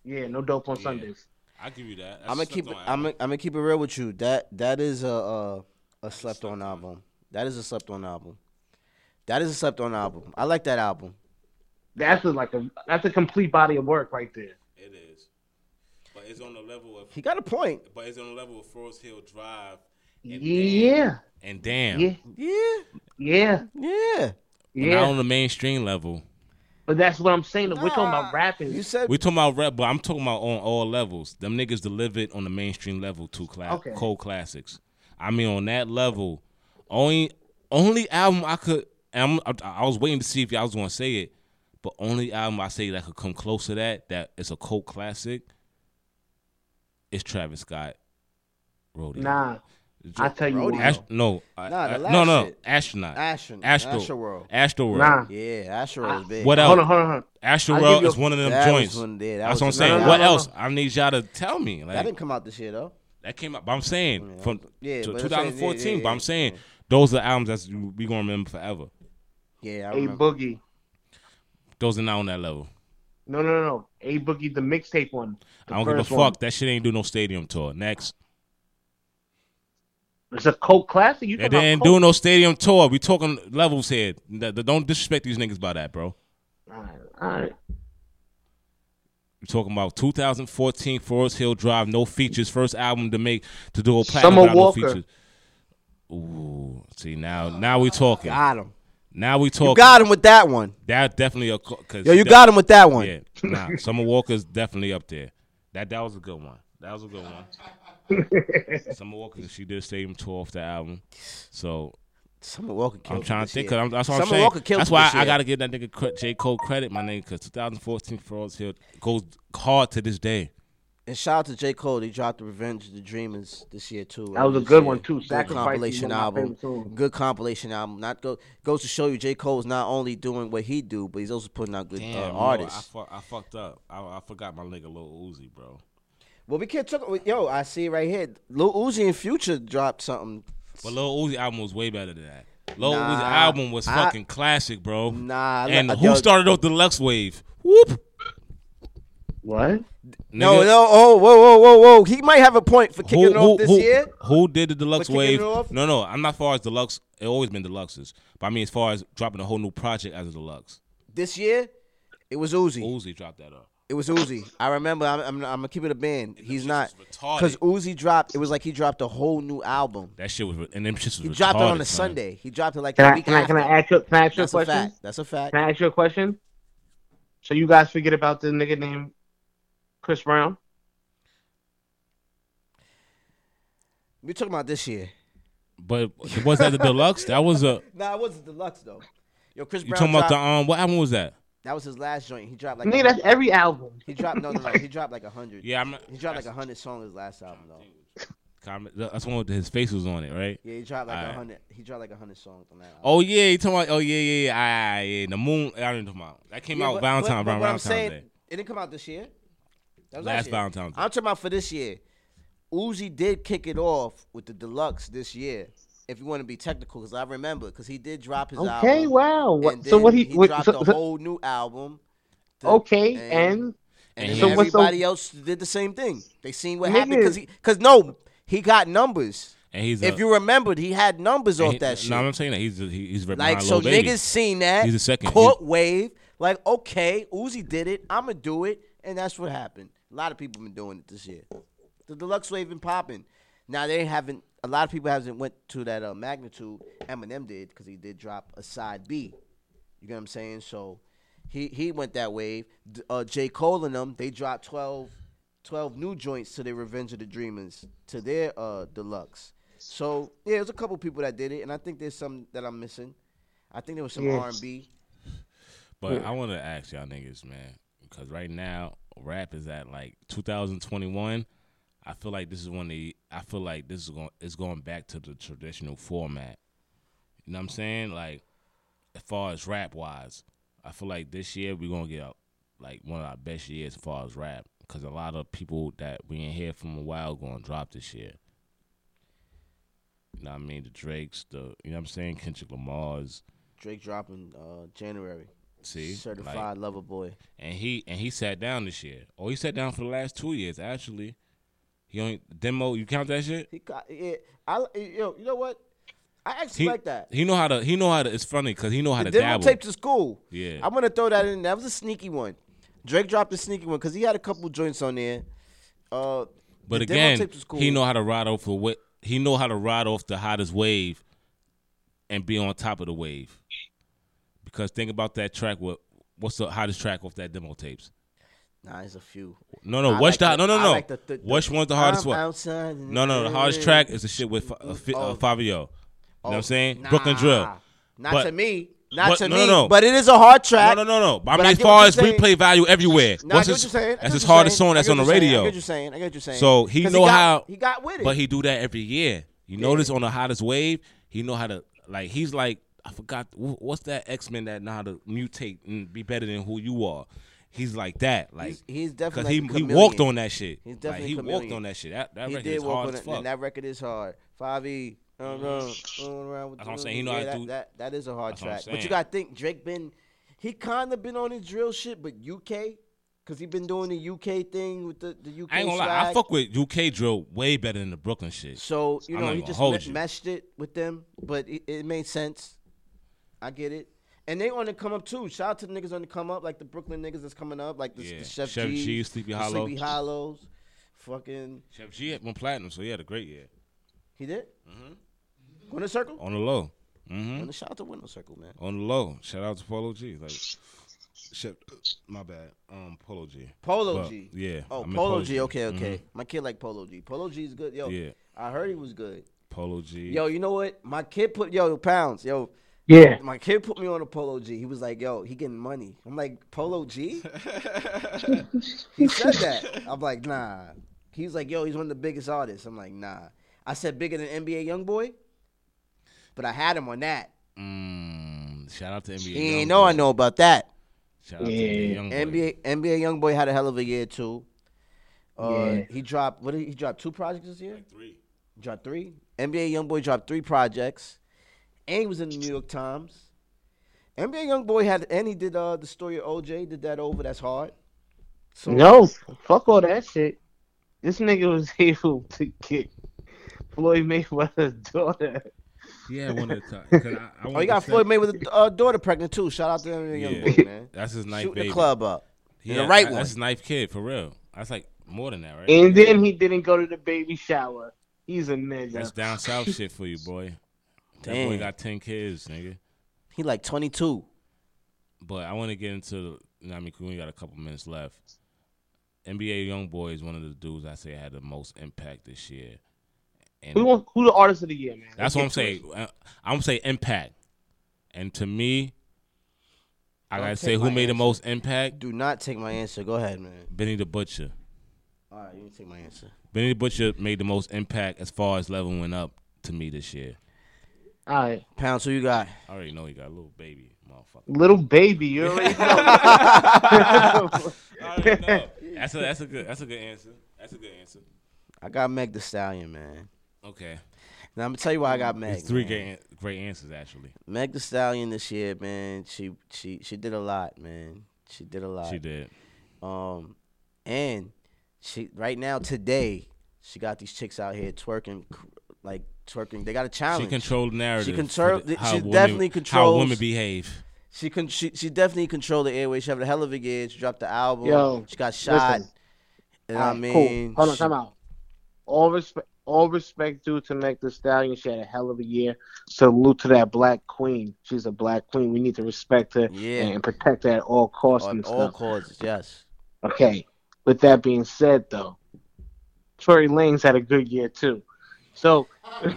Speaker 5: Yeah, no dope on
Speaker 4: Yeah.
Speaker 5: Sundays.
Speaker 4: I give you that.
Speaker 3: I'm gonna keep. I'm gonna. I'm gonna keep it real with you. That that is a a, a slept on album. That is a slept on album. That is a slept on album. I like that album.
Speaker 5: That's a, like a that's a complete body of work right there.
Speaker 4: It is, but it's on the level of.
Speaker 3: He got a point.
Speaker 4: But it's on the level of Forest Hill Drive. And
Speaker 5: Yeah,
Speaker 4: Damn. And damn.
Speaker 5: yeah,
Speaker 3: Yeah.
Speaker 5: yeah,
Speaker 3: Yeah.
Speaker 4: But Not
Speaker 5: yeah.
Speaker 4: on the mainstream level.
Speaker 5: But that's what I'm saying. We're talking about rapping.
Speaker 3: You said
Speaker 4: We talking about rap, but I'm talking about on all levels. Them niggas delivered on the mainstream level to cla-
Speaker 5: Okay.
Speaker 4: cold classics. I mean, on that level, only only album I could. and I'm, I, I was waiting to see if y'all was gonna say it, but only album I say that could come close to that that is a cold classic. Is Travis Scott, Rodeo?
Speaker 5: Nah, I tell you
Speaker 3: Rodeo.
Speaker 5: what.
Speaker 4: Ast- no,
Speaker 3: Nah,
Speaker 4: I-
Speaker 3: the
Speaker 4: I-
Speaker 3: last
Speaker 4: no, no,
Speaker 3: shit.
Speaker 4: astronaut,
Speaker 3: Astron-
Speaker 4: Astro,
Speaker 3: Astroworld.
Speaker 4: Astroworld.
Speaker 5: Nah.
Speaker 3: Yeah, Astroworld is big.
Speaker 4: What
Speaker 5: Hold
Speaker 4: else?
Speaker 5: on, hold on, hold on. I'll give
Speaker 4: Astroworld
Speaker 5: you
Speaker 4: is
Speaker 5: a-
Speaker 4: one of them
Speaker 3: That was
Speaker 4: joints.
Speaker 3: one- yeah, that was
Speaker 4: That's what I'm
Speaker 3: a-
Speaker 4: saying.
Speaker 5: no, no,
Speaker 4: what
Speaker 5: no, no.
Speaker 4: else? I need y'all to tell me. Like,
Speaker 3: That didn't come out this year though.
Speaker 4: That came out, but I'm saying from
Speaker 3: Yeah,
Speaker 4: to
Speaker 3: but I'm saying, yeah,
Speaker 4: 2014.
Speaker 3: yeah,
Speaker 4: But
Speaker 3: yeah.
Speaker 4: I'm saying those are albums that's we gonna remember forever.
Speaker 3: Yeah, I
Speaker 5: A
Speaker 3: remember.
Speaker 5: Boogie.
Speaker 4: Those are not on that level.
Speaker 5: No, no, no, no. A Boogie, the mixtape one. The
Speaker 4: I don't give a
Speaker 5: first
Speaker 4: fuck.
Speaker 5: one.
Speaker 4: That shit ain't do no stadium tour. Next,
Speaker 5: It's a cult classic. You
Speaker 4: they
Speaker 5: talking
Speaker 4: didn't
Speaker 5: about
Speaker 4: do
Speaker 5: cult?
Speaker 4: no stadium tour. We talking levels here. Th- th- Don't disrespect these niggas by that, bro.
Speaker 5: All right, all right.
Speaker 4: We talking about 2014 Forest Hill Drive, no features, first album to make to do a platinum
Speaker 5: Summer
Speaker 4: without no
Speaker 5: Walker.
Speaker 4: features. Ooh, see now, now we talking.
Speaker 3: Got him.
Speaker 4: Now we
Speaker 3: You
Speaker 4: talking.
Speaker 3: got him with that one.
Speaker 4: That definitely a co- cause
Speaker 3: Yo, you
Speaker 4: that-
Speaker 3: got him with that one.
Speaker 4: Yeah, nah, Summer Walker's definitely up there. That that was a good one. That was a good one. Summer Walker, she did stadium tour off the album, so
Speaker 3: Summer Walker killed.
Speaker 4: I'm trying
Speaker 3: it
Speaker 4: to
Speaker 3: this
Speaker 4: think.
Speaker 3: year.
Speaker 4: 'cause I'm, that's what I'm
Speaker 3: Summer
Speaker 4: saying.
Speaker 3: Walker killed.
Speaker 4: that's
Speaker 3: it
Speaker 4: why
Speaker 3: this
Speaker 4: I
Speaker 3: year.
Speaker 4: gotta give that nigga Cr- J Cole credit, my nigga, because 2014 Froze Hill goes hard to this day.
Speaker 3: And shout out to J Cole. He dropped the Revenge of the Dreamers this year too.
Speaker 5: That was a
Speaker 3: This
Speaker 5: good
Speaker 3: year.
Speaker 5: one, too.
Speaker 3: That
Speaker 5: Sacrifice is
Speaker 3: compilation
Speaker 5: one of my
Speaker 3: album,
Speaker 5: favorite tunes.
Speaker 3: good compilation album. Not go goes to show you J Cole's not only doing what he do, but he's also putting out good uh,
Speaker 4: yo,
Speaker 3: artists.
Speaker 4: Um, I, fuck, I fucked up. I, I forgot my nigga Lil Uzi, bro.
Speaker 3: well, we can't talk. Yo, I see right here. Lil Uzi and Future dropped something.
Speaker 4: But Lil Uzi album was way better than that. Lil
Speaker 3: Nah,
Speaker 4: Uzi album was
Speaker 3: I-
Speaker 4: fucking classic, bro.
Speaker 3: Nah, I-
Speaker 4: and
Speaker 3: I-
Speaker 4: who
Speaker 3: yo-
Speaker 4: started off the Lux Wave? Whoop.
Speaker 5: What?
Speaker 3: No,
Speaker 4: nigga.
Speaker 3: no. Oh, whoa, whoa, whoa, whoa. He might have a point for kicking it off this
Speaker 4: who,
Speaker 3: year.
Speaker 4: who did the deluxe
Speaker 3: For kicking
Speaker 4: wave?
Speaker 3: it off?
Speaker 4: No, no, I'm not far as deluxe. It always been deluxes, but I mean as far as dropping a whole new project as a deluxe.
Speaker 3: This year, it was Uzi.
Speaker 4: Uzi dropped that uh, up.
Speaker 3: It was Uzi. I remember. I'm, I'm, I'm gonna keep it a band. He's
Speaker 4: shit
Speaker 3: not
Speaker 4: was retarded.
Speaker 3: because Uzi dropped. It was like he dropped a whole new album.
Speaker 4: That shit was, re- and them shits was
Speaker 3: He dropped it on
Speaker 4: retarded,
Speaker 3: a
Speaker 4: son.
Speaker 3: Sunday. He dropped it like
Speaker 5: Can
Speaker 3: the
Speaker 5: I
Speaker 3: week
Speaker 5: can I can
Speaker 3: after.
Speaker 5: I ask you can I ask you a
Speaker 3: That's a
Speaker 5: question?
Speaker 3: fact. That's a fact.
Speaker 5: Can I ask you a question? So you guys forget about this nigga named Chris Brown?
Speaker 3: We're talking about this year.
Speaker 4: But was that the deluxe? That was a.
Speaker 3: Nah, it wasn't deluxe though. Yo, Chris
Speaker 4: You
Speaker 3: Brown.
Speaker 4: talking about
Speaker 3: dropped-
Speaker 4: the um? What album was that?
Speaker 3: that was his last joint. He dropped like
Speaker 5: Nigga,
Speaker 3: a,
Speaker 5: that's every album.
Speaker 3: he dropped no no no. He dropped like a hundred.
Speaker 4: Yeah, I'm.
Speaker 3: He dropped like a hundred songs his last album though.
Speaker 4: Comment- That's the one with his face was on it, right?
Speaker 3: Yeah, he dropped like a
Speaker 4: Alright.
Speaker 3: hundred. He dropped like a hundred songs on that. Album.
Speaker 4: Oh yeah, you talking about? Oh yeah, yeah, yeah, ah, yeah. The moon. I didn't talk about that. Came
Speaker 3: Yeah,
Speaker 4: out
Speaker 3: but- but-
Speaker 4: Valentine,
Speaker 3: but
Speaker 4: around
Speaker 3: what I'm
Speaker 4: Valentine's
Speaker 3: saying,
Speaker 4: Day.
Speaker 3: It didn't come out this year. That was
Speaker 4: Last
Speaker 3: year.
Speaker 4: Valentine's Day.
Speaker 3: I'm talking about for this year. Uzi did kick it off with the deluxe this year. If you want to be technical, because I remember, because he did drop his album.
Speaker 5: Okay, wow.
Speaker 3: and
Speaker 5: What, so
Speaker 3: then
Speaker 5: what he, what,
Speaker 3: dropped
Speaker 5: so,
Speaker 3: a
Speaker 5: so-
Speaker 3: whole new album. to-
Speaker 5: okay,
Speaker 3: and-
Speaker 5: and
Speaker 3: and,
Speaker 4: And
Speaker 3: then
Speaker 5: he has-
Speaker 3: everybody else did the same thing. They seen what
Speaker 5: Nigga.
Speaker 3: happened because he because no he got numbers.
Speaker 4: And he's a,
Speaker 3: if you remembered, he had numbers
Speaker 4: and
Speaker 3: off
Speaker 4: he-
Speaker 3: that shit.
Speaker 4: No, I'm saying that he's a, he, he's
Speaker 3: like so,
Speaker 4: Lil Baby.
Speaker 3: niggas seen that.
Speaker 4: He's the second.
Speaker 3: caught wave. Like okay, Uzi did it. I'ma do it, and that's what happened. A lot of people been doing it this year. The deluxe wave been popping. Now they haven't. A lot of people haven't went to that uh, magnitude. Eminem did because he did drop a side B. You get what I'm saying? So he he went that wave. D- Uh, J. Cole and them, they dropped 12, 12 new joints to their Revenge of the Dreamers, to their uh, deluxe. So yeah, there's a couple people that did it, and I think there's some that I'm missing. I think there was some
Speaker 5: Yeah.
Speaker 3: R&B.
Speaker 4: But I want to ask y'all niggas, man, because right now rap is at like 2021. I feel like this is when the I feel like this is going it's going back to the traditional format. You know what I'm saying? Like as far as rap wise, I feel like this year we're gonna get like one of our best years as far as rap because a lot of people that we ain't hear from a while gonna drop this year. know what I mean? The Drakes, the you know what I'm saying? Kendrick Lamar's.
Speaker 3: Drake dropping uh, January.
Speaker 4: See?
Speaker 3: Certified
Speaker 4: Like,
Speaker 3: Lover Boy.
Speaker 4: and he and he sat down this year. Oh, he sat down for the last two years, actually. He only demo you count that shit?
Speaker 3: He got yeah. I yo, you know what? I actually
Speaker 4: He
Speaker 3: like that.
Speaker 4: He know how to he know how to it's funny because he know how
Speaker 3: The
Speaker 4: to
Speaker 3: demo
Speaker 4: dabble.
Speaker 3: tape to school.
Speaker 4: Yeah.
Speaker 3: I'm gonna throw that in. That was a sneaky one. Drake dropped a sneaky one because he had a couple joints on there. Uh,
Speaker 4: But
Speaker 3: the demo
Speaker 4: again,
Speaker 3: tape was cool.
Speaker 4: he know how to ride off the wa- he know how to ride off the hottest wave and be on top of the wave. Because think about that track. What what's the hottest track off that demo tapes?
Speaker 3: nah, it's a few.
Speaker 4: No, no.
Speaker 3: I
Speaker 4: What's
Speaker 3: like
Speaker 4: the, no
Speaker 3: the-
Speaker 4: no
Speaker 3: I
Speaker 4: no?
Speaker 3: like the- the-
Speaker 4: what's one's the hardest
Speaker 3: I'm
Speaker 4: one?
Speaker 3: outside in
Speaker 4: No no. The hardest
Speaker 3: rain.
Speaker 4: track is the shit with Fa- uh, Fi- uh,
Speaker 3: Oh.
Speaker 4: Fabio. You know what I'm saying?
Speaker 3: Nah,
Speaker 4: Brooklyn Drill.
Speaker 3: Not
Speaker 4: But-
Speaker 3: to me. Not
Speaker 4: but-
Speaker 3: to
Speaker 4: no,
Speaker 3: me.
Speaker 4: no, no.
Speaker 3: But it is a hard track.
Speaker 4: No, no, no, no. But I
Speaker 3: But
Speaker 4: mean,
Speaker 3: I
Speaker 4: as
Speaker 3: get what
Speaker 4: far
Speaker 3: you're
Speaker 4: as
Speaker 3: saying.
Speaker 4: replay value
Speaker 3: Nah,
Speaker 4: everywhere,
Speaker 3: I
Speaker 4: what's
Speaker 3: get what
Speaker 4: his-
Speaker 3: you're saying. I get
Speaker 4: that's his
Speaker 3: what you're
Speaker 4: hardest
Speaker 3: saying.
Speaker 4: song
Speaker 3: I
Speaker 4: that's
Speaker 3: get
Speaker 4: on the
Speaker 3: what you're saying. I
Speaker 4: radio.
Speaker 3: get what you're saying. I get what you're saying.
Speaker 4: So he
Speaker 3: 'Cause
Speaker 4: know
Speaker 3: got-
Speaker 4: how-
Speaker 3: he got with it.
Speaker 4: But he do that every year. You notice on the hottest wave, he know how to like. He's like I forgot wh- what's that X Men that know how to mutate and be better than who you are. He's like that, like
Speaker 3: He's- he's
Speaker 4: 'cause
Speaker 3: definitely
Speaker 4: he
Speaker 3: like a
Speaker 4: he
Speaker 3: chameleon.
Speaker 4: walked on that shit.
Speaker 3: He's
Speaker 4: Like,
Speaker 3: definitely
Speaker 4: he
Speaker 3: a
Speaker 4: walked
Speaker 3: chameleon.
Speaker 4: on that shit. That that
Speaker 3: he
Speaker 4: record
Speaker 3: did
Speaker 4: is
Speaker 3: walk
Speaker 4: hard
Speaker 3: on
Speaker 4: as
Speaker 3: it,
Speaker 4: fuck.
Speaker 3: and that record is hard. Five E. That's what
Speaker 4: That's what I'm saying. He know how to
Speaker 3: that,
Speaker 4: do-
Speaker 3: that. That is a hard
Speaker 4: That's what I'm
Speaker 3: track. But you
Speaker 4: saying.
Speaker 3: gotta think Drake been, he kind of been on his drill shit, but UK, cause he been doing the UK thing with the the UK.
Speaker 4: I ain't gonna
Speaker 3: swag.
Speaker 4: lie, I fuck with UK drill way better than the Brooklyn shit.
Speaker 3: So you
Speaker 4: I'm
Speaker 3: know
Speaker 4: not
Speaker 3: he
Speaker 4: gonna
Speaker 3: just
Speaker 4: hold
Speaker 3: me-
Speaker 4: you.
Speaker 3: meshed it with them, but it, it made sense. I get it. And they on the come up too. Shout out to the niggas on the come up, like the Brooklyn niggas that's coming up, like the,
Speaker 4: Yeah.
Speaker 3: the Chef,
Speaker 4: Chef
Speaker 3: G's,
Speaker 4: G's, Sleepy
Speaker 3: the
Speaker 4: Hollow.
Speaker 3: Sleepy Hollows, fucking.
Speaker 4: Chef G went platinum, so he had a great year
Speaker 3: He did. Mm-hmm. Winner Circle.
Speaker 4: on the low. hmm
Speaker 3: And shout out to Winner Circle, man.
Speaker 4: On the low, shout out to Polo G. Like, shit, my bad. Um, Polo G.
Speaker 3: Polo
Speaker 4: But,
Speaker 3: G.
Speaker 4: yeah,
Speaker 3: Oh,
Speaker 4: I meant
Speaker 3: Polo
Speaker 4: Polo
Speaker 3: G.
Speaker 4: G. Mm-hmm.
Speaker 3: Okay, okay. My kid like Polo G. Polo G is good. Yo,
Speaker 4: Yeah.
Speaker 3: I heard he was good.
Speaker 4: Polo G.
Speaker 3: Yo, you know what? My kid put yo pounds. Yo,
Speaker 5: Yeah.
Speaker 3: my kid put me on a Polo G. He was like, yo, he getting money. I'm like, Polo G? he said that. I'm like, nah. He's like, yo, he's one of the biggest artists. I'm like, nah. I said bigger than NBA YoungBoy, but I had him on that.
Speaker 4: Mm, shout out to NBA.
Speaker 3: He
Speaker 4: Youngboy.
Speaker 3: ain't know I know about that.
Speaker 4: Shout out to NBA.
Speaker 5: Yeah.
Speaker 4: Youngboy.
Speaker 3: NBA NBA YoungBoy had a hell of a year too. Uh,
Speaker 5: Yeah.
Speaker 3: He dropped what? Did he, he dropped two projects this year. three. Dropped three. NBA YoungBoy dropped three projects, and he was in the New York Times. NBA YoungBoy had and he did uh, the story of OJ. Did that over? That's hard. So,
Speaker 5: No, fuck all that shit. This nigga was able to get Floyd Mayweather's daughter.
Speaker 4: Yeah, one at a time. 'Cause I, I
Speaker 3: Oh,
Speaker 4: wanted
Speaker 3: you got
Speaker 4: to say-
Speaker 3: Floyd Mayweather's uh, daughter pregnant too. Shout out to NBA
Speaker 4: Yeah.
Speaker 3: YoungBoy, man.
Speaker 4: That's his knife
Speaker 3: Shooting
Speaker 4: baby.
Speaker 3: the club up.
Speaker 4: Yeah,
Speaker 3: the right
Speaker 4: that-
Speaker 3: one.
Speaker 4: That's his knife kid for real. That's like more than that, right?
Speaker 5: And then he didn't go to the baby shower. He's a
Speaker 4: that's
Speaker 5: nigga.
Speaker 4: down south shit for you, boy. That boy
Speaker 3: Damn.
Speaker 4: got ten kids, nigga.
Speaker 3: He like 22.
Speaker 4: But I want to get into, the, you know, what I mean, 'cause we only got a couple minutes left. NBA YoungBoy is one of the dudes I say had the most impact this year. And
Speaker 5: Who want, who the artist of the year, man?
Speaker 4: That's what I'm saying. I- I'm gonna say impact. And to me, I
Speaker 3: Don't
Speaker 4: gotta
Speaker 3: take
Speaker 4: say who
Speaker 3: my
Speaker 4: made the
Speaker 3: answer.
Speaker 4: most impact?
Speaker 3: Do not take my answer. Go ahead, man.
Speaker 4: Benny the Butcher.
Speaker 3: All right, you can take my answer.
Speaker 4: Benny the Butcher made the most impact as far as level went up to me this year.
Speaker 5: All right,
Speaker 3: Pounds, who you got?
Speaker 4: I already know he got a little baby, motherfucker.
Speaker 5: little baby, you already know.
Speaker 4: I already know. That's a that's a good that's a good answer. That's a good answer.
Speaker 3: I got Meg the Stallion, man.
Speaker 4: Okay,
Speaker 3: Now I'm gonna tell you why I got Meg.
Speaker 4: it's three
Speaker 3: man.
Speaker 4: great an- great answers actually.
Speaker 3: Meg the Stallion this year, man. She she she did a lot, man. She did a lot.
Speaker 4: She did.
Speaker 3: Um, and she right now today she got these chicks out here twerking, cr- like twerking. They got a challenge.
Speaker 4: She controlled narrative.
Speaker 3: control-
Speaker 4: for the-
Speaker 3: she
Speaker 4: how women-
Speaker 3: definitely
Speaker 4: how
Speaker 3: controls-
Speaker 4: women behave.
Speaker 3: She con- she she definitely controlled the airways. She had a hell of a year. She dropped the album.
Speaker 5: Yo,
Speaker 3: she got shot.
Speaker 5: listen.
Speaker 3: You know what
Speaker 5: All
Speaker 3: I
Speaker 5: right,
Speaker 3: mean,
Speaker 5: cool. Hold on,
Speaker 3: She-
Speaker 5: time out. All respect, all respect due to Meg The Stallion. She had a hell of a year. Salute to that black queen. She's a black queen. We need to respect her
Speaker 3: Yeah.
Speaker 5: and protect her at all costs
Speaker 3: on
Speaker 5: and
Speaker 3: all
Speaker 5: stuff.
Speaker 3: causes. Yes.
Speaker 5: Okay. With that being said, though, Tory Lanez had a good year too. So,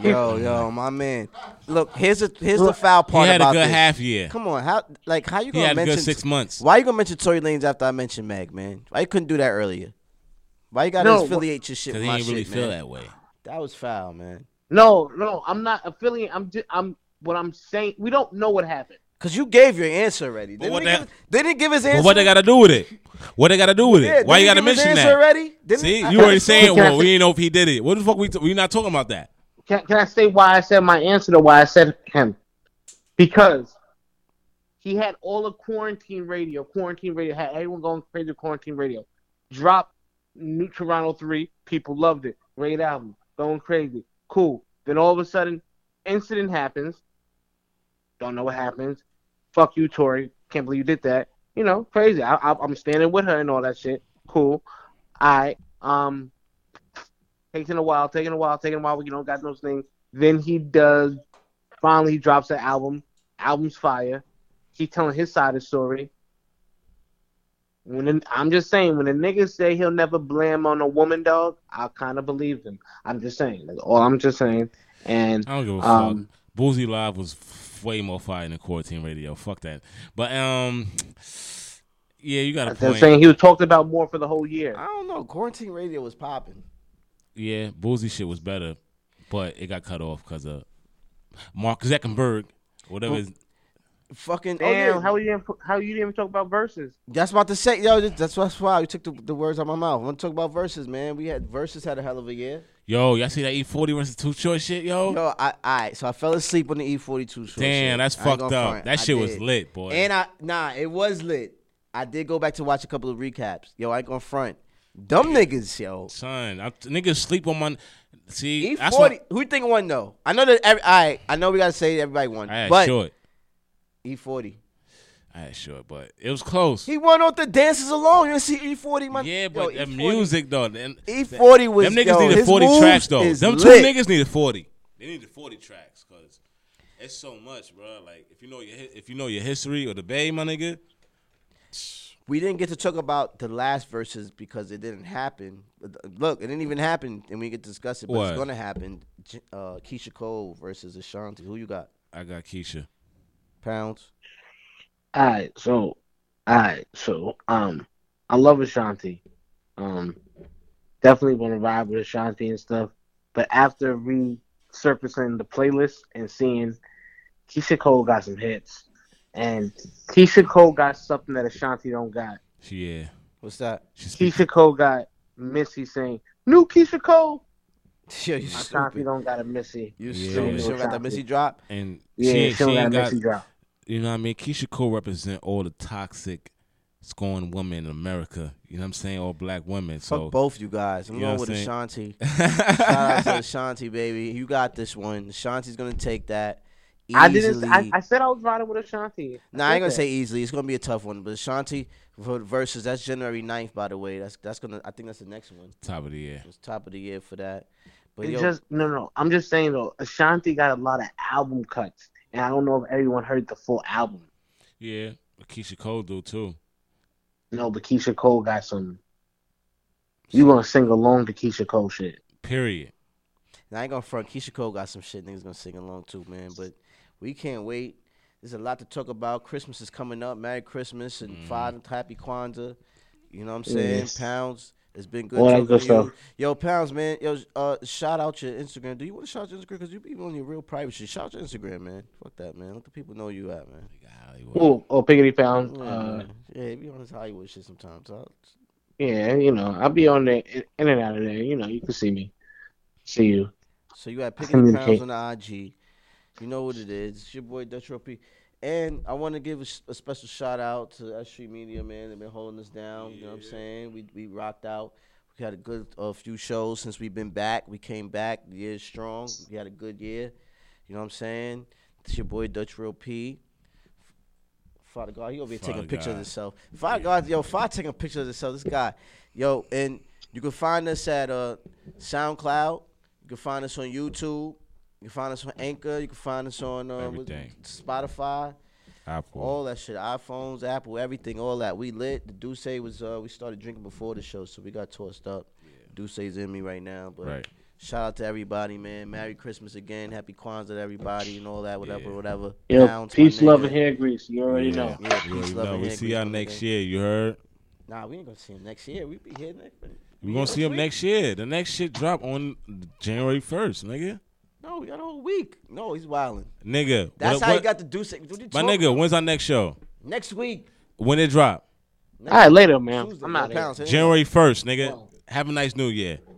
Speaker 3: Yo, yo, my man. Look, here's the here's the foul
Speaker 4: He
Speaker 3: part
Speaker 4: had a
Speaker 3: about
Speaker 4: good
Speaker 3: this.
Speaker 4: half year.
Speaker 3: Come on, how like how you
Speaker 4: He
Speaker 3: gonna
Speaker 4: had a
Speaker 3: mention
Speaker 4: good six months.
Speaker 3: Why you gonna mention Tory Lanez after I mentioned Meg, man? Why you couldn't do that earlier? Why you gotta
Speaker 5: No,
Speaker 3: affiliate your shit
Speaker 4: Cause
Speaker 3: with
Speaker 4: he
Speaker 3: my
Speaker 4: didn't really
Speaker 3: shit,
Speaker 4: feel
Speaker 3: man?
Speaker 4: that way.
Speaker 3: That. was foul, man.
Speaker 5: no, no, I'm not affiliate. I'm just, I'm what I'm saying. We don't know what happened.
Speaker 3: Cause you gave your answer already. They
Speaker 4: But what
Speaker 3: didn't,
Speaker 4: the-
Speaker 3: give, they didn't give his answer.
Speaker 4: But what they got to do with it? What they got to do with it?
Speaker 3: Yeah,
Speaker 4: Why you got
Speaker 3: didn't
Speaker 4: to
Speaker 3: he give his
Speaker 4: mention
Speaker 3: answer
Speaker 4: that?
Speaker 3: already? Didn't
Speaker 4: See,
Speaker 3: I-
Speaker 4: you already saying,
Speaker 5: Can I
Speaker 4: well,
Speaker 5: say-
Speaker 4: we ain't know if he did it. What the fuck we t- we not talking about that?
Speaker 5: can, can I say why I said my answer to why I said him? Because he had all of quarantine radio. Quarantine radio had everyone going crazy. with Quarantine radio dropped New Toronto three. People loved it. Great album, going crazy, cool. Then all of a sudden, incident happens. Don't know what happens. Fuck you, Tori. Can't believe you did that. You know, crazy. I, I, I'm standing with her and all that shit. Cool. I um taking a while, taking a while, taking a while. You know, got those things. Then he does. Finally, he drops the album. Album's fire. He telling his side of the story. When the, I'm just saying, when the niggas say he'll never blame on a woman, dog, I kind of believe them. I'm just saying. That's all I'm just saying. And
Speaker 4: I don't give a
Speaker 5: Um,
Speaker 4: fuck. Boozy Live was f- way more fire than Quarantine Radio. Fuck that. But um, yeah, you got a
Speaker 5: they're
Speaker 4: point.
Speaker 5: saying he was talked about more for the whole year.
Speaker 3: I don't know. Quarantine radio was popping.
Speaker 4: Yeah, Boozy shit was better, but it got cut off because of Mark Zuckerberg, whatever. his-
Speaker 3: Fucking
Speaker 5: Damn,
Speaker 3: oh, yeah.
Speaker 5: how you didn't how you didn't even talk about verses?
Speaker 3: That's about to say, yo. th- That's that's why you took the, the words out of my mouth. I want to talk about verses, man. We had verses had a hell of a year.
Speaker 4: Yo, y'all see that E forty versus Two Short shit, yo?
Speaker 3: Yo, I, all right. So I fell asleep on the E42 short. shit.
Speaker 4: Damn, that's
Speaker 3: I ain't
Speaker 4: fucked
Speaker 3: gonna
Speaker 4: up.
Speaker 3: front.
Speaker 4: That
Speaker 3: I
Speaker 4: shit was
Speaker 3: did.
Speaker 4: lit, boy.
Speaker 3: And I nah, it was lit. I did go back to watch a couple of recaps. Yo, I ain't gonna front. Dumb niggas, yo.
Speaker 4: Son, I, niggas sleep on my. See,
Speaker 3: E
Speaker 4: that's why
Speaker 3: forty. Who you think won though? I know that. Every, all right, I know we gotta say everybody won,
Speaker 4: I had
Speaker 3: but
Speaker 4: short.
Speaker 3: E forty.
Speaker 4: I had short, but it was close.
Speaker 3: He won off the dances alone. You see E forty, my
Speaker 4: yeah,
Speaker 3: yo,
Speaker 4: but that
Speaker 3: E40
Speaker 4: music though, then,
Speaker 3: E forty was
Speaker 4: them niggas
Speaker 3: yo,
Speaker 4: needed
Speaker 3: his
Speaker 4: forty
Speaker 3: moves
Speaker 4: tracks though.
Speaker 3: is
Speaker 4: Them
Speaker 3: lit.
Speaker 4: two niggas needed forty. They needed forty tracks because it's so much, bro. Like if you know your hi- if you know your history or the Bay, my nigga.
Speaker 3: We didn't get to talk about the last verses because it didn't happen. Look, it didn't even happen, and we get to discuss it. But
Speaker 4: What?
Speaker 3: it's gonna happen. J- Uh, Keisha Cole versus Ashanti. Who you got?
Speaker 4: I got Keisha.
Speaker 3: Pounds.
Speaker 5: Alright, so alright, so um I love Ashanti. Um definitely gonna ride with Ashanti and stuff. But after resurfacing the playlist and seeing Keisha Cole got some hits. And Keisha Cole got something that Ashanti don't got.
Speaker 4: She yeah.
Speaker 3: What's that?
Speaker 4: She speak,
Speaker 5: Keisha Cole got Missy saying, New Keisha Cole.
Speaker 3: Yo, you
Speaker 5: Ashanti
Speaker 3: stupid.
Speaker 5: don't got a Missy.
Speaker 3: You
Speaker 4: Yeah.
Speaker 3: stupid. She got that Missy drop.
Speaker 4: and
Speaker 5: Yeah,
Speaker 4: she,
Speaker 5: she,
Speaker 4: ain't- she
Speaker 5: don't got a
Speaker 4: ain't got
Speaker 5: Missy drop.
Speaker 4: you know what I mean. Keisha Cole represent all the toxic scorned women in America. You know what I'm saying? All black women. So
Speaker 3: Fuck both you guys. I'm
Speaker 4: You know
Speaker 3: going
Speaker 4: what
Speaker 3: with
Speaker 4: I'm saying?
Speaker 3: Ashanti. Shout out to Ashanti, baby. You got this one. Ashanti's gonna take that. Easily.
Speaker 5: I didn't. I, I said I was riding with Ashanti.
Speaker 3: Nah, I ain't gonna
Speaker 5: said
Speaker 3: say easily. It's gonna be a tough one. But Ashanti v- versus that's January 9th, by the way. That's that's gonna. I think that's the next one.
Speaker 4: top of the year.
Speaker 3: It's top of the year for that.
Speaker 5: that.
Speaker 3: But
Speaker 5: It
Speaker 3: yo,
Speaker 5: just no, no. I'm just saying though. Ashanti got a lot of album cuts, and I don't know if everyone heard the full album.
Speaker 4: Yeah, Keisha Cole do too.
Speaker 5: No, but Keisha Cole got some. You gonna sing along to Keisha Cole shit?
Speaker 4: Period.
Speaker 3: and I ain't gonna front. Keisha Cole got some shit niggas gonna sing along too, man. But we can't wait. There's a lot to talk about. Christmas is coming up. Merry Christmas and five happy Kwanzaa. You know what I'm saying?
Speaker 5: Yes.
Speaker 3: Pounds. It's been good.
Speaker 5: All that
Speaker 3: talking
Speaker 5: good
Speaker 3: to you.
Speaker 5: stuff.
Speaker 3: Yo, Pounds, man. Yo, uh, shout out your Instagram. Do you want to shout out your Instagram? Because you be on your real private shit. Shout out your Instagram, man. Fuck that, man. Let the people know you at, man.
Speaker 4: Hollywood.
Speaker 5: Oh, oh, piggity pound.
Speaker 3: Yeah,
Speaker 5: Uh,
Speaker 3: man. yeah, he be on his Hollywood shit sometimes. I'll-
Speaker 5: yeah, you know, I'll be on there, in in and out of there. You know, you can see me. See you.
Speaker 3: So you got Picking
Speaker 5: Communicate.
Speaker 3: Pounds on the IG. You know what it is. It's your boy Dutch P. And I want to give a, s- a special shout out to S Street Media, man. They've been holding us down. You know what I'm saying? We we rocked out. We had a good uh, few shows since we've been back. We came back. The year's strong. We had a good year. You know what I'm saying? It's your boy Dutch Real P. Father God, he over here taking
Speaker 4: Father
Speaker 3: a picture of
Speaker 4: God.
Speaker 3: himself. Father God, yo, Father taking a picture of himself. This guy, yo, and you can find us at uh, SoundCloud. You can find us on YouTube. You can find us on Anchor. You can find us on uh, what-
Speaker 4: Everything.
Speaker 3: Spotify.
Speaker 4: Apple.
Speaker 3: All that shit, iPhones, Apple, everything, all that. We lit. The Duce was uh, we started drinking before the show, so we got tossed up. Duce's in me right now, but
Speaker 4: Right.
Speaker 3: shout out to everybody, man. Merry Christmas again, Happy Kwanzaa to everybody, and all that, whatever,
Speaker 4: Yeah.
Speaker 3: whatever.
Speaker 5: Yo,
Speaker 3: Pounds, my
Speaker 5: peace, love,
Speaker 3: nigga.
Speaker 5: and hair grease. You already know.
Speaker 4: You
Speaker 3: Yeah, peace,
Speaker 4: already
Speaker 3: love,
Speaker 4: know.
Speaker 3: and
Speaker 4: We
Speaker 3: hair
Speaker 4: see
Speaker 3: grease,
Speaker 4: y'all
Speaker 3: my
Speaker 4: next
Speaker 3: nigga.
Speaker 4: year. You heard?
Speaker 3: Nah, we ain't gonna see him next year. We be here next.
Speaker 4: We're gonna see him next year. The next shit drop on January first, nigga.
Speaker 3: No, we got a whole week. No, he's wilding.
Speaker 4: Nigga.
Speaker 3: That's
Speaker 4: what-
Speaker 3: how
Speaker 4: what-
Speaker 3: he got the Duce. What you
Speaker 4: My
Speaker 3: talking
Speaker 4: nigga, when's our next show?
Speaker 3: about? Next week.
Speaker 4: When it drop?
Speaker 5: All right, later, man.
Speaker 3: Tuesday,
Speaker 5: I'm out of here.
Speaker 3: Pounds, hey.
Speaker 4: January first, nigga. Have a nice new year.